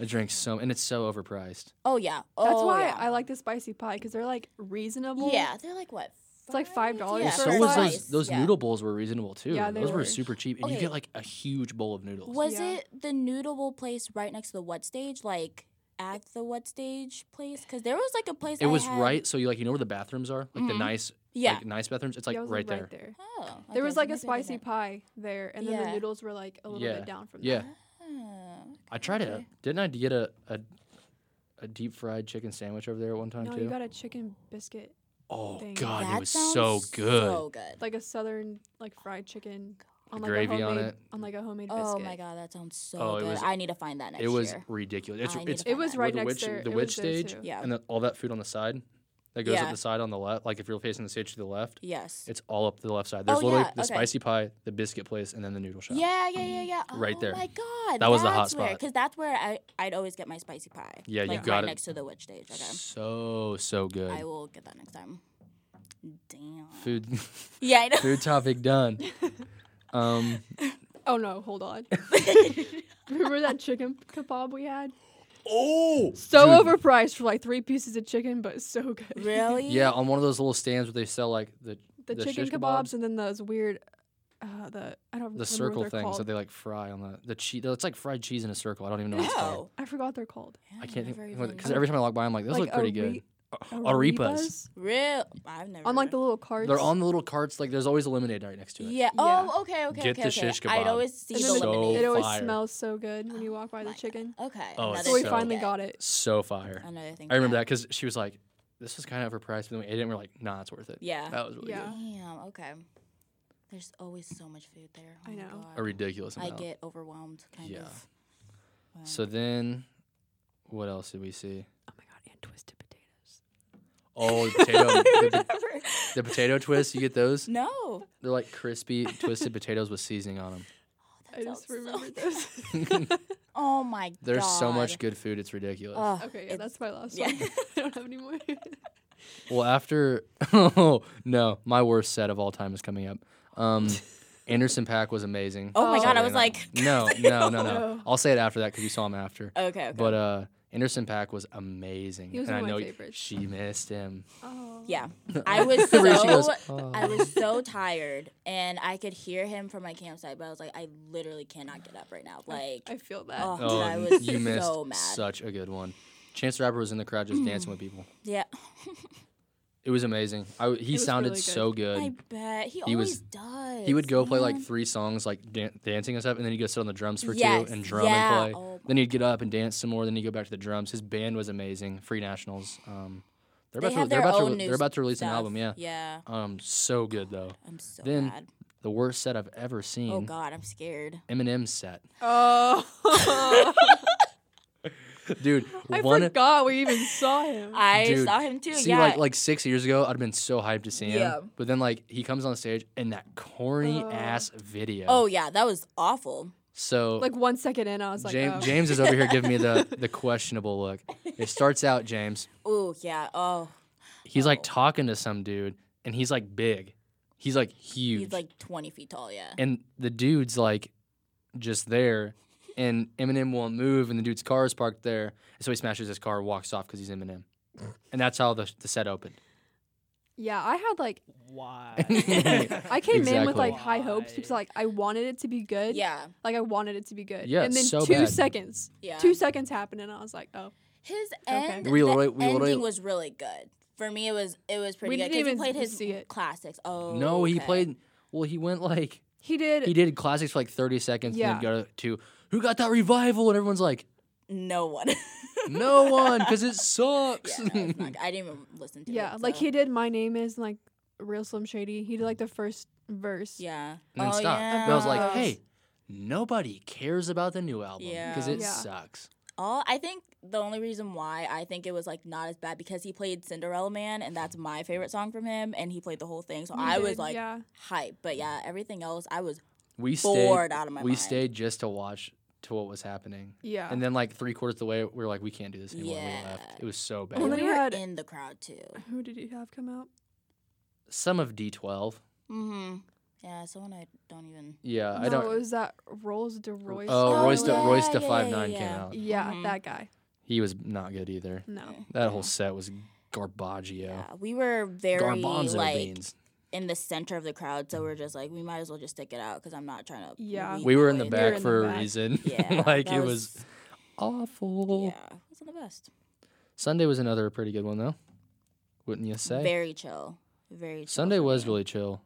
Speaker 1: I drank so, and it's so overpriced.
Speaker 2: Oh yeah. Oh,
Speaker 3: That's why
Speaker 2: yeah.
Speaker 3: I like the spicy pie because they're like reasonable.
Speaker 2: Yeah, they're like what?
Speaker 3: It's like $5
Speaker 2: Yeah,
Speaker 1: Well,
Speaker 3: for
Speaker 1: so
Speaker 3: a
Speaker 1: was
Speaker 3: slice.
Speaker 1: those those
Speaker 2: yeah.
Speaker 1: noodle bowls were reasonable too.
Speaker 3: Yeah, they
Speaker 1: those were.
Speaker 3: were.
Speaker 1: super cheap, and you
Speaker 2: Okay.
Speaker 1: get like a huge bowl of noodles.
Speaker 2: Was
Speaker 3: Yeah.
Speaker 2: it the noodle bowl place right next to the what stage? Like at the what stage place? Because there was like a place.
Speaker 1: It
Speaker 2: I
Speaker 1: was
Speaker 2: had-
Speaker 1: right, so you like you know where the bathrooms are, like the
Speaker 2: Mhm.
Speaker 1: nice,
Speaker 2: Yeah.
Speaker 1: like nice bathrooms. It's
Speaker 3: Yeah,
Speaker 1: like
Speaker 3: it was,
Speaker 1: right, there.
Speaker 2: oh, okay,
Speaker 3: There was
Speaker 2: so
Speaker 3: like a
Speaker 2: maybe I
Speaker 3: spicy
Speaker 2: didn't-
Speaker 3: pie there, and then
Speaker 2: Yeah.
Speaker 3: the noodles were like a little
Speaker 1: Yeah.
Speaker 3: bit down from
Speaker 1: Yeah,
Speaker 3: that.
Speaker 2: Oh,
Speaker 1: I tried
Speaker 2: okay.
Speaker 1: it. Didn't I get a, a a deep fried chicken sandwich over there at one time
Speaker 3: No,
Speaker 1: too?
Speaker 3: you got a chicken biscuit,
Speaker 1: oh
Speaker 3: thing.
Speaker 1: god,
Speaker 2: That
Speaker 1: it was
Speaker 2: sounds
Speaker 1: so good.
Speaker 2: So good.
Speaker 3: like a southern like fried chicken on like
Speaker 1: gravy
Speaker 3: a
Speaker 1: on
Speaker 3: homemade,
Speaker 1: it.
Speaker 3: on like a homemade biscuit.
Speaker 2: Oh my god, that sounds so
Speaker 1: Oh, it
Speaker 2: good.
Speaker 1: was-
Speaker 2: I need to find that next
Speaker 1: it was
Speaker 2: year.
Speaker 1: ridiculous. It's
Speaker 2: I need to
Speaker 1: it's
Speaker 3: It was
Speaker 2: Where
Speaker 3: right
Speaker 1: where the
Speaker 3: next
Speaker 1: witch
Speaker 3: to
Speaker 1: the
Speaker 3: it
Speaker 1: witch
Speaker 3: was there,
Speaker 1: stage,
Speaker 3: too.
Speaker 2: Yeah.
Speaker 1: and then all that food on the side that goes up
Speaker 2: Yeah.
Speaker 1: the side on the left. Like if you're facing the stage to the left,
Speaker 2: Yes.
Speaker 1: It's all up to the left side. There's
Speaker 2: Oh,
Speaker 1: literally
Speaker 2: yeah,
Speaker 1: the
Speaker 2: okay.
Speaker 1: spicy pie, the biscuit place, and then the noodle shop.
Speaker 2: Yeah, yeah, yeah, yeah.
Speaker 1: Right
Speaker 2: oh
Speaker 1: there.
Speaker 2: my god.
Speaker 1: That was the hot
Speaker 2: that's where,
Speaker 1: spot.
Speaker 2: Cuz that's where I I'd always get my spicy pie.
Speaker 1: Yeah, you
Speaker 2: like,
Speaker 1: got
Speaker 2: right
Speaker 1: it.
Speaker 2: next to the witch stage. Okay.
Speaker 1: So so good.
Speaker 2: I will get that next time. Damn.
Speaker 1: Food
Speaker 2: Yeah, I know.
Speaker 1: food topic done. Um,
Speaker 3: Oh no, hold on. Remember that chicken kebab we had?
Speaker 1: oh,
Speaker 3: So overpriced for like three pieces of chicken, but so good.
Speaker 2: really?
Speaker 1: Yeah, on one of those little stands where they sell like the
Speaker 3: The,
Speaker 1: The
Speaker 3: chicken
Speaker 1: shish
Speaker 3: kebabs,
Speaker 1: kebabs?
Speaker 3: and then those weird, uh, the I don't remember
Speaker 1: the
Speaker 3: what
Speaker 1: circle
Speaker 3: they're
Speaker 1: things that
Speaker 3: called.
Speaker 1: they like fry on the the cheese. It's like fried cheese in a circle. I don't even know what it's called.
Speaker 2: No.
Speaker 3: I forgot what they're called.
Speaker 2: Yeah,
Speaker 1: I can't
Speaker 2: never
Speaker 1: think because
Speaker 2: even-
Speaker 1: every time I walk by, I'm like, those
Speaker 3: Like
Speaker 1: look pretty
Speaker 3: are-
Speaker 1: good.
Speaker 3: arepas?
Speaker 1: Arepas.
Speaker 2: Real. I've never
Speaker 3: On like the little carts.
Speaker 1: They're on the little carts. Like there's always a lemonade right next to it.
Speaker 2: Yeah.
Speaker 3: Yeah.
Speaker 2: Oh, okay, okay,
Speaker 1: Get
Speaker 2: okay.
Speaker 1: the
Speaker 2: okay.
Speaker 1: shish
Speaker 2: I'd
Speaker 1: kebab.
Speaker 2: always see
Speaker 3: And
Speaker 2: the
Speaker 3: then
Speaker 1: So
Speaker 2: lemonade.
Speaker 3: it always
Speaker 1: fire.
Speaker 3: smells so good when you walk by
Speaker 2: my
Speaker 3: the
Speaker 2: God.
Speaker 3: chicken.
Speaker 2: Okay.
Speaker 1: Oh, it's
Speaker 2: another
Speaker 3: So we
Speaker 1: so
Speaker 2: thing
Speaker 3: finally
Speaker 2: to
Speaker 3: got it.
Speaker 1: So fire.
Speaker 2: Another thing.
Speaker 1: I
Speaker 2: to
Speaker 1: remember
Speaker 2: get.
Speaker 1: that because she was like, "This was kind of overpriced," but then we ate it and we're like, "Nah, it's worth it."
Speaker 2: Yeah.
Speaker 1: That was really
Speaker 3: Yeah.
Speaker 1: good.
Speaker 2: Damn. Okay. There's always so much food there. Oh
Speaker 3: I
Speaker 2: my
Speaker 3: know.
Speaker 2: God.
Speaker 1: A ridiculous
Speaker 2: I
Speaker 1: amount.
Speaker 2: get overwhelmed, kind
Speaker 1: Yeah.
Speaker 2: of. Wow.
Speaker 1: So then, what else did we see?
Speaker 3: Oh my god, and twisted potatoes.
Speaker 1: Oh, the potato, the, po-
Speaker 2: Remember?
Speaker 1: the potato twists. You get those?
Speaker 2: no.
Speaker 1: They're like crispy twisted potatoes with seasoning on them.
Speaker 2: Oh,
Speaker 3: I just
Speaker 2: Sounds so
Speaker 3: remembered those.
Speaker 2: Oh my
Speaker 1: There's
Speaker 2: god.
Speaker 1: so much good food, it's ridiculous.
Speaker 2: Ugh,
Speaker 3: okay, yeah,
Speaker 2: it-
Speaker 3: that's my last
Speaker 2: yeah.
Speaker 3: one. I don't have any more.
Speaker 1: Well, after oh no, my worst set of all time is coming up. Um, Anderson Pack was amazing.
Speaker 2: Oh my
Speaker 3: Oh.
Speaker 2: god, I
Speaker 1: Saturday
Speaker 2: was
Speaker 1: night.
Speaker 2: like Oh,
Speaker 1: no, no, no, no.
Speaker 3: No.
Speaker 1: I'll say it after that because you saw him after.
Speaker 2: Okay, okay.
Speaker 1: But uh, Anderson Pack was amazing,
Speaker 3: He was
Speaker 1: and
Speaker 3: one
Speaker 1: I
Speaker 3: of my
Speaker 1: know
Speaker 3: favorites.
Speaker 1: she missed him.
Speaker 3: oh.
Speaker 2: yeah. I was
Speaker 1: The
Speaker 2: so
Speaker 1: way she uh, goes, "Oh."
Speaker 2: I was so tired and I could hear him from my campsite, but I was like, I literally cannot get up right now. Like
Speaker 3: I feel that.
Speaker 2: oh, dude,
Speaker 1: Oh,
Speaker 2: I was
Speaker 1: you missed
Speaker 2: so mad. Mm.
Speaker 1: such a good one. Chance the Rapper was in the crowd just dancing with people.
Speaker 2: yeah.
Speaker 1: It was amazing. I w he
Speaker 3: was
Speaker 1: sounded
Speaker 3: really good.
Speaker 1: so good.
Speaker 2: I bet. He,
Speaker 1: He
Speaker 2: always
Speaker 1: was-
Speaker 2: does.
Speaker 1: He would go play like
Speaker 2: man.
Speaker 1: three songs, like dan- dancing and stuff, and then he'd go sit on the drums for
Speaker 2: Yes,
Speaker 1: two and drum
Speaker 2: yeah.
Speaker 1: and play.
Speaker 2: Oh my-
Speaker 1: Then he'd get up and dance some more. Then he'd go back to the drums. His band was amazing. Free Nationals. Um, they're
Speaker 2: They
Speaker 1: about to
Speaker 2: have
Speaker 1: they're
Speaker 2: their
Speaker 1: about to
Speaker 2: own
Speaker 1: re-
Speaker 2: new
Speaker 1: they're about to release an
Speaker 2: stuff.
Speaker 1: album. Yeah.
Speaker 2: Yeah.
Speaker 1: Um, so good though.
Speaker 2: I'm so
Speaker 1: Then- mm.
Speaker 2: mad.
Speaker 1: The worst set I've ever seen.
Speaker 2: Oh god, I'm scared.
Speaker 1: Eminem set.
Speaker 3: Oh.
Speaker 1: Dude,
Speaker 3: I
Speaker 1: one.
Speaker 3: forgot we even saw him.
Speaker 2: I
Speaker 1: Dude,
Speaker 2: saw him too.
Speaker 1: See,
Speaker 2: yeah.
Speaker 1: like like six years ago, I'd have been so hyped to see him.
Speaker 2: Yeah.
Speaker 1: But then like he comes on stage and that corny
Speaker 3: Oh.
Speaker 1: ass video.
Speaker 2: oh yeah, that was awful.
Speaker 1: So
Speaker 3: Like one second in, I was like,
Speaker 1: James,
Speaker 3: oh.
Speaker 1: James is over here giving me the the questionable look. It starts out James.
Speaker 2: Oh yeah. Oh,
Speaker 1: He's like
Speaker 2: Oh.
Speaker 1: talking to some dude, and he's like big. He's like huge.
Speaker 2: he's like 20 feet tall. Yeah.
Speaker 1: and the dude's like just there, and Eminem won't move, and the dude's car is parked there, and so he smashes his car, and walks off because he's Eminem, and that's how the the set opened.
Speaker 3: Yeah, I had like
Speaker 4: Why?
Speaker 3: I came in with
Speaker 1: Exactly.
Speaker 3: like high hopes because like I wanted it to be good.
Speaker 2: Yeah.
Speaker 3: Like I wanted it to be good.
Speaker 1: Yeah,
Speaker 3: And then
Speaker 1: so
Speaker 3: two
Speaker 1: bad.
Speaker 3: seconds.
Speaker 2: Yeah.
Speaker 3: Two seconds happened and I was like, oh.
Speaker 2: His
Speaker 3: Okay.
Speaker 2: end.
Speaker 1: We
Speaker 2: the
Speaker 1: literally- we
Speaker 2: ending
Speaker 1: literally-
Speaker 2: was really good. For me, it was it was pretty
Speaker 3: We
Speaker 2: good
Speaker 3: didn't
Speaker 2: he
Speaker 3: even
Speaker 2: played his
Speaker 3: see it.
Speaker 2: classics. Oh.
Speaker 1: No, he
Speaker 2: okay.
Speaker 1: played. Well, he went like
Speaker 3: He did.
Speaker 1: he did classics for like thirty seconds,
Speaker 3: Yeah.
Speaker 1: and then go to who got that revival, and everyone's like,
Speaker 2: no one.
Speaker 1: no one, because it sucks.
Speaker 2: yeah, no, it's not, I didn't even listen to it.
Speaker 3: yeah, like
Speaker 2: so-
Speaker 3: he did My Name Is and, like Real Slim Shady. He did like the first verse.
Speaker 2: Yeah.
Speaker 1: and then
Speaker 2: oh,
Speaker 1: stopped.
Speaker 2: Yeah.
Speaker 1: And I was like,
Speaker 3: Gross.
Speaker 1: hey, nobody cares about the new album because
Speaker 2: Yeah.
Speaker 1: it
Speaker 3: Yeah.
Speaker 1: sucks.
Speaker 2: All I think the only reason why I think it was like not as bad because he played Cinderella Man and that's my favorite song from him and he played the whole thing. So
Speaker 3: He
Speaker 2: I was
Speaker 3: did,
Speaker 2: like
Speaker 3: yeah.
Speaker 2: hype. But yeah, everything else I was
Speaker 1: We
Speaker 2: bored
Speaker 1: stayed.
Speaker 2: out of my
Speaker 1: We
Speaker 2: mind.
Speaker 1: stayed just to watch to what was happening,
Speaker 3: Yeah.
Speaker 1: and then like three quarters of the way, we were like, we can't do this anymore. and We
Speaker 2: Yeah.
Speaker 1: left. It was so
Speaker 2: And
Speaker 1: bad.
Speaker 3: Well, Oh, then
Speaker 2: we
Speaker 3: he
Speaker 2: were
Speaker 3: had-
Speaker 2: in the crowd too.
Speaker 3: Who did he have come out?
Speaker 1: Some of D12.
Speaker 2: Mm-hmm. Yeah, someone I don't even
Speaker 1: Yeah, I
Speaker 3: no,
Speaker 1: don't.
Speaker 3: it was that Rolls de Royce.
Speaker 1: oh,
Speaker 2: Oh,
Speaker 1: Royce to
Speaker 2: yeah,
Speaker 1: Royce to
Speaker 2: yeah,
Speaker 1: five
Speaker 2: yeah,
Speaker 1: nine
Speaker 2: yeah.
Speaker 1: came out.
Speaker 3: Yeah,
Speaker 2: Mhm.
Speaker 3: that guy.
Speaker 1: He was not good either.
Speaker 3: No.
Speaker 1: That whole set was garbaggio.
Speaker 2: Yeah. We were very
Speaker 1: Garbanzo
Speaker 2: like
Speaker 1: beans.
Speaker 2: in the center of the crowd, so we're just like we might as well just stick it out because I'm not trying to.
Speaker 3: Yeah.
Speaker 2: lead
Speaker 1: We were in the
Speaker 2: way
Speaker 1: back
Speaker 3: in the
Speaker 1: for a
Speaker 3: back.
Speaker 1: reason.
Speaker 2: Yeah,
Speaker 1: like
Speaker 2: that
Speaker 1: it was, awful.
Speaker 2: Yeah, it wasn't the best.
Speaker 1: Sunday was another pretty good one though. Wouldn't you say?
Speaker 2: Very chill. Very. Chill
Speaker 1: Sunday
Speaker 2: for
Speaker 1: was
Speaker 2: me.
Speaker 1: really chill.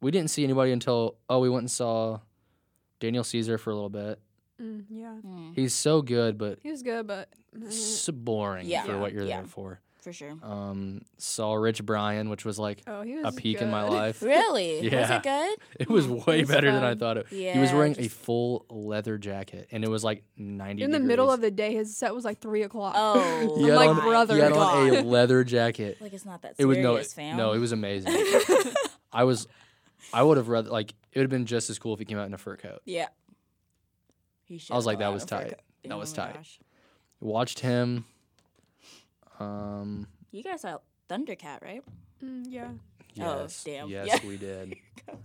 Speaker 1: We didn't see anybody until oh we went and saw Daniel Caesar for a little bit.
Speaker 3: Mm, yeah.
Speaker 2: Mm,
Speaker 1: He's so good, but
Speaker 3: He was good, but
Speaker 1: so boring
Speaker 2: Yeah.
Speaker 1: for what you're
Speaker 2: Yeah.
Speaker 1: there for.
Speaker 2: for sure.
Speaker 1: Um, saw Rich Bryan, which was like
Speaker 3: oh, he was
Speaker 1: a peak in my
Speaker 3: good.
Speaker 1: life.
Speaker 2: Really? Was
Speaker 1: Yeah.
Speaker 2: it good?
Speaker 1: It was
Speaker 3: Mm,
Speaker 1: way
Speaker 3: it was
Speaker 1: better than I
Speaker 3: fun.
Speaker 1: thought it.
Speaker 2: Yeah.
Speaker 1: he was wearing a
Speaker 2: just-
Speaker 1: full leather jacket, and it was like ninety
Speaker 3: In the middle
Speaker 1: degrees.
Speaker 3: of the day, his set was like three o'clock.
Speaker 2: Oh,
Speaker 1: He had
Speaker 3: my
Speaker 1: on-
Speaker 3: brother.
Speaker 1: He had on
Speaker 2: God.
Speaker 1: a leather jacket.
Speaker 2: Like it's not that
Speaker 1: It was
Speaker 2: serious,
Speaker 1: no,
Speaker 2: fam.
Speaker 1: no, it was amazing. I was, I would have rather like it would have been just as cool if he came out in a fur coat.
Speaker 2: yeah.
Speaker 1: I
Speaker 2: He
Speaker 1: was
Speaker 2: should've
Speaker 1: like, that
Speaker 2: gone
Speaker 1: was
Speaker 2: out for a
Speaker 1: tight.
Speaker 2: co-
Speaker 1: That
Speaker 2: Oh
Speaker 1: was
Speaker 2: my
Speaker 1: tight.
Speaker 2: gosh.
Speaker 1: Watched him. Um.
Speaker 2: You guys saw Thundercat, right?
Speaker 3: Mm, yeah.
Speaker 2: Oh,
Speaker 1: Yes.
Speaker 2: damn.
Speaker 1: Yes,
Speaker 2: Yeah.
Speaker 1: we did.
Speaker 2: goes.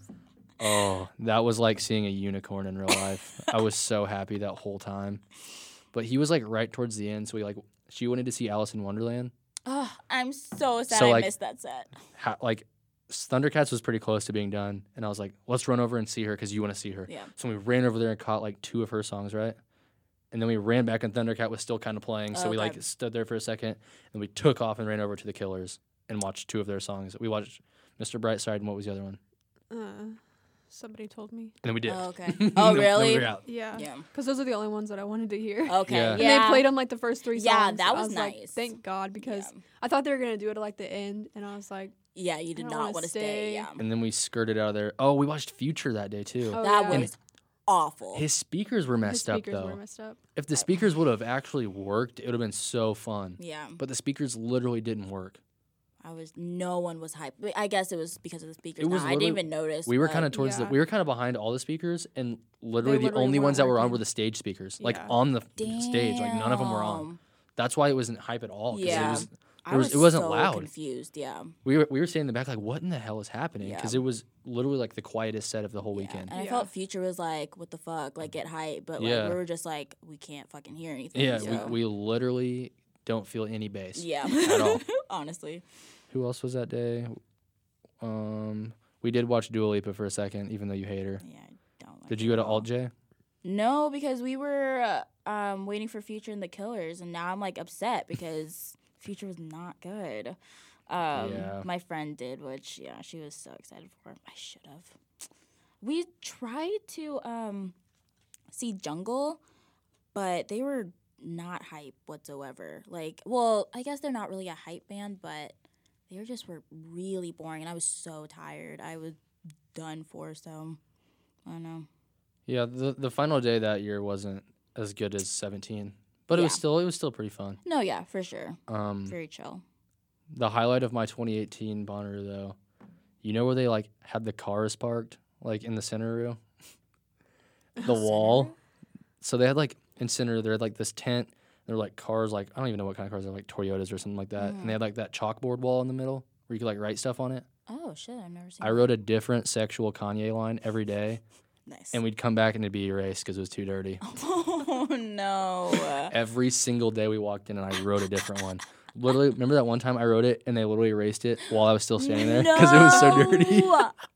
Speaker 1: Oh, that was like seeing a unicorn in real life. I was so happy that whole time. But he was like right towards the end, so we like she wanted to see Alice in Wonderland.
Speaker 2: Oh, I'm so sad
Speaker 1: So,
Speaker 2: I
Speaker 1: like-
Speaker 2: missed that set.
Speaker 1: ha- like Thundercats was pretty close to being done, and I was like, let's run over and see her because you want to see her.
Speaker 2: Yeah.
Speaker 1: So we ran over there and caught like two of her songs, right? And then we ran back, and Thundercat was still kind of playing, so we
Speaker 2: Okay.
Speaker 1: like stood there for a second, and we took off and ran over to the Killers and watched two of their songs. We watched Mr. Brightside and what was the other one?
Speaker 3: Uh, somebody told me.
Speaker 1: And then we did.
Speaker 2: Oh, okay. Oh,
Speaker 1: Then- then we
Speaker 2: really?
Speaker 1: were out.
Speaker 3: Yeah.
Speaker 2: Yeah.
Speaker 3: Because those are the only ones that I wanted to hear.
Speaker 2: Okay.
Speaker 1: Yeah.
Speaker 2: Yeah.
Speaker 1: And
Speaker 3: And they played on like the first three songs.
Speaker 2: Yeah, that
Speaker 3: I
Speaker 2: was
Speaker 3: like,
Speaker 2: nice.
Speaker 3: Thank God, because
Speaker 2: Yeah.
Speaker 3: I thought they were gonna do it at like the end, and I was like,
Speaker 2: Yeah, you did
Speaker 3: I don't
Speaker 2: not
Speaker 3: wanna
Speaker 2: want to stay.
Speaker 3: stay.
Speaker 2: Yeah.
Speaker 1: And then we skirted out of there. Oh, we watched Future that day too.
Speaker 3: Oh,
Speaker 2: that
Speaker 3: yeah.
Speaker 2: was awful.
Speaker 1: His speakers were
Speaker 3: his
Speaker 1: messed
Speaker 3: speakers
Speaker 1: up though.
Speaker 3: were messed up.
Speaker 1: if the speakers would have actually worked, it would have been so fun.
Speaker 2: yeah.
Speaker 1: But the speakers literally didn't work.
Speaker 2: I I was no one was hyped. But I guess it was because of the speakers.
Speaker 1: It was
Speaker 2: I didn't
Speaker 1: literally-
Speaker 2: even notice.
Speaker 1: We were
Speaker 2: but-
Speaker 1: kind of towards the
Speaker 3: Yeah.
Speaker 1: we were kind of behind all the speakers, and literally the
Speaker 3: literally
Speaker 1: only
Speaker 3: weren't
Speaker 1: ones that were on
Speaker 3: working.
Speaker 1: were the stage speakers, like
Speaker 5: Yeah.
Speaker 1: on the f- stage. Like none of them were on.
Speaker 2: Damn.
Speaker 1: That's why it wasn't hype at all. 'cause it
Speaker 2: Yeah.
Speaker 1: was-
Speaker 2: I
Speaker 1: There was-
Speaker 2: was,
Speaker 1: it wasn't
Speaker 2: so
Speaker 1: loud.
Speaker 2: Confused. Yeah.
Speaker 1: we were we were sitting in the back like, what in the hell is happening?
Speaker 2: Yeah.
Speaker 1: Because it was literally like the quietest set of the whole
Speaker 2: Yeah,
Speaker 1: weekend.
Speaker 2: And I
Speaker 3: Yeah.
Speaker 2: felt Future was like, "What the fuck? Like get hype," but like
Speaker 1: Yeah.
Speaker 2: we were just like, "We can't fucking hear anything."
Speaker 1: Yeah,
Speaker 2: so-
Speaker 1: we, we literally don't feel any bass.
Speaker 2: yeah.
Speaker 1: at all.
Speaker 2: Honestly,
Speaker 1: Who else was that day? Um, we did watch Dua Lipa for a second, even though you hate her.
Speaker 2: yeah, I don't. Like
Speaker 1: Did
Speaker 2: it
Speaker 1: you go to
Speaker 2: at all.
Speaker 1: Alt J?
Speaker 2: No, because we were uh, um, waiting for Future and the Killers, and now I'm like upset because Future was not good. Um,
Speaker 1: Yeah.
Speaker 2: My friend did, which yeah, she was so excited for. I should have. We tried to um, see Jungle, but they were not hype whatsoever. Like, well, I guess they're not really a hype band, but they were just were really boring, and I was so tired. I was done for. So I don't know.
Speaker 1: Yeah, the the final day that year wasn't as good as 17, but it was
Speaker 2: Yeah.
Speaker 1: still it was still pretty fun.
Speaker 2: No, yeah, for sure.
Speaker 1: Um,
Speaker 2: Very chill.
Speaker 1: the highlight of my 2018 Bonnaroo though, you know where they like had the cars parked like in the center room, the wall. So they had like in center they had like this tent. There were like cars like I don't even know what kind of cars. They're like Toyotas or something like that. And they had like that chalkboard wall in the middle where you could like write stuff on it.
Speaker 2: Oh shit, I've never seen.
Speaker 1: I wrote a different sexual Kanye line every day,
Speaker 2: that. nice.
Speaker 1: and we'd come back and it'd be erased because it was too dirty.
Speaker 2: oh no.
Speaker 1: Every single day we walked in, and I wrote a different one. Literally, remember that one time I wrote it and they literally erased it while I was still standing there because it was so dirty.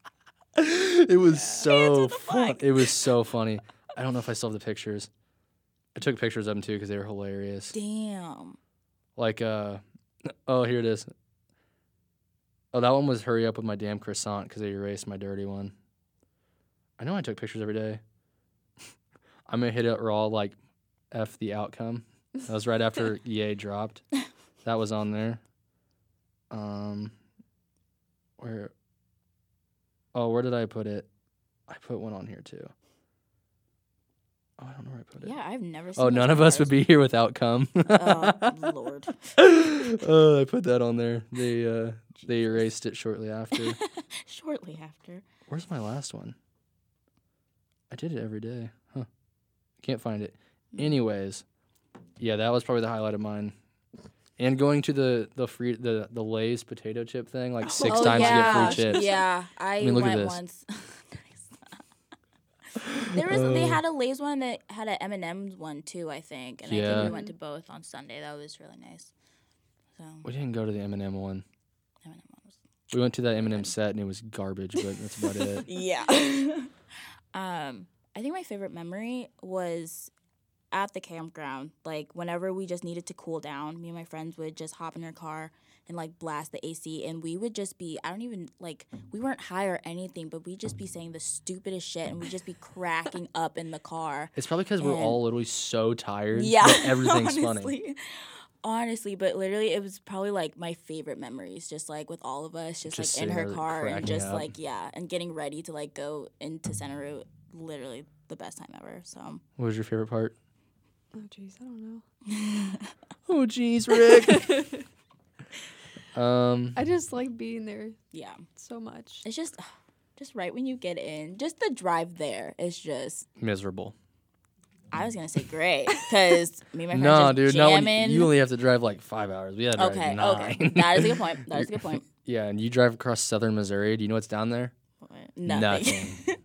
Speaker 2: No.
Speaker 1: it was so fun. It was so funny. I don't know if I still have the pictures. I took pictures of them too because they were hilarious.
Speaker 2: Damn.
Speaker 1: Like, uh, oh, here it is. Oh, that one was hurry up with my damn croissant because they erased my dirty one. I know I took pictures every day. I'm gonna hit it raw like f the outcome. That was right after EA dropped. That was on there. Um, where? Oh, where did I put it? I put one on here too. Oh, I don't know where I put it.
Speaker 2: Yeah, I've never seen.
Speaker 1: Oh,
Speaker 2: that
Speaker 1: none
Speaker 2: so
Speaker 1: of us
Speaker 2: far.
Speaker 1: would be here without cum.
Speaker 2: Oh lord.
Speaker 1: oh, I put that on there. They uh, they erased it shortly after.
Speaker 2: Shortly after.
Speaker 1: Where's my last one? I did it every day. Huh. Can't find it. Anyways, yeah, that was probably the highlight of mine. And going to the the free the the Lay's potato chip thing like six
Speaker 2: Six
Speaker 1: times
Speaker 2: Oh, yeah.
Speaker 1: to get free chips.
Speaker 2: Yeah, I,
Speaker 1: mean, look at
Speaker 2: went
Speaker 1: this.
Speaker 2: once. Nice. There was
Speaker 1: Uh.
Speaker 2: they had a Lay's one that had an M and M's one too, I think, and I
Speaker 1: Yeah.
Speaker 2: think we went to both on Sunday. That was really nice. So M
Speaker 1: Uh, We didn't go to the M and M one.
Speaker 2: and M was
Speaker 1: We went to that M and M set and it was garbage, but that's about it.
Speaker 2: Yeah. um, I think my favorite memory was at the campground. Like whenever we just needed to cool down, me and my friends would just hop in our car and like blast the AC and we would just be I don't even like we weren't high or anything, but we'd just be saying the stupidest shit and we'd just be cracking up in the car.
Speaker 1: It's probably because we're
Speaker 2: And-
Speaker 1: all literally so tired.
Speaker 2: Yeah.
Speaker 1: that everything's funny.
Speaker 2: honestly. Honestly, but literally, it was probably like my favorite memories, just like with all of us, just,
Speaker 1: Just
Speaker 2: like in
Speaker 1: sitting
Speaker 2: her
Speaker 1: there
Speaker 2: car and
Speaker 1: cracking
Speaker 2: just
Speaker 1: up.
Speaker 2: like, yeah, and getting ready to like go into Santa Route. Literally the best time ever. So,
Speaker 1: What was your favorite part?
Speaker 3: Oh jeez, I don't know.
Speaker 1: Oh, jeez, Rick. um,
Speaker 3: I just like being there
Speaker 2: yeah,
Speaker 3: so much.
Speaker 2: it's just, just right when you get in, just the drive there is just,
Speaker 1: miserable.
Speaker 2: I was going to say great because me and my friends
Speaker 1: No,
Speaker 2: just
Speaker 1: dude, no.
Speaker 2: jamming.
Speaker 1: You only have to drive like five hours. We had to drive
Speaker 2: okay,
Speaker 1: nine.
Speaker 2: okay. That is a good point. That is a good point.
Speaker 1: yeah, and you drive across southern Missouri. Do you know what's down there?
Speaker 2: Nothing.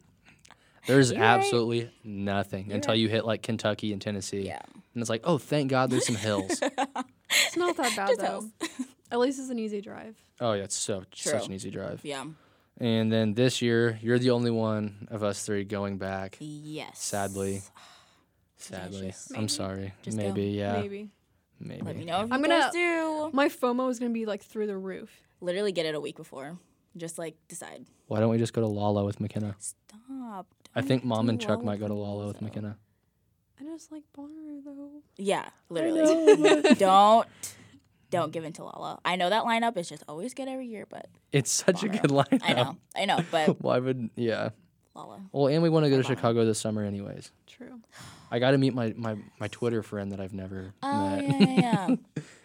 Speaker 1: There's
Speaker 2: You're right.
Speaker 1: absolutely nothing until you hit like Kentucky and Tennessee.
Speaker 2: Yeah.
Speaker 1: And it's like, oh, thank God there's some hills.
Speaker 3: It's not that bad
Speaker 2: Just
Speaker 3: though. At least it's an easy drive.
Speaker 1: oh, yeah, it's so such
Speaker 2: True.
Speaker 1: an easy drive.
Speaker 2: yeah.
Speaker 1: And then this year, you're the only one of us three going back.
Speaker 2: Yes.
Speaker 1: Sadly. Sadly.
Speaker 2: Delicious.
Speaker 1: I'm sorry.
Speaker 2: Just go.
Speaker 1: Maybe, yeah.
Speaker 3: Maybe.
Speaker 1: Maybe.
Speaker 2: Let me know if
Speaker 3: I'm
Speaker 2: you
Speaker 3: gonna-
Speaker 2: guys do.
Speaker 3: My FOMO is gonna be like through the roof.
Speaker 2: Literally get it a week before. Just like decide.
Speaker 1: Why don't we just go to Lala with McKenna?
Speaker 2: Stop.
Speaker 1: I think mom
Speaker 3: do
Speaker 1: and Chuck
Speaker 3: Lala
Speaker 1: might go
Speaker 3: with
Speaker 1: to Lala with
Speaker 2: though.
Speaker 1: McKenna.
Speaker 3: I just like Bonnaroo though.
Speaker 2: Yeah, literally. don't don't give in to Lala. I know that lineup is just always good every year, but
Speaker 1: It's such a
Speaker 2: Bonnaroo.
Speaker 1: good lineup.
Speaker 2: I know. I know, but
Speaker 1: Why would yeah?
Speaker 2: Lala.
Speaker 1: Well, and we want to go to
Speaker 2: Bonnaroo.
Speaker 1: Chicago this summer, anyways.
Speaker 3: True.
Speaker 1: I got to meet my, my my Twitter friend that I've never
Speaker 2: Oh
Speaker 1: met,
Speaker 2: yeah, yeah,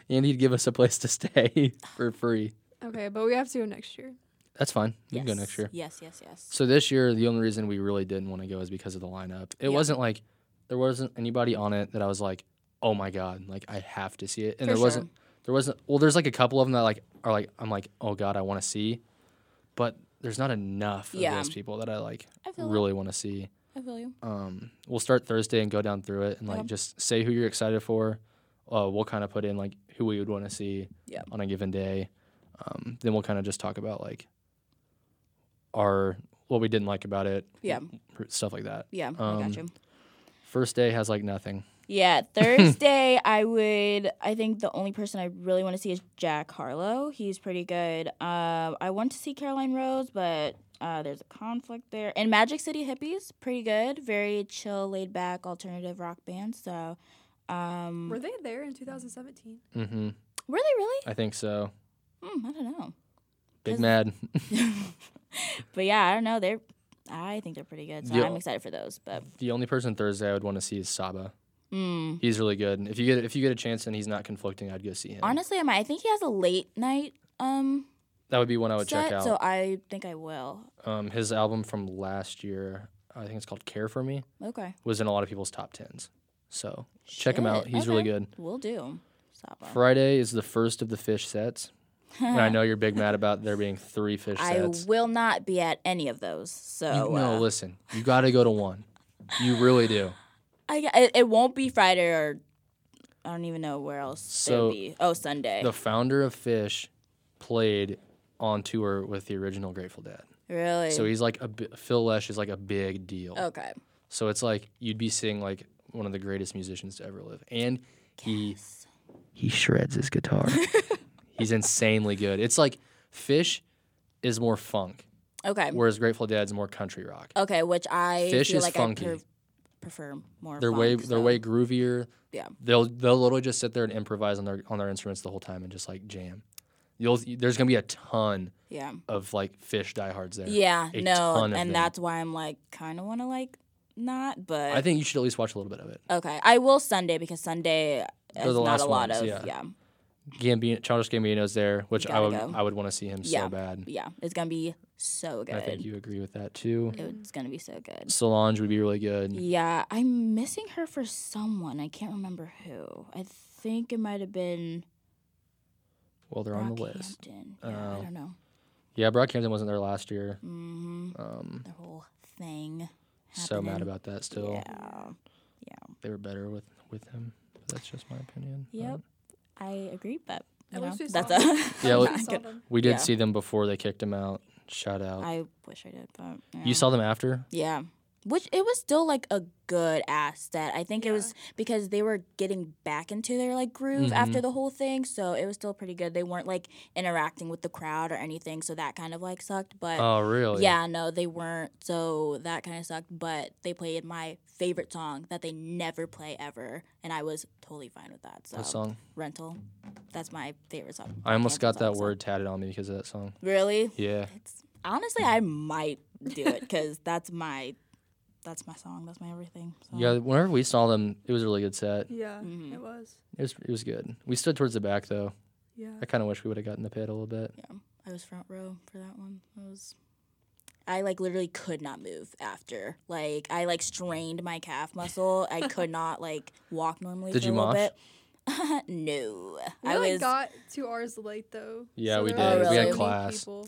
Speaker 2: yeah.
Speaker 1: and he'd give us a place to stay for free.
Speaker 3: Okay, but we have to go next year.
Speaker 1: That's fine. You
Speaker 2: yes.
Speaker 1: can go next year.
Speaker 2: Yes, yes, yes.
Speaker 1: So this year, the only reason we really didn't want to go is because of the lineup. It
Speaker 2: Yeah.
Speaker 1: wasn't like there wasn't anybody on it that I was like, oh my god, like I have to see it. And
Speaker 2: For
Speaker 1: there wasn't there wasn't well, there's like a couple of them that like are like I'm like oh god, I want to see, but there's not enough
Speaker 2: Yeah.
Speaker 1: of those people that I like
Speaker 2: I feel
Speaker 1: really want to see.
Speaker 2: I feel you.
Speaker 1: Um, we'll start Thursday and go down through it and like
Speaker 2: Yep.
Speaker 1: just say who you're excited for. Uh, we'll kind of put in like who we would want to see
Speaker 2: Yep.
Speaker 1: on a given day. Um, then we'll kind of just talk about like our what we didn't like about it,
Speaker 2: Yeah,
Speaker 1: stuff like that.
Speaker 2: yeah, I
Speaker 1: Um,
Speaker 2: got you.
Speaker 1: First day has like nothing.
Speaker 2: Yeah, Thursday I would I think the only person I really want to see is Jack Harlow. He's pretty good. Um, I want to see Caroline Rose, but uh, there's a conflict there. And Magic City Hippies, pretty good. Very chill, laid back alternative rock band. So um
Speaker 3: Were they there in 2017?
Speaker 1: hmm
Speaker 2: were they really?
Speaker 1: I think so.
Speaker 2: Hmm, I don't know.
Speaker 1: Big
Speaker 2: Does-
Speaker 1: mad.
Speaker 2: But yeah, I don't know. They're I think they're pretty good. So
Speaker 1: Yeah.
Speaker 2: I'm excited for those. But
Speaker 1: the only person Thursday I would want to see is Saba.
Speaker 2: mm.
Speaker 1: He's really good. And if you get if you get a chance and he's not conflicting, I'd go see him.
Speaker 2: honestly, I might. I think he has a late night um
Speaker 1: that would be one I would
Speaker 2: set,
Speaker 1: check out.
Speaker 2: so I think I will.
Speaker 1: um, his album from last year, I think it's called Care for Me,
Speaker 2: Okay.
Speaker 1: was in a lot of people's top tens. So check him out.
Speaker 2: Shit,
Speaker 1: He's really
Speaker 2: okay.
Speaker 1: good.
Speaker 2: Will do. Stop.
Speaker 1: Friday is the first of the fish sets. and I know you're big mad about there being three fish
Speaker 2: Uh-huh. I
Speaker 1: sets.
Speaker 2: will not be at any of those. So
Speaker 1: you, no,
Speaker 2: uh,
Speaker 1: listen, you got to go to one. You really do.
Speaker 2: I, it, it won't be Friday or I don't even know where else
Speaker 1: So,
Speaker 2: they'll be. Oh, Sunday.
Speaker 1: The founder of Fish played on tour with the original Grateful Dead.
Speaker 2: really?
Speaker 1: So he's like a bi- Phil Lesh is like a big deal.
Speaker 2: okay.
Speaker 1: So it's like you'd be seeing like one of the greatest musicians to ever live, and he
Speaker 2: Yes.
Speaker 1: he shreds his guitar. he's insanely good. It's like Fish is more funk,
Speaker 2: Okay.
Speaker 1: whereas Grateful Dead's more country rock.
Speaker 2: Okay, which I
Speaker 1: Fish
Speaker 2: feel
Speaker 1: is
Speaker 2: like
Speaker 1: funky.
Speaker 2: I pre- prefer more.
Speaker 1: They're
Speaker 2: funk,
Speaker 1: way
Speaker 2: so.
Speaker 1: they're way groovier.
Speaker 2: Yeah.
Speaker 1: They'll they'll literally just sit there and improvise on their on their instruments the whole time and just like jam. You'll there's gonna be a ton
Speaker 2: Yeah.
Speaker 1: of like Fish diehards there.
Speaker 2: Yeah.
Speaker 1: a
Speaker 2: No,
Speaker 1: ton of
Speaker 2: and
Speaker 1: them.
Speaker 2: that's why I'm like kind of want to like not, but
Speaker 1: I think you should at least watch a little bit of it.
Speaker 2: okay, I will Sunday because Sunday
Speaker 1: They're
Speaker 2: is
Speaker 1: the
Speaker 2: not
Speaker 1: last
Speaker 2: a lot
Speaker 1: ones,
Speaker 2: of
Speaker 1: yeah.
Speaker 2: yeah.
Speaker 1: Gambino, Childish Gambino's there, which I
Speaker 2: Gotta
Speaker 1: would
Speaker 2: go.
Speaker 1: I would want to see him
Speaker 2: Yeah.
Speaker 1: so bad.
Speaker 2: yeah, it's gonna be so good.
Speaker 1: I think you agree with that too.
Speaker 2: It's gonna be so good.
Speaker 1: Solange would be really good.
Speaker 2: Yeah, I'm missing her for someone. I can't remember who. I think it might have been
Speaker 1: Well, they're on the list.
Speaker 2: Brockhampton. Yeah,
Speaker 1: Oh.
Speaker 2: I don't know.
Speaker 1: Yeah, Brockhampton wasn't there last year.
Speaker 2: Mm-hmm.
Speaker 1: Um,
Speaker 2: The whole thing.
Speaker 1: so mad
Speaker 2: happening.
Speaker 1: about that. Still,
Speaker 2: Yeah.
Speaker 1: they were better with with him. But that's just my opinion.
Speaker 2: Yep.
Speaker 1: Um,
Speaker 2: I agree, but you
Speaker 3: At
Speaker 2: know,
Speaker 3: least we
Speaker 2: that's
Speaker 3: saw
Speaker 2: a.
Speaker 1: Yeah,
Speaker 2: I'm
Speaker 1: we-
Speaker 2: not
Speaker 3: I saw
Speaker 2: good-
Speaker 3: them.
Speaker 1: we did
Speaker 2: Yeah.
Speaker 1: see them before they kicked him out. Shout out.
Speaker 2: I wish I did, but yeah.
Speaker 1: You saw them after.
Speaker 2: Yeah. Which it was still like a good ass set. I think it
Speaker 3: Yeah.
Speaker 2: was because they were getting back into their like groove
Speaker 1: Mhm.
Speaker 2: after the whole thing, so it was still pretty good. They weren't like interacting with the crowd or anything, so that kind of like sucked. But
Speaker 1: Oh, really?
Speaker 2: yeah, no, they weren't, so that kind of sucked. But they played my favorite song that they never play ever, and I was totally fine with that. So
Speaker 1: What song?
Speaker 2: rental, that's my favorite song.
Speaker 1: I almost got
Speaker 2: Brockhampton
Speaker 1: that
Speaker 2: song, so-
Speaker 1: word tatted on me because of that song.
Speaker 2: Really?
Speaker 1: Yeah.
Speaker 2: It's honestly, I might do it because that's my that's my song. That's my everything. So.
Speaker 1: Yeah. Whenever we saw them, it was a really good set.
Speaker 3: Yeah,
Speaker 2: Mhm.
Speaker 1: Mm-hmm.
Speaker 3: it was.
Speaker 1: It was it was good. We stood towards the back though.
Speaker 3: Yeah.
Speaker 1: I kind of wish we would have gotten the pit a little bit.
Speaker 2: I was front row for that one. I was. I like literally could not move after. Like I like strained my calf muscle. I could not like walk normally.
Speaker 1: Did
Speaker 2: for
Speaker 1: you
Speaker 2: a little
Speaker 1: mosh?
Speaker 2: Bit. no,
Speaker 3: We
Speaker 2: I
Speaker 3: like
Speaker 2: was.
Speaker 3: got two hours late though.
Speaker 1: Yeah,
Speaker 3: so
Speaker 1: we
Speaker 3: there
Speaker 2: did.
Speaker 3: were, like,
Speaker 2: We had
Speaker 3: so many
Speaker 1: class.
Speaker 3: People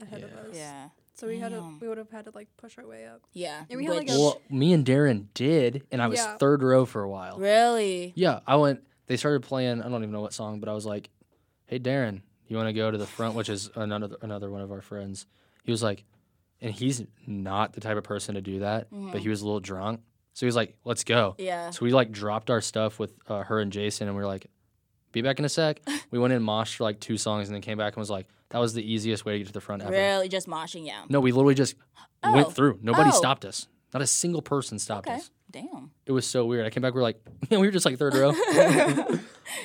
Speaker 3: Ahead of us.
Speaker 2: Oh yeah,
Speaker 3: So we had to,
Speaker 2: Damn.
Speaker 3: we would have had to like push our way up.
Speaker 2: yeah.
Speaker 3: And we had, like,
Speaker 2: which-
Speaker 3: a-
Speaker 1: Well, me and Darren did, and I was
Speaker 3: Yeah.
Speaker 1: third row for a while.
Speaker 2: really.
Speaker 1: Yeah, I went. They started playing. I don't even know what song, but I was like, "Hey, Darren, you want to go to the front?" Which is another another one of our friends. He was like, and he's not the type of person to do that, but he was a little drunk, so he was like, "Let's go."
Speaker 2: Mm-hmm. Yeah.
Speaker 1: So we like dropped our stuff with uh, her and Jason, and we were like, "Be back in a sec." we went in and moshed for like two songs, and then came back and was like, "That was the easiest way to get to the front ever."
Speaker 2: Really, just moshing. Yeah.
Speaker 1: No, we literally just went
Speaker 2: Oh.
Speaker 1: through. Nobody
Speaker 2: Oh.
Speaker 1: stopped us. Not a single person stopped
Speaker 2: Okay.
Speaker 1: us
Speaker 2: Damn.
Speaker 1: it was so weird. I came back, we were like, man, we were just like third row. they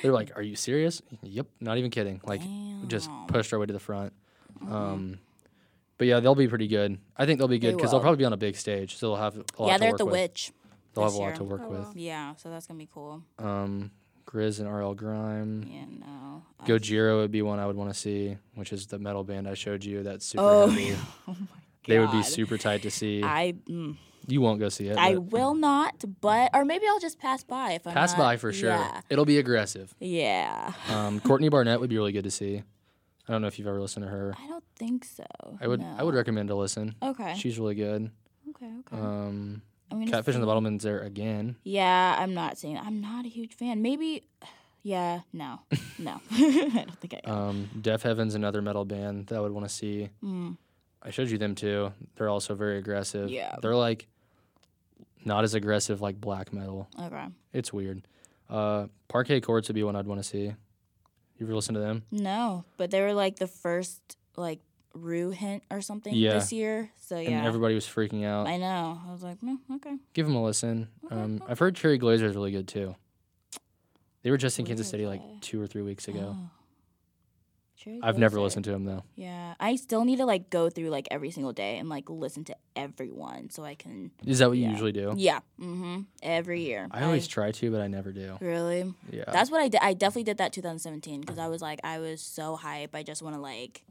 Speaker 1: were like, are you serious? Yep, not even kidding. Like, we just
Speaker 2: Damn. Mm-hmm.
Speaker 1: pushed our way to the front. Um, but yeah, they'll be pretty good. I think they'll be
Speaker 2: They
Speaker 1: good because they'll
Speaker 2: will.
Speaker 1: probably be on a big stage, so they'll have a lot
Speaker 2: Yeah,
Speaker 1: to
Speaker 2: they're
Speaker 1: work
Speaker 2: at the
Speaker 1: with.
Speaker 2: witch.
Speaker 1: They'll have
Speaker 2: this
Speaker 1: a lot
Speaker 2: year.
Speaker 1: to work
Speaker 3: Oh,
Speaker 1: with.
Speaker 3: wow.
Speaker 2: Yeah, so that's gonna be cool.
Speaker 1: Um, Grizz and RL Grime.
Speaker 2: Yeah, no. I-
Speaker 1: Gojira would be one I would want to see, which is the metal band I showed you. That's super
Speaker 2: Oh,
Speaker 1: heavy.
Speaker 2: yeah. oh my god.
Speaker 1: They would be super tight to see.
Speaker 2: I mm,
Speaker 1: you won't go see it.
Speaker 2: I
Speaker 1: but
Speaker 2: will not, but or maybe I'll just pass by if I'm
Speaker 1: pass
Speaker 2: not-
Speaker 1: by for sure.
Speaker 2: Yeah.
Speaker 1: It'll be aggressive.
Speaker 2: Yeah.
Speaker 1: Um, Courtney Barnett would be really good to see. I don't know if you've ever listened to her.
Speaker 2: I don't think so.
Speaker 1: I would I would
Speaker 2: no.
Speaker 1: recommend to listen.
Speaker 2: Okay.
Speaker 1: She's really good.
Speaker 2: okay. Okay.
Speaker 1: Um,
Speaker 2: I'm gonna
Speaker 1: Catfish and the
Speaker 2: think.
Speaker 1: Bottleman's there again.
Speaker 2: Yeah, I'm not saying I'm not a huge fan. Maybe. Yeah. No. No. I don't think I. Am.
Speaker 1: Um, Deaf Heaven's another metal band that I would want to see.
Speaker 2: Mm.
Speaker 1: I showed you them too. They're also very aggressive.
Speaker 2: Yeah.
Speaker 1: They're like not as aggressive like black metal.
Speaker 2: Okay.
Speaker 1: It's weird. Uh, Parquet Courts would be one I'd want to see. You ever listen to them?
Speaker 2: No, but they were like the first like Rue hint or something
Speaker 1: Yeah.
Speaker 2: this year. So yeah.
Speaker 1: And everybody was freaking out.
Speaker 2: I know. I was like, mm, okay.
Speaker 1: Give them a listen.
Speaker 2: Okay,
Speaker 1: Um,
Speaker 2: okay.
Speaker 1: I've heard Cherry Glazer is really good too. They were just in Kansas
Speaker 2: Where
Speaker 1: City
Speaker 2: are
Speaker 1: like
Speaker 2: they?
Speaker 1: two or three weeks ago.
Speaker 2: Oh. Cherry
Speaker 1: I've never
Speaker 2: Blizzard.
Speaker 1: listened to them though.
Speaker 2: Yeah, I still need to like go through like every single day and like listen to everyone so I can.
Speaker 1: Is that what you
Speaker 2: Yeah.
Speaker 1: usually do?
Speaker 2: Yeah. Mm-hmm. Every year.
Speaker 1: I always try to, but I never do.
Speaker 2: Really?
Speaker 1: Yeah.
Speaker 2: That's what I did. I definitely did that 2017 because I was like, I was so hype. I just want to like,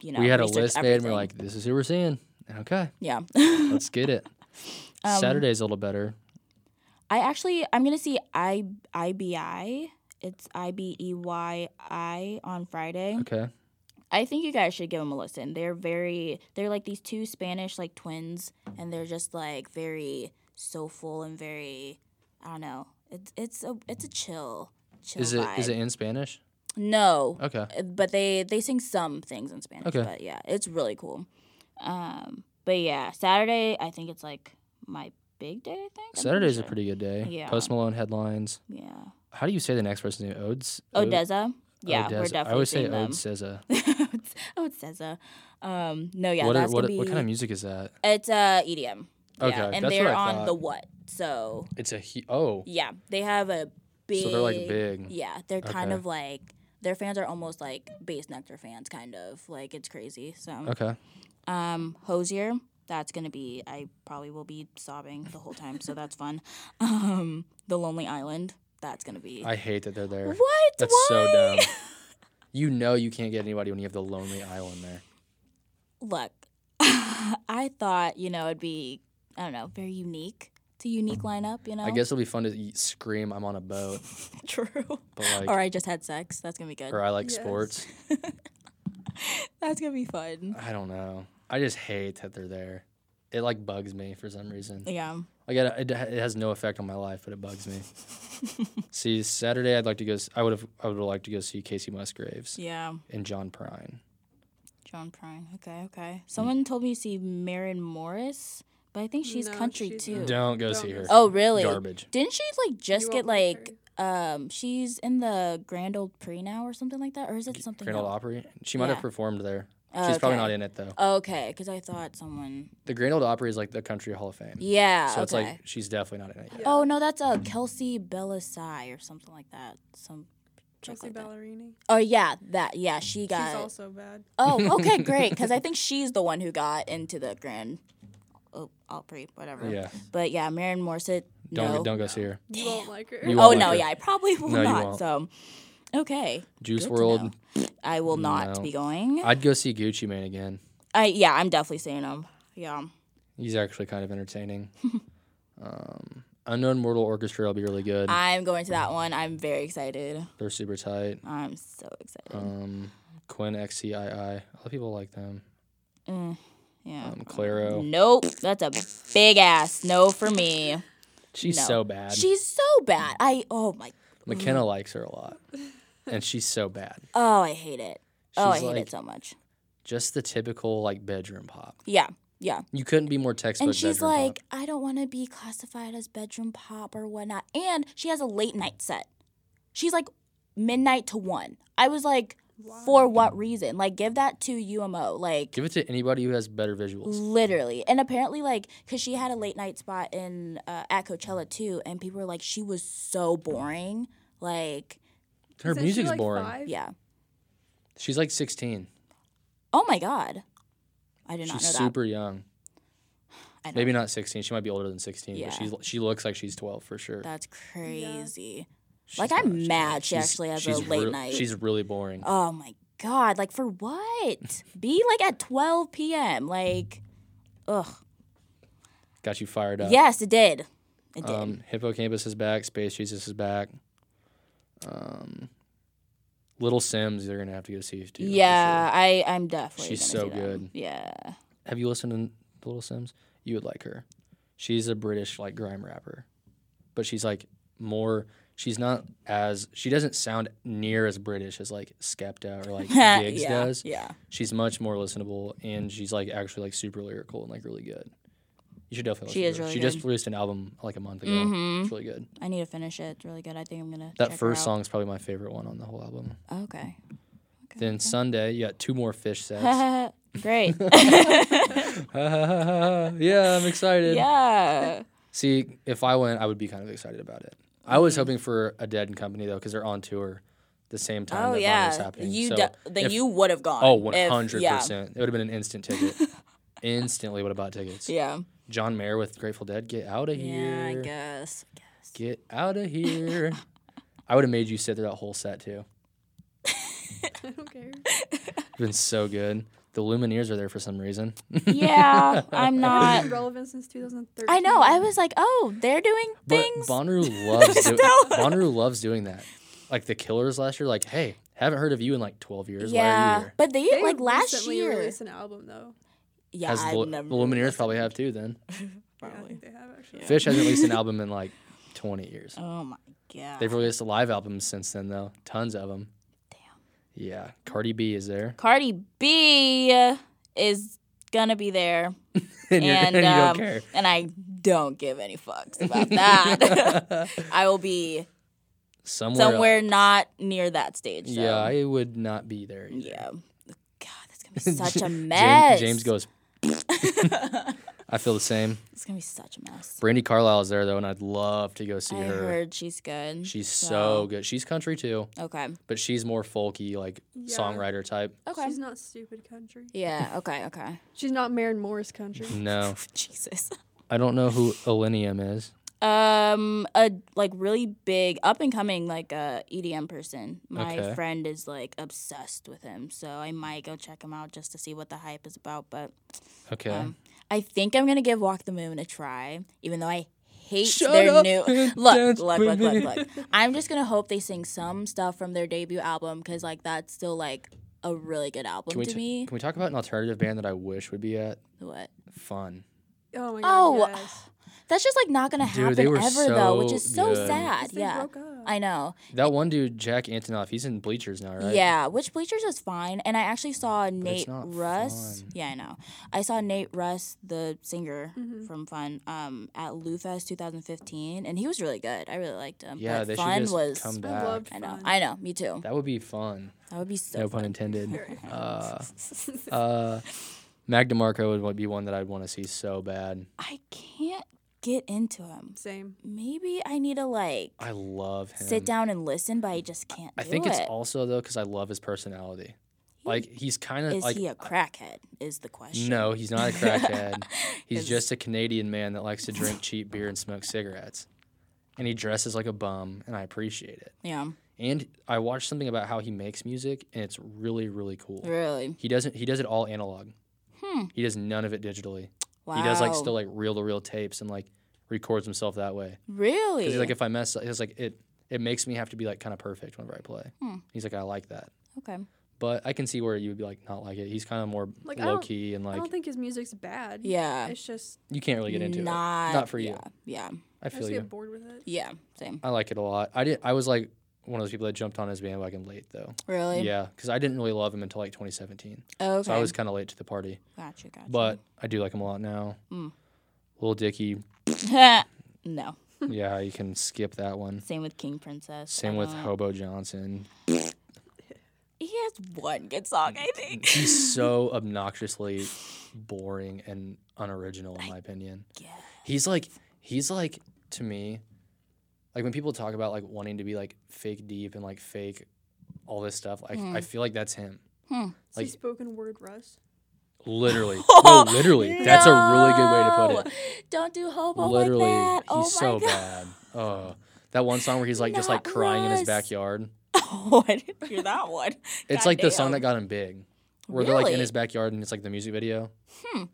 Speaker 2: you know,
Speaker 1: we had a
Speaker 2: research
Speaker 1: list made and we're
Speaker 2: everything.
Speaker 1: like, this is who we're seeing. Okay,
Speaker 2: yeah.
Speaker 1: let's get it.
Speaker 2: Um,
Speaker 1: Saturday's a little better.
Speaker 2: I actually, I'm gonna see I I B I. It's I B E Y I on Friday.
Speaker 1: Okay.
Speaker 2: I think you guys should give them a listen. They're very, they're like these two Spanish like twins, and they're just like very soulful and very, I don't know. It's it's a it's a chill chill
Speaker 1: Is it is
Speaker 2: vibe.
Speaker 1: it in Spanish?
Speaker 2: no,
Speaker 1: Okay.
Speaker 2: Uh, but they they sing some things in Spanish.
Speaker 1: Okay.
Speaker 2: But yeah, it's really cool. Um, but yeah, Saturday I think it's like my big day. I think I'm pretty
Speaker 1: Saturday's a
Speaker 2: sure.
Speaker 1: pretty good day.
Speaker 2: Yeah.
Speaker 1: Post Malone headlines.
Speaker 2: yeah.
Speaker 1: How do you say the next person's name? Odes? Ode-
Speaker 2: Odessa. Oh, Yeah, we're
Speaker 1: Oh, Odessa.
Speaker 2: definitely
Speaker 1: I always say
Speaker 2: seeing them.
Speaker 1: Odes SZA.
Speaker 2: Odessa. Um, no, yeah,
Speaker 1: what, are-
Speaker 2: that's
Speaker 1: what,
Speaker 2: gonna be
Speaker 1: what kind of music is that?
Speaker 2: It's uh EDM.
Speaker 1: Okay,
Speaker 2: yeah, and
Speaker 1: that's what
Speaker 2: they're
Speaker 1: I
Speaker 2: on
Speaker 1: thought.
Speaker 2: the what? So
Speaker 1: It's a he. Oh,
Speaker 2: yeah, they have a big.
Speaker 1: so they're like big.
Speaker 2: Yeah, they're kind
Speaker 1: Okay.
Speaker 2: of like their fans are almost like Bass Nectar fans, kind of like it's crazy. So
Speaker 1: Okay.
Speaker 2: um, Hosier, that's gonna be. I probably will be sobbing the whole time, so that's fun. Um, the Lonely Island, that's gonna be.
Speaker 1: I hate that they're there.
Speaker 2: what?
Speaker 1: That's
Speaker 2: Why?
Speaker 1: so dumb. You know you can't get anybody when you have the lonely island there.
Speaker 2: look, I thought, you know, it'd be, I don't know, very unique. It's a unique lineup, you know?
Speaker 1: Mm. I guess it'll be fun to y- scream I'm on a boat,
Speaker 2: True.
Speaker 1: but like
Speaker 2: or I just had sex. That's going to be good.
Speaker 1: or I like
Speaker 3: Yes.
Speaker 1: sports.
Speaker 2: That's going to be fun.
Speaker 1: I don't know. I just hate that they're there. It like bugs me for some reason.
Speaker 2: Yeah.
Speaker 1: Like it, it, it has no effect on my life, but it bugs me. see, Saturday I'd like to go. s- I would have. I would have liked to go see Casey Musgraves
Speaker 2: Yeah.
Speaker 1: and John Prine.
Speaker 2: John Prine. Okay, okay. Someone
Speaker 1: Mm.
Speaker 2: told me to see Marin Morris, but I think she's
Speaker 3: No,
Speaker 2: country
Speaker 3: she's
Speaker 2: too.
Speaker 3: not.
Speaker 1: Don't go
Speaker 3: Don't
Speaker 1: see
Speaker 3: go
Speaker 1: her.
Speaker 3: see
Speaker 2: Oh, really?
Speaker 1: Garbage.
Speaker 2: Didn't she like just
Speaker 3: You
Speaker 2: get
Speaker 3: won't like
Speaker 2: like um she's in the Grand Old Prix now or something like that or is it something
Speaker 1: Grand Ole
Speaker 2: else?
Speaker 1: Opry. She might
Speaker 2: Yeah.
Speaker 1: have performed there.
Speaker 2: Oh,
Speaker 1: She's probably
Speaker 2: okay.
Speaker 1: not in it though.
Speaker 2: Okay, cuz I thought someone
Speaker 1: The Grand Ole Opry is like the country hall of fame.
Speaker 2: Yeah,
Speaker 1: so
Speaker 2: okay.
Speaker 1: it's like she's definitely not in it. Yet.
Speaker 2: Oh no, that's uh, Kelsey Belisai or something like that. Some chick
Speaker 3: Chelsea
Speaker 2: like that.
Speaker 3: Ballerini.
Speaker 2: Oh yeah, that yeah she got.
Speaker 3: She's also bad.
Speaker 2: oh okay, great because I think she's the one who got into the Grand O- Opry, whatever.
Speaker 1: Yeah.
Speaker 2: But yeah, Marin Morissette.
Speaker 1: Don't
Speaker 2: no.
Speaker 1: don't go see her.
Speaker 3: You won't like her.
Speaker 1: You
Speaker 2: oh
Speaker 1: won't
Speaker 2: no,
Speaker 1: like her.
Speaker 2: yeah, I probably will
Speaker 1: No, you
Speaker 2: not.
Speaker 1: won't.
Speaker 2: So okay,
Speaker 1: Juice
Speaker 2: Good to know.
Speaker 1: World.
Speaker 2: I will not
Speaker 1: No.
Speaker 2: be going. I,
Speaker 1: I'd go see Gucci Mane again.
Speaker 2: yeah, I'm definitely seeing him. Yeah.
Speaker 1: He's actually kind of entertaining. um, Unknown Mortal Orchestra will be really good.
Speaker 2: I'm going to that one. I'm very excited.
Speaker 1: They're super tight.
Speaker 2: I'm so excited.
Speaker 1: Um, Quinn XCII. A lot of people like them.
Speaker 2: Mm, yeah.
Speaker 1: Um, Claro.
Speaker 2: Nope, that's a big ass no for me.
Speaker 1: She's
Speaker 2: no.
Speaker 1: so bad.
Speaker 2: She's so bad. I oh my
Speaker 1: McKenna likes her a lot, and she's so bad.
Speaker 2: oh I hate it. oh I
Speaker 1: She's
Speaker 2: hate
Speaker 1: like
Speaker 2: it so much.
Speaker 1: just the typical like bedroom pop.
Speaker 2: Yeah, yeah.
Speaker 1: You couldn't be more textbook.
Speaker 2: And she's
Speaker 1: bedroom
Speaker 2: like,
Speaker 1: pop.
Speaker 2: I don't want to be classified as bedroom pop or whatnot. And she has a late night set. She's like midnight to one. I was like, for what reason? Like, give that to UMO. Like,
Speaker 1: give it to anybody who has better visuals.
Speaker 2: Literally, and apparently, like, cause she had a late night spot in uh, at Coachella too, and people were like, she was so boring. Like,
Speaker 1: Her
Speaker 3: Isn't she,
Speaker 1: music's
Speaker 3: like,
Speaker 1: boring.
Speaker 3: five?
Speaker 2: yeah.
Speaker 1: She's like 16.
Speaker 2: Oh my god, I did not
Speaker 1: She's
Speaker 2: know that.
Speaker 1: super young.
Speaker 2: I know.
Speaker 1: Maybe not 16. She might be older than 16,
Speaker 2: Yeah.
Speaker 1: but she's she looks like she's 12 for sure.
Speaker 2: That's crazy. Like,
Speaker 1: She's
Speaker 2: I'm
Speaker 1: not- she's
Speaker 2: mad
Speaker 1: not.
Speaker 2: she actually has a
Speaker 1: she's
Speaker 2: late night.
Speaker 1: She's really boring.
Speaker 2: Oh my god! Like for what? Be like at 12 p.m. Like, ugh.
Speaker 1: Got you fired up.
Speaker 2: Yes, it did. It did.
Speaker 1: Um, Hippocampus is back. Space Jesus is back. Um, Little Sims, they're gonna have to go see too. for
Speaker 2: yeah,
Speaker 1: sure.
Speaker 2: I I'm definitely.
Speaker 1: She's so
Speaker 2: gonna see them.
Speaker 1: good.
Speaker 2: Yeah.
Speaker 1: Have you listened to the Little Sims? You would like her. She's a British like grime rapper, but she's like more. She's not as she doesn't sound near as British as like Skepta or like Gigs
Speaker 2: yeah.
Speaker 1: does.
Speaker 2: Yeah.
Speaker 1: She's much more listenable and she's like actually like super lyrical and like really good. You should definitely.
Speaker 2: She
Speaker 1: listen
Speaker 2: is
Speaker 1: to her.
Speaker 2: really
Speaker 1: She
Speaker 2: good.
Speaker 1: just released an album like a month ago.
Speaker 2: Mhm.
Speaker 1: It's really good.
Speaker 2: I need to finish it. It's really good. I think I'm gonna.
Speaker 1: That
Speaker 2: check her
Speaker 1: first
Speaker 2: out.
Speaker 1: song is probably my favorite one on the whole album.
Speaker 2: okay. okay.
Speaker 1: Then Sunday, you got two more fish sets.
Speaker 2: okay. Great.
Speaker 1: yeah, I'm excited.
Speaker 2: yeah.
Speaker 1: See, if I went, I would be kind of excited about it. I
Speaker 2: Mm-hmm.
Speaker 1: was hoping for a Dead and Company though, because they're on tour the same time.
Speaker 2: Oh
Speaker 1: that Bonnie's
Speaker 2: yeah.
Speaker 1: happening.
Speaker 2: You
Speaker 1: so
Speaker 2: de- then
Speaker 1: if-
Speaker 2: you would have gone.
Speaker 1: Oh,
Speaker 2: if-
Speaker 1: 100
Speaker 2: Yeah.
Speaker 1: percent. It would have been an instant ticket. Instantly would have bought tickets.
Speaker 2: Yeah.
Speaker 1: John Mayer with Grateful Dead, get out of
Speaker 2: Yeah. I
Speaker 1: here.
Speaker 2: guess. I guess.
Speaker 1: get out of here. I would have made you sit through that whole set too.
Speaker 3: I don't care.
Speaker 1: It's been so good. The Lumineers are there for some reason.
Speaker 2: yeah. I'm
Speaker 3: I've
Speaker 2: not.
Speaker 3: been relevant since 2013.
Speaker 2: Uh, I know. I was like, oh, they're doing
Speaker 1: But
Speaker 2: things.
Speaker 1: Bonnaroo loves do-
Speaker 2: Still.
Speaker 1: Bonnaroo loves doing that. Like the Killers last year, like, hey, haven't heard of you in like twelve years. Why are you
Speaker 2: yeah,
Speaker 1: here?
Speaker 2: but they,
Speaker 3: They
Speaker 2: like last
Speaker 3: recently
Speaker 2: year.
Speaker 3: released an album though.
Speaker 2: Yeah,
Speaker 1: Has
Speaker 2: I've
Speaker 1: the,
Speaker 2: never
Speaker 1: the Lumineers probably have too. Then
Speaker 3: Yeah, I
Speaker 2: probably.
Speaker 3: think they have actually.
Speaker 1: Fish hasn't released an album in like twenty years.
Speaker 2: Oh my god.
Speaker 1: They've released a live album since then though, tons of them. Damn. Yeah, Cardi B is there,
Speaker 2: Cardi B is gonna be there,
Speaker 1: and, you're, and
Speaker 2: and
Speaker 1: you don't
Speaker 2: um,
Speaker 1: care.
Speaker 2: and I don't give any fucks about that. I will be
Speaker 1: Somewhere. else.
Speaker 2: somewhere not near that stage. So.
Speaker 1: Yeah, I would not be there. either.
Speaker 2: yeah. God, that's gonna be such a
Speaker 1: Jam-
Speaker 2: mess.
Speaker 1: James goes. I feel the same.
Speaker 2: It's gonna be such a mess.
Speaker 1: Brandy Carlisle is there though, and I'd love to go see
Speaker 2: I
Speaker 1: her.
Speaker 2: heard she's good.
Speaker 1: She's
Speaker 2: So-
Speaker 1: so good. She's country too,
Speaker 2: okay.
Speaker 1: but she's more folky, like
Speaker 3: Yeah.
Speaker 1: songwriter type.
Speaker 2: Okay.
Speaker 3: She's not stupid country.
Speaker 2: Yeah. Okay. Okay.
Speaker 3: She's not Maren Morris country.
Speaker 1: No,
Speaker 2: Jesus.
Speaker 1: I don't know who Illenium is.
Speaker 2: Um, a like really big up and coming like uh, EDM person. My
Speaker 1: Okay.
Speaker 2: friend is like obsessed with him, so I might go check him out just to see what the hype is about. But
Speaker 1: Okay.
Speaker 2: um, I think I'm gonna give Walk the Moon a try, even though I hate
Speaker 1: Shut
Speaker 2: their
Speaker 1: up
Speaker 2: new
Speaker 1: and
Speaker 2: look,
Speaker 1: dance
Speaker 2: look,
Speaker 1: with
Speaker 2: look, look,
Speaker 1: me.
Speaker 2: look. I'm just gonna hope they sing some stuff from their debut album because like that's still like a really good album
Speaker 1: can we
Speaker 2: to
Speaker 1: t-
Speaker 2: me.
Speaker 1: can we talk about an alternative band that I wish would be at
Speaker 2: What?
Speaker 1: Fun?
Speaker 3: Oh my god.
Speaker 2: Oh,
Speaker 3: yes.
Speaker 2: That's just like not gonna
Speaker 1: Dude,
Speaker 2: happen
Speaker 1: they were
Speaker 2: ever though, which
Speaker 1: so
Speaker 2: is so
Speaker 1: good.
Speaker 2: sad.
Speaker 3: They
Speaker 2: Yeah,
Speaker 3: broke up.
Speaker 2: I know.
Speaker 1: That one dude, Jack Antonoff, he's in Bleachers now, right?
Speaker 2: Yeah, which bleachers is fine. And I actually saw Nate
Speaker 1: not
Speaker 2: Russ.
Speaker 1: fun.
Speaker 2: Yeah, I know. I saw Nate Russ, the singer
Speaker 3: Mhm.
Speaker 2: from Fun, um, at Lufest 2015, and he was really good. I really liked him.
Speaker 1: Yeah,
Speaker 2: but
Speaker 1: they
Speaker 2: Fun
Speaker 1: should just
Speaker 2: was.
Speaker 1: come
Speaker 3: I
Speaker 1: back.
Speaker 3: loved
Speaker 2: I know.
Speaker 3: Fun.
Speaker 2: I know. Me too.
Speaker 1: That would be fun.
Speaker 2: That would be so.
Speaker 1: no pun
Speaker 2: fun.
Speaker 1: intended.
Speaker 3: Very fun.
Speaker 1: Uh, uh, Magda Marco would be one that I'd want to see so bad.
Speaker 2: I can't get into him.
Speaker 3: Same.
Speaker 2: Maybe I need to like
Speaker 1: I love him.
Speaker 2: sit down and listen, but I just can't.
Speaker 1: I
Speaker 2: do
Speaker 1: think it's
Speaker 2: it.
Speaker 1: also though because I love his personality. Like he's kind of
Speaker 2: Is
Speaker 1: like uh,
Speaker 2: he a crackhead? Is the question.
Speaker 1: No, he's not a crackhead. he's
Speaker 2: 'Cause-
Speaker 1: just a Canadian man that likes to drink cheap beer and smoke cigarettes. And he dresses like a bum, and I appreciate it.
Speaker 2: Yeah.
Speaker 1: And I watched something about how he makes music, and it's really, really cool.
Speaker 2: Really.
Speaker 1: He doesn't. He does it all analog.
Speaker 2: Hmm.
Speaker 1: He does none of it digitally.
Speaker 2: Wow.
Speaker 1: He does like still like reel to reel tapes and like records himself that way.
Speaker 2: Really.
Speaker 1: Because he's like, if I mess, up, he's like, it it makes me have to be like kind of perfect whenever I play.
Speaker 2: Hmm.
Speaker 1: He's like, I like that,
Speaker 2: okay.
Speaker 1: but I can see where you would be like not like it. He's kind of more
Speaker 3: Like, I
Speaker 1: low
Speaker 3: don't-
Speaker 1: key and
Speaker 3: I
Speaker 1: like
Speaker 3: don't think his music's bad.
Speaker 2: Yeah.
Speaker 3: It's just
Speaker 1: you can't really get into it.
Speaker 2: not,
Speaker 1: Not for you.
Speaker 2: yeah, Yeah,
Speaker 1: I
Speaker 3: I
Speaker 1: feel
Speaker 3: just
Speaker 1: you.
Speaker 3: get bored with it.
Speaker 2: yeah, same.
Speaker 1: I like it a lot. I did. I was like one of those people that jumped on his bandwagon late though.
Speaker 2: Really?
Speaker 1: Yeah, because I didn't really love him until like 2017,
Speaker 2: Okay.
Speaker 1: so I was kind of late to the party.
Speaker 2: gotcha, gotcha.
Speaker 1: But I do like him a lot now.
Speaker 3: Hmm.
Speaker 2: Mm.
Speaker 1: Lil Dicky,
Speaker 2: no.
Speaker 1: yeah, you can skip that one.
Speaker 2: Same with King Princess.
Speaker 1: Same
Speaker 2: I
Speaker 1: with
Speaker 2: don't-
Speaker 1: Hobo Johnson.
Speaker 2: He has one good song, I think.
Speaker 1: He's so obnoxiously boring and unoriginal in my opinion.
Speaker 2: Yeah.
Speaker 1: He's like he's like to me like when people talk about like wanting to be like fake deep and like fake all this stuff like
Speaker 2: Mm.
Speaker 1: I feel like that's him.
Speaker 3: Like,
Speaker 1: Like-
Speaker 3: spoken word Russ.
Speaker 1: Literally.
Speaker 2: Oh,
Speaker 1: no, literally. That's a really good way to put it.
Speaker 2: No! Don't do hobo
Speaker 1: Literally.
Speaker 2: like that.
Speaker 1: He's
Speaker 2: oh my
Speaker 1: so
Speaker 2: god.
Speaker 1: bad. Oh. That one song where he's like just like
Speaker 2: Not
Speaker 1: crying in his
Speaker 2: Russ.
Speaker 1: backyard.
Speaker 2: Oh, I didn't hear that one.
Speaker 1: It's like the song that
Speaker 2: Goddamn.
Speaker 1: got him big, where they're like in
Speaker 2: Really?
Speaker 1: his backyard and it's like the music video. Hmm.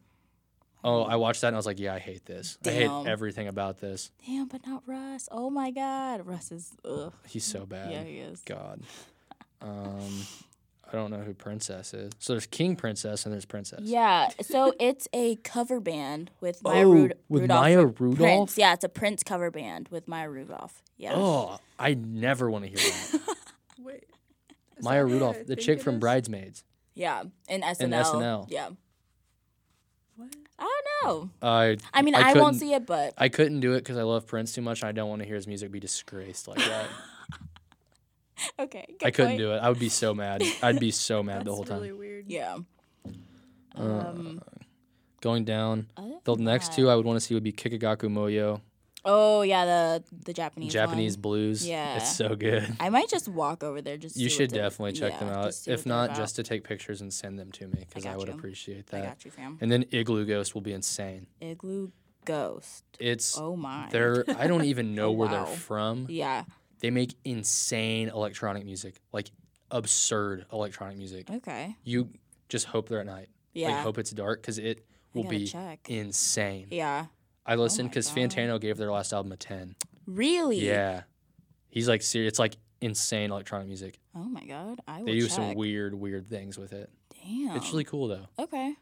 Speaker 1: Oh, I watched that and I was like, yeah, I hate this. I
Speaker 2: Damn.
Speaker 1: hate everything about this.
Speaker 2: Damn, but not Russ. Oh my God, Russ is. Ugh.
Speaker 1: He's so bad.
Speaker 2: Mm, Yeah, he is.
Speaker 1: God. Um, I don't know who Princess is. So there's King Princess and there's Princess.
Speaker 2: Yeah, so it's a cover band with Maya
Speaker 1: Oh,
Speaker 2: Ru-
Speaker 1: with
Speaker 2: Rudolph.
Speaker 1: Maya
Speaker 2: with
Speaker 1: Rudolph.
Speaker 2: Prince. Yeah, it's a Prince cover band with Maya Rudolph. Yeah.
Speaker 1: Oh, I never want to hear that.
Speaker 3: Wait. is
Speaker 1: Maya
Speaker 3: that who
Speaker 1: Rudolph,
Speaker 3: I
Speaker 1: the
Speaker 3: think
Speaker 1: chick
Speaker 3: it
Speaker 1: from
Speaker 3: is?
Speaker 1: Bridesmaids.
Speaker 2: Yeah, in SNL.
Speaker 1: SNL.
Speaker 2: Yeah.
Speaker 3: What?
Speaker 2: I don't know.
Speaker 1: I
Speaker 2: I mean,
Speaker 1: I
Speaker 2: I, won't
Speaker 1: couldn't-
Speaker 2: see it, but
Speaker 1: I couldn't do it because I love Prince too much. And I don't want to hear his music be disgraced like that.
Speaker 2: okay.
Speaker 1: I couldn't do it. I would be so mad. I'd be so mad
Speaker 3: That's
Speaker 1: the whole time.
Speaker 3: really weird.
Speaker 2: Yeah.
Speaker 1: Uh,
Speaker 2: Um,
Speaker 1: Going down.
Speaker 2: other
Speaker 1: The
Speaker 2: than
Speaker 1: next
Speaker 2: that-
Speaker 1: two I would want to see would be Kikagaku Moyo,
Speaker 2: Oh yeah, the the Japanese.
Speaker 1: Japanese
Speaker 2: one.
Speaker 1: blues.
Speaker 2: Yeah.
Speaker 1: it's so good.
Speaker 2: I might just walk over there. Just
Speaker 1: You
Speaker 2: see what
Speaker 1: should
Speaker 2: they're-
Speaker 1: definitely check them
Speaker 2: yeah,
Speaker 1: out.
Speaker 2: just see
Speaker 1: If
Speaker 2: what they're
Speaker 1: not,
Speaker 2: about.
Speaker 1: just to take pictures and send them to me because I,
Speaker 2: got
Speaker 1: would
Speaker 2: you.
Speaker 1: appreciate
Speaker 2: I
Speaker 1: that.
Speaker 2: got you, fam.
Speaker 1: And then Igloo Ghost will be insane.
Speaker 2: Igloo Ghost.
Speaker 1: It's
Speaker 2: Oh my. Oh,
Speaker 1: they're I don't even know where
Speaker 2: Wow.
Speaker 1: they're from.
Speaker 2: Yeah.
Speaker 1: They make insane electronic music, like absurd electronic music.
Speaker 2: Okay.
Speaker 1: You just hope they're at night.
Speaker 2: Yeah.
Speaker 1: Like hope it's dark because it
Speaker 2: I
Speaker 1: will
Speaker 2: gotta
Speaker 1: be
Speaker 2: check.
Speaker 1: insane.
Speaker 2: Yeah. Oh
Speaker 1: I listened
Speaker 2: my
Speaker 1: because
Speaker 2: God.
Speaker 1: Fantano gave their last album a ten.
Speaker 2: Really?
Speaker 1: Yeah, he's like serious. It's like insane electronic music.
Speaker 2: Oh my god. I will
Speaker 1: They do
Speaker 2: check.
Speaker 1: some weird, weird things with it.
Speaker 2: Damn.
Speaker 1: It's really cool though.
Speaker 2: okay.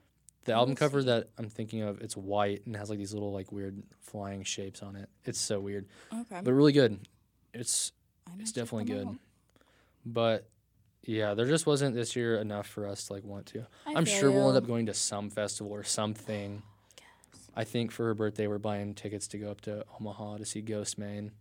Speaker 1: The
Speaker 2: I
Speaker 1: album
Speaker 2: will
Speaker 1: cover
Speaker 2: see.
Speaker 1: that I'm thinking of, it's white and has like these little like weird flying shapes on it. It's so weird,
Speaker 2: Okay.
Speaker 1: but really good. It's
Speaker 2: I might
Speaker 1: it's
Speaker 2: check
Speaker 1: definitely
Speaker 2: them
Speaker 1: good.
Speaker 2: out.
Speaker 1: But yeah, there just wasn't this year enough for us to like want to.
Speaker 2: I
Speaker 1: I'm
Speaker 2: feel
Speaker 1: sure we'll end
Speaker 2: you.
Speaker 1: up going to some festival or something. I think for her birthday, we're buying tickets to go up to Omaha to see Ghost Man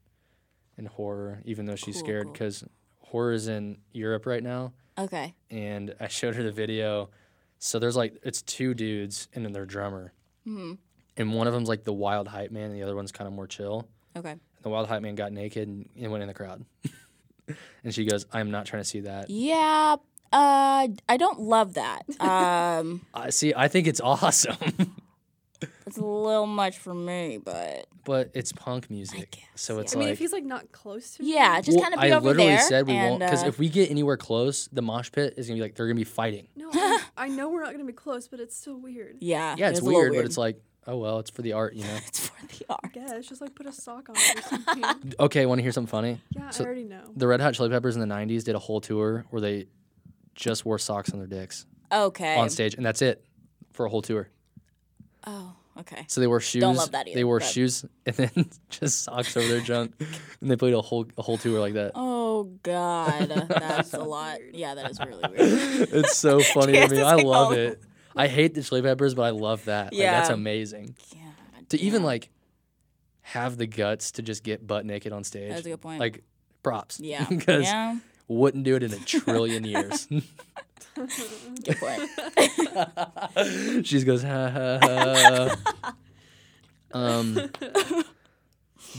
Speaker 1: and horror, even though she's
Speaker 2: Cool,
Speaker 1: scared
Speaker 2: cool.
Speaker 1: because horror is in Europe right now.
Speaker 2: Okay.
Speaker 1: And I showed her the video. So there's like, it's two dudes and then their drummer.
Speaker 2: Hmm.
Speaker 1: And one of them's like the wild hype man, and the other one's kind of more chill.
Speaker 2: Okay.
Speaker 1: And the wild hype man got naked and, and went in the crowd. and she goes, I'm not trying to see that.
Speaker 2: Yeah. Uh, I don't love that. Um,
Speaker 1: I see, I think it's awesome.
Speaker 2: it's a little much for me, but
Speaker 1: but it's punk music.
Speaker 2: guess,
Speaker 1: so it's
Speaker 3: I mean,
Speaker 1: like
Speaker 3: if he's like not close to.
Speaker 2: yeah,
Speaker 3: it,
Speaker 2: just
Speaker 1: Well,
Speaker 2: kind of be
Speaker 1: I
Speaker 2: over
Speaker 1: literally
Speaker 2: there.
Speaker 1: said we won't
Speaker 2: and,
Speaker 1: because
Speaker 2: uh,
Speaker 1: if we get anywhere close, the mosh pit is gonna be like they're gonna be fighting.
Speaker 3: No, I, I know we're not gonna be close, but it's still weird.
Speaker 2: yeah,
Speaker 1: Yeah, it's
Speaker 2: it is a little
Speaker 1: weird, but it's like, oh well, it's for the art, you know.
Speaker 2: it's for the art.
Speaker 3: Yeah, it's just like put a sock on it or something.
Speaker 1: okay, want to hear something funny?
Speaker 3: Yeah,
Speaker 1: So-
Speaker 3: I already know.
Speaker 1: The Red Hot Chili Peppers in the '90s did a whole tour where they just wore socks on their dicks
Speaker 2: Okay.
Speaker 1: on stage, and that's it for a whole tour.
Speaker 2: Oh, okay.
Speaker 1: So they wore shoes.
Speaker 2: love that
Speaker 1: they
Speaker 2: either,
Speaker 1: wore
Speaker 2: but-
Speaker 1: shoes and then just socks over their junk, and they played a whole a whole tour like that.
Speaker 2: Oh God, that's a lot. Yeah, that is really weird.
Speaker 1: It's so funny to me.
Speaker 2: Jesus,
Speaker 1: I
Speaker 2: like,
Speaker 1: love
Speaker 2: all-
Speaker 1: it. I hate the Chili Peppers, but I love that. Like, that's
Speaker 2: Yeah.
Speaker 1: amazing.
Speaker 2: Yeah.
Speaker 1: to even
Speaker 2: damn.
Speaker 1: like have the guts to just get butt naked on stage.
Speaker 2: That's a good point.
Speaker 1: Like props.
Speaker 2: Yeah.
Speaker 1: Because
Speaker 2: yeah.
Speaker 1: wouldn't do it in a trillion years.
Speaker 2: Good point.
Speaker 1: she just goes ha ha ha. um, do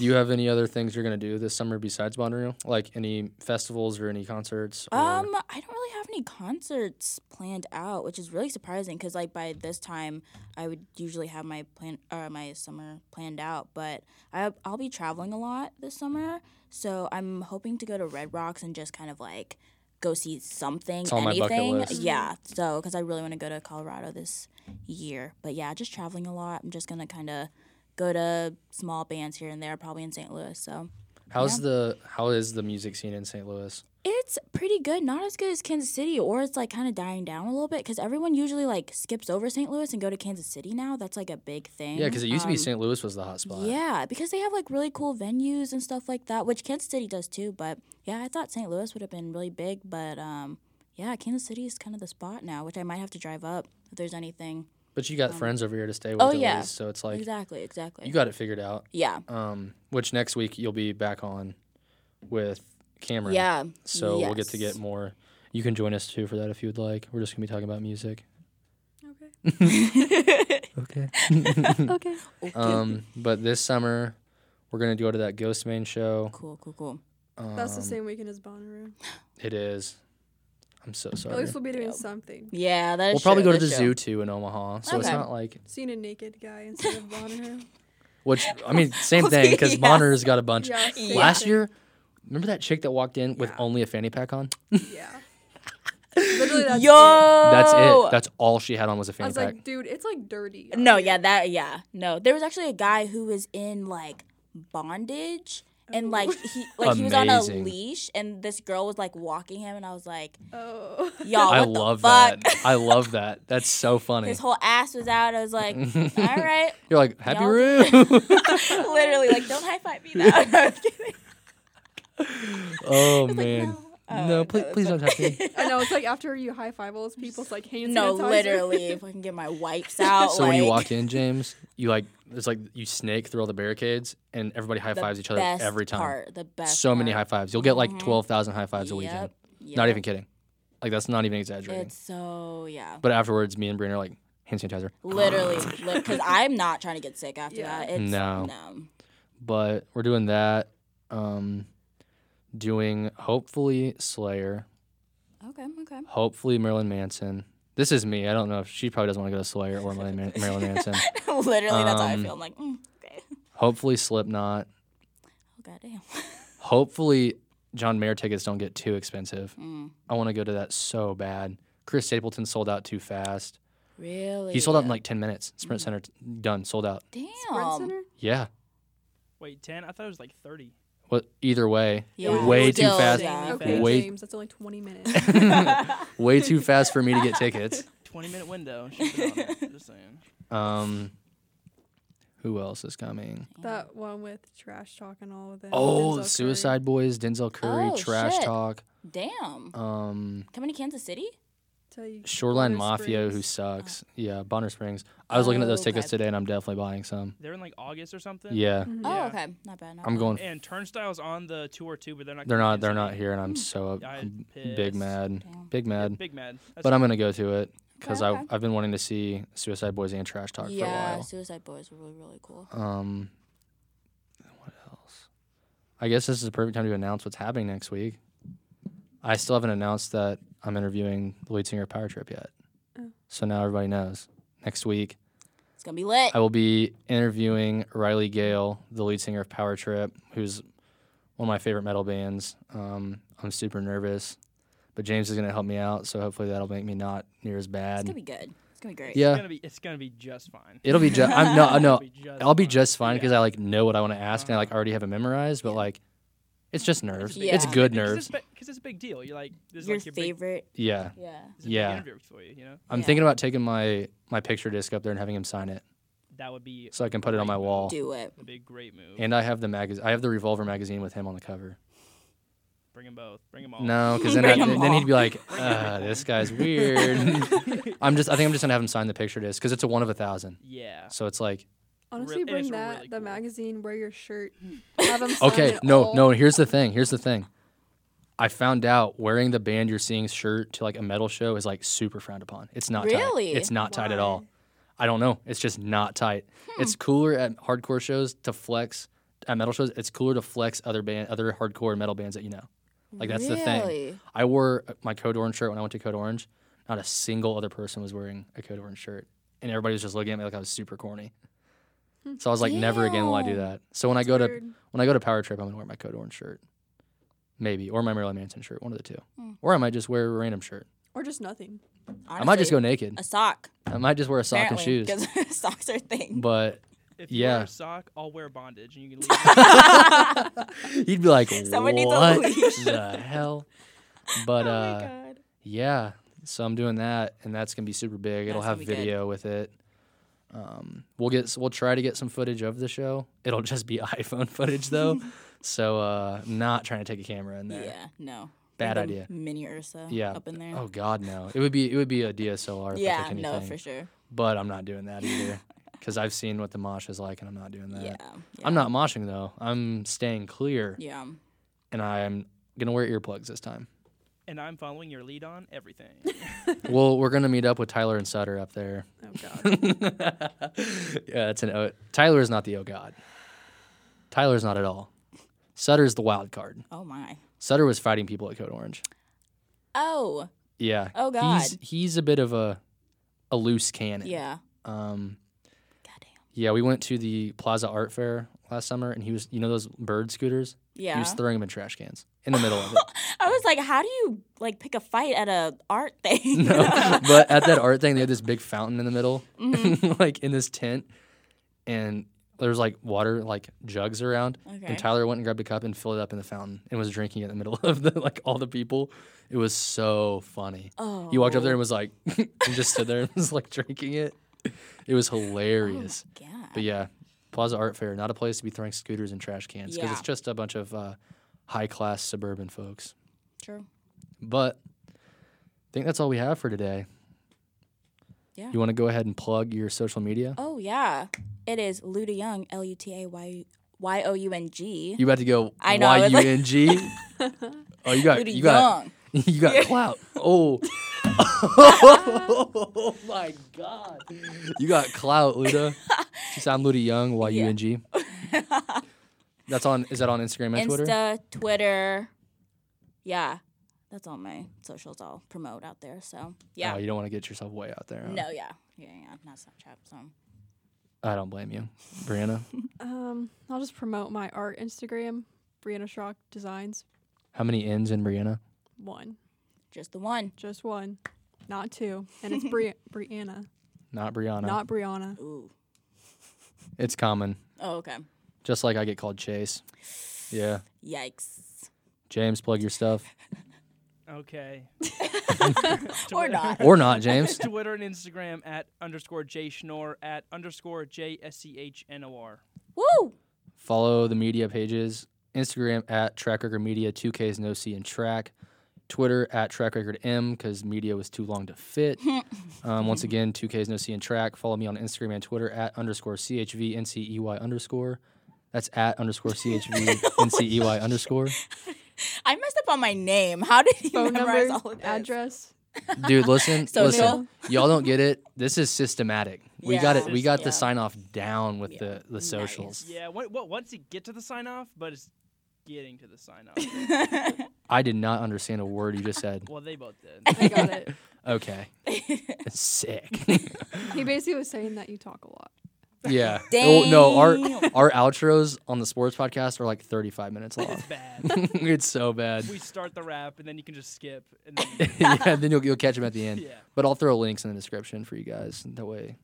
Speaker 1: you have any other things you're gonna do this summer besides Bonnaroo? Like any festivals or any concerts? Or,
Speaker 2: Um, I don't really have any concerts planned out, which is really surprising because like by this time I would usually have my plan or my summer planned out, but I I'll be traveling a lot this summer, so I'm hoping to go to Red Rocks and just kind of like go see something,
Speaker 1: on my
Speaker 2: anything.
Speaker 1: bucket list.
Speaker 2: Yeah, so because I really want to go to Colorado this year, but yeah, just traveling a lot. I'm just gonna kind of go to small bands here and there, probably in St. Louis. So.
Speaker 1: how's the how is the music scene in St. Louis?
Speaker 2: It's pretty good, not as good as Kansas City, or it's like kind of dying down a little bit because everyone usually like skips over St. Louis and go to Kansas City now. That's like a big thing.
Speaker 1: Yeah, because it used to be
Speaker 2: Um,
Speaker 1: St. Louis was the hot spot.
Speaker 2: Yeah, because they have like really cool venues and stuff like that, which Kansas City does too. But yeah, I thought St. Louis would have been really big, but um, yeah, Kansas City is kind of the spot now, which I might have to drive up if there's anything.
Speaker 1: But you got friends over here to stay with
Speaker 2: oh,
Speaker 1: at
Speaker 2: yeah.
Speaker 1: least, so it's like
Speaker 2: exactly, exactly.
Speaker 1: you got it figured out.
Speaker 2: yeah,
Speaker 1: um, which next week you'll be back on with Cameron.
Speaker 2: yeah.
Speaker 1: So we'll get to
Speaker 2: yes.
Speaker 1: get more. You can join us too for that if you would like. We're just gonna be talking about music.
Speaker 3: Okay.
Speaker 1: Okay.
Speaker 3: okay.
Speaker 1: um, but this summer we're gonna go to that Ghost Main show.
Speaker 2: Cool, cool, cool.
Speaker 1: Um,
Speaker 3: That's the same weekend as Bonnaroo.
Speaker 1: It is. I'm so
Speaker 3: At
Speaker 1: sorry.
Speaker 3: least we'll be doing
Speaker 2: Yep.
Speaker 3: something.
Speaker 2: Yeah, that's
Speaker 1: We'll probably go to the zoo too in Omaha. So it's
Speaker 2: Okay.
Speaker 1: not like
Speaker 3: Seeing a naked guy instead of Bonnaroo.
Speaker 1: Which I mean, same
Speaker 2: Okay,
Speaker 1: thing because
Speaker 2: yeah.
Speaker 1: Monitor's got a bunch.
Speaker 3: Yeah, same
Speaker 1: Last
Speaker 3: thing.
Speaker 1: year, remember that chick that walked in with only a fanny pack on?
Speaker 3: Yeah. Literally, that's It.
Speaker 2: Yo.
Speaker 1: That's it. That's all she had on was a
Speaker 3: I
Speaker 1: fanny
Speaker 3: was
Speaker 1: pack.
Speaker 3: like, dude, it's like dirty.
Speaker 2: No, yeah, that yeah. No. There was actually a guy who was in like bondage and like
Speaker 3: Oh.
Speaker 2: he like he was on a
Speaker 1: Amazing.
Speaker 2: leash and this girl was like walking him and I was like,
Speaker 3: Oh.
Speaker 2: Y'all what
Speaker 1: I
Speaker 2: the
Speaker 1: love
Speaker 2: fuck?
Speaker 1: that. I love that. That's so funny.
Speaker 2: His whole ass was out. I was like, all right.
Speaker 1: You're like happy
Speaker 2: Y'all
Speaker 1: room.
Speaker 2: Literally, like, don't high five me now. No, I was kidding.
Speaker 1: oh man.
Speaker 2: Oh,
Speaker 1: no,
Speaker 2: no,
Speaker 1: please, please don't touch me.
Speaker 3: I know. It's like after you high five all those people, it's like hand
Speaker 2: No,
Speaker 3: sanitizer.
Speaker 2: literally, if I can get my wipes out.
Speaker 1: So when you
Speaker 2: like,
Speaker 1: walk in, James, you like it's like you snake through all the barricades, and everybody high
Speaker 2: the
Speaker 1: fives each other
Speaker 2: best
Speaker 1: every time.
Speaker 2: Part, the best.
Speaker 1: so many high
Speaker 2: part.
Speaker 1: fives. You'll get like
Speaker 2: Mhm.
Speaker 1: twelve thousand high fives a weekend.
Speaker 2: Yep,
Speaker 1: Not
Speaker 2: yep.
Speaker 1: even kidding. Like that's not even exaggerating.
Speaker 2: It's so yeah.
Speaker 1: but afterwards, me and Brian are like hand sanitizer.
Speaker 2: Literally, because I'm not trying to get sick after
Speaker 3: Yeah.
Speaker 2: that. It's,
Speaker 1: No.
Speaker 2: no.
Speaker 1: But we're doing that. Um, doing hopefully Slayer.
Speaker 2: Okay. Okay.
Speaker 1: Hopefully Marilyn Manson. This is me. I don't know if she probably doesn't want to go to Slayer or Marilyn, Man- Marilyn Manson.
Speaker 2: Literally, that's how I
Speaker 1: Um,
Speaker 2: feel. I'm like, mm, okay.
Speaker 1: Hopefully Slipknot.
Speaker 2: Oh goddamn.
Speaker 1: Hopefully John Mayer tickets don't get too expensive.
Speaker 2: Mm,
Speaker 1: I want to go to that so bad. Chris Stapleton sold out too fast.
Speaker 2: really.
Speaker 1: He sold out in like 10 minutes. Sprint Center t- done, sold out.
Speaker 2: Damn.
Speaker 3: Sprint Center?
Speaker 1: Yeah.
Speaker 4: Wait, ten? I thought it was like thirty.
Speaker 1: Well, either way,
Speaker 2: Yeah.
Speaker 1: way too
Speaker 2: Still,
Speaker 1: fast.
Speaker 2: yeah.
Speaker 3: Okay,
Speaker 1: Wait.
Speaker 3: James, that's only 20 minutes.
Speaker 1: way too fast for me to get tickets.
Speaker 4: Twenty minute window. Should have been on there, Just saying.
Speaker 1: Um, who else is coming?
Speaker 3: that one with trash talk and all of that.
Speaker 1: Oh,
Speaker 3: Denzel Curry.
Speaker 1: Suicide Boys, Denzel Curry,
Speaker 2: Oh,
Speaker 1: Trash
Speaker 2: shit.
Speaker 1: Talk,
Speaker 2: Damn.
Speaker 1: um,
Speaker 2: Coming to Kansas City?
Speaker 3: Tell you-
Speaker 1: Shoreline
Speaker 3: Bonner
Speaker 1: Mafia, who
Speaker 3: Springs.
Speaker 1: sucks. Yeah, Bonner Springs. I was looking at those
Speaker 2: Oh,
Speaker 1: tickets
Speaker 2: okay.
Speaker 1: today, and I'm definitely buying some.
Speaker 4: They're in like August or something.
Speaker 1: Yeah,
Speaker 3: Mm-hmm.
Speaker 4: Yeah.
Speaker 2: Oh, okay. Not bad. Not
Speaker 1: I'm
Speaker 2: bad.
Speaker 1: going.
Speaker 4: And Turnstile's on the tour too, but they're not.
Speaker 1: They're
Speaker 4: coming
Speaker 1: not.
Speaker 4: to
Speaker 1: They're
Speaker 4: Kansas
Speaker 1: not here, and I'm so
Speaker 4: Yeah,
Speaker 1: I'm
Speaker 4: I'm
Speaker 1: big
Speaker 4: pissed.
Speaker 1: mad.
Speaker 2: Damn.
Speaker 1: Big
Speaker 4: City.
Speaker 1: mad.
Speaker 4: Big mad. That's
Speaker 1: But I'm gonna go to it because I
Speaker 2: Okay.
Speaker 1: I've been wanting to see Suicide Boys and Trash Talk for a
Speaker 2: yeah,
Speaker 1: while.
Speaker 2: Suicide Boys were really, really cool.
Speaker 1: Um, what else? I guess this is the perfect time to announce what's happening next week. I still haven't announced that I'm interviewing the lead singer of Power Trip yet.
Speaker 3: Oh.
Speaker 1: So now everybody knows. Next week,
Speaker 2: It's gonna be lit.
Speaker 1: I will be interviewing Riley Gale, the lead singer of Power Trip, who's one of my favorite metal bands. Um, I'm super nervous, but James is going to help me out. So hopefully that'll make me not near as
Speaker 2: It's
Speaker 1: bad.
Speaker 2: gonna be good. It's gonna be great.
Speaker 4: It's
Speaker 1: yeah.
Speaker 4: gonna be. It's gonna be just fine.
Speaker 1: It'll be just. I'm no, no.
Speaker 4: just
Speaker 1: I'll be just fine because
Speaker 4: Yeah.
Speaker 1: I like know what I want to ask and I like already have it memorized, but like it's just nerves.
Speaker 2: big-
Speaker 1: It's
Speaker 2: Yeah.
Speaker 1: good
Speaker 4: Because
Speaker 1: nerves.
Speaker 4: it's, ba- 'cause it's a big deal. You're like this is
Speaker 2: Your
Speaker 4: like your big,
Speaker 2: favorite.
Speaker 1: Yeah.
Speaker 2: yeah.
Speaker 4: this is a big
Speaker 1: Yeah.
Speaker 4: interview for you. You know
Speaker 1: I'm
Speaker 2: Yeah.
Speaker 1: thinking about taking my my picture disc up there and having him sign it
Speaker 4: that would be
Speaker 1: so I can put it on my wall.
Speaker 2: Do it.
Speaker 4: a big great move.
Speaker 1: And I have the magazine. I have the Revolver magazine with him on the cover.
Speaker 4: Bring them both. Bring them all.
Speaker 1: No, because then I,
Speaker 2: Bring 'em
Speaker 1: then
Speaker 2: all.
Speaker 1: he'd be like, uh, "This guy's weird." I'm just. I think I'm just gonna have him sign the picture disc because it's a one of a thousand.
Speaker 4: Yeah.
Speaker 1: So it's like,
Speaker 3: Honestly,
Speaker 4: Real- it
Speaker 3: bring
Speaker 4: is
Speaker 3: that,
Speaker 4: really
Speaker 3: the
Speaker 4: cool.
Speaker 3: magazine, wear your shirt.
Speaker 2: Hmm.
Speaker 3: Have 'em sign
Speaker 1: okay,
Speaker 3: it
Speaker 1: no,
Speaker 3: all.
Speaker 1: no. Here's the thing. Here's the thing. I found out wearing the band you're seeing shirt to like a metal show is like super frowned upon. It's not
Speaker 2: Really?
Speaker 1: Tight. It's not tight at
Speaker 3: Why?
Speaker 1: all. I don't know. It's just not tight. It's cooler at hardcore shows to flex at metal shows. It's cooler to flex other band, other hardcore metal bands that you know. Like that's the thing.
Speaker 2: Really?
Speaker 1: I wore my Code Orange shirt when I went to Code Orange. Not a single other person was wearing a Code Orange shirt, and everybody was just looking at me like I was super corny.
Speaker 2: Hmm.
Speaker 1: So I was like, never again will I do
Speaker 2: Damn.
Speaker 1: that. So when I
Speaker 3: It's
Speaker 1: go to
Speaker 3: weird.
Speaker 1: when I go to Power Trip, I'm gonna wear my Code Orange shirt, maybe, or my Marilyn Manson shirt, one of the two,
Speaker 2: Hmm.
Speaker 1: or I might just wear a random shirt.
Speaker 3: Or just nothing.
Speaker 1: I might just
Speaker 2: Honestly,
Speaker 1: go naked.
Speaker 2: a sock.
Speaker 1: I might just wear a sock and shoes.
Speaker 2: Because socks are a thing.
Speaker 1: But
Speaker 4: If you
Speaker 1: Yeah.
Speaker 4: wear a sock, I'll wear bondage, and you can leave.
Speaker 1: you'd be like,
Speaker 2: Someone needs a
Speaker 1: what
Speaker 2: leash."
Speaker 1: the hell? But
Speaker 2: oh
Speaker 1: uh,
Speaker 2: my god.
Speaker 1: yeah, so I'm doing that, and that's gonna be super big. It'll have
Speaker 2: That's gonna be good.
Speaker 1: video with it. Um, we'll get we'll try to get some footage of the show. It'll just be iPhone footage though, so uh, not trying to take a camera in there.
Speaker 2: Yeah. No.
Speaker 1: Bad
Speaker 2: Like a
Speaker 1: idea.
Speaker 2: Mini Ursa.
Speaker 1: Yeah.
Speaker 2: Up in there.
Speaker 1: Oh God, no! It would be it would be a DSLR. If I
Speaker 2: yeah.
Speaker 1: took anything.
Speaker 2: No, for sure.
Speaker 1: but I'm not doing that either because I've seen what the mosh is like, and I'm not doing that.
Speaker 2: Yeah.
Speaker 1: I'm
Speaker 2: yeah,
Speaker 1: not moshing though. I'm staying clear,
Speaker 2: Yeah. um,
Speaker 1: and I'm gonna wear earplugs this time.
Speaker 4: and I'm following your lead on everything.
Speaker 1: well, we're gonna meet up with Tyler and Sutter up there.
Speaker 3: Oh, God.
Speaker 1: yeah, it's an oh, Tyler is not the oh god. Tyler's not at all. Sutter's the wild card.
Speaker 2: Oh my.
Speaker 1: Sutter was fighting people at Code Orange.
Speaker 2: Oh.
Speaker 1: Yeah.
Speaker 2: Oh,
Speaker 1: He's he's a bit of a a loose cannon.
Speaker 2: Yeah.
Speaker 1: Um,
Speaker 2: Goddamn.
Speaker 1: Yeah, we went to the Plaza Art Fair last summer, and he was, you know, those bird scooters.
Speaker 2: Yeah.
Speaker 1: He was throwing them in trash cans in the middle of it.
Speaker 2: I was like, how do you like pick a fight at a art thing?
Speaker 1: No, but at that art thing, they had this big fountain in the middle,
Speaker 2: Mm-hmm.
Speaker 1: like in this tent, and there was like water, like jugs around.
Speaker 2: Okay.
Speaker 1: And Tyler went and grabbed a cup and filled it up in the fountain and was drinking it in the middle of the like all the people. It was so funny.
Speaker 2: oh.
Speaker 1: He walked up there and was like, and just stood there and was like drinking it. It was hilarious.
Speaker 2: Yeah.
Speaker 1: But yeah, Plaza Art Fair, not a place to be throwing scooters and trash cans because
Speaker 2: Yeah.
Speaker 1: it's just a bunch of uh, high class suburban folks.
Speaker 2: True.
Speaker 1: But I think that's all we have for today.
Speaker 2: Yeah.
Speaker 1: You want to go ahead and plug your social media?
Speaker 2: Oh yeah. It is Luda Young, L U T A Y Y O U N G.
Speaker 1: You about to go
Speaker 2: I know, I
Speaker 1: Y
Speaker 2: was
Speaker 1: U
Speaker 2: like-
Speaker 1: N G? Oh, you got
Speaker 2: Luda
Speaker 1: you got
Speaker 2: Young.
Speaker 1: you got
Speaker 2: Yeah.
Speaker 1: clout. Oh. oh my god. You got clout, Luda. You sound Luda Young, Y U N G. That's on is that on Instagram and Twitter?
Speaker 2: Insta, Twitter. Yeah. That's all my socials I'll promote out there. So yeah.
Speaker 1: Oh, you don't want to get yourself way out there. huh?
Speaker 2: no, yeah. Yeah, yeah. Not Snapchat. So
Speaker 1: I don't blame you. Brianna,
Speaker 3: Um, I'll just promote my art Instagram, Brianna Schrock Designs.
Speaker 1: how many N's in Brianna?
Speaker 3: One,
Speaker 2: just the one.
Speaker 3: just one, not two, and it's Bri- Brianna,
Speaker 1: Not Brianna.
Speaker 3: not Brianna.
Speaker 2: Ooh.
Speaker 1: it's common.
Speaker 2: Oh, okay.
Speaker 1: Just like I get called Chase. Yeah.
Speaker 2: Yikes.
Speaker 1: James, plug your stuff.
Speaker 4: Okay.
Speaker 2: Or not.
Speaker 1: Or not, James.
Speaker 4: Twitter and Instagram at underscore J Schnorr at underscore J S C H N O R.
Speaker 2: Woo!
Speaker 1: Follow the media pages. Instagram at Track Record Media, 2Ks, no C in track. Twitter at Track Record M because media was too long to fit. um, once again, 2Ks, no C in track. Follow me on Instagram and Twitter at underscore CHV, NCEY E underscore. That's at underscore CHV, NCEY E underscore.
Speaker 2: I messed up on my name. How did you
Speaker 3: Phone
Speaker 2: memorize
Speaker 3: number,
Speaker 2: all of this?
Speaker 3: address.
Speaker 1: Dude, listen,
Speaker 2: So
Speaker 1: listen. Y'all don't get it. This is systematic. We got it. We got
Speaker 2: Yeah.
Speaker 1: the sign off down with the, the
Speaker 2: Nice.
Speaker 1: socials.
Speaker 4: Yeah, what, what, once you get to the sign off, but it's getting to the sign off.
Speaker 1: I did not understand a word you just said.
Speaker 4: well, they both did.
Speaker 3: I got it.
Speaker 1: Okay. Sick.
Speaker 3: He basically was saying that you talk a lot.
Speaker 1: yeah. Oh, no,
Speaker 2: Dang.
Speaker 1: our our outros on the sports podcast are like 35 minutes long.
Speaker 4: It's bad.
Speaker 1: it's so bad.
Speaker 4: We start the rap and then you can just skip. And then,
Speaker 1: yeah, then you'll, you'll catch them at the end.
Speaker 4: yeah.
Speaker 1: But I'll throw links in the description for you guys. That way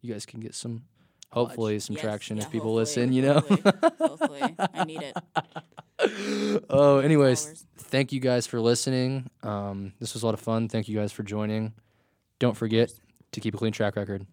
Speaker 1: you guys can get some, hopefully, some
Speaker 2: Yes,
Speaker 1: traction
Speaker 2: yeah,
Speaker 1: if people
Speaker 2: hopefully,
Speaker 1: listen, you know?
Speaker 2: Hopefully, hopefully. I need it.
Speaker 1: oh, anyways,
Speaker 2: Hours.
Speaker 1: thank you guys for listening. Um, this was a lot of fun. Thank you guys for joining. Don't forget to keep a clean track record.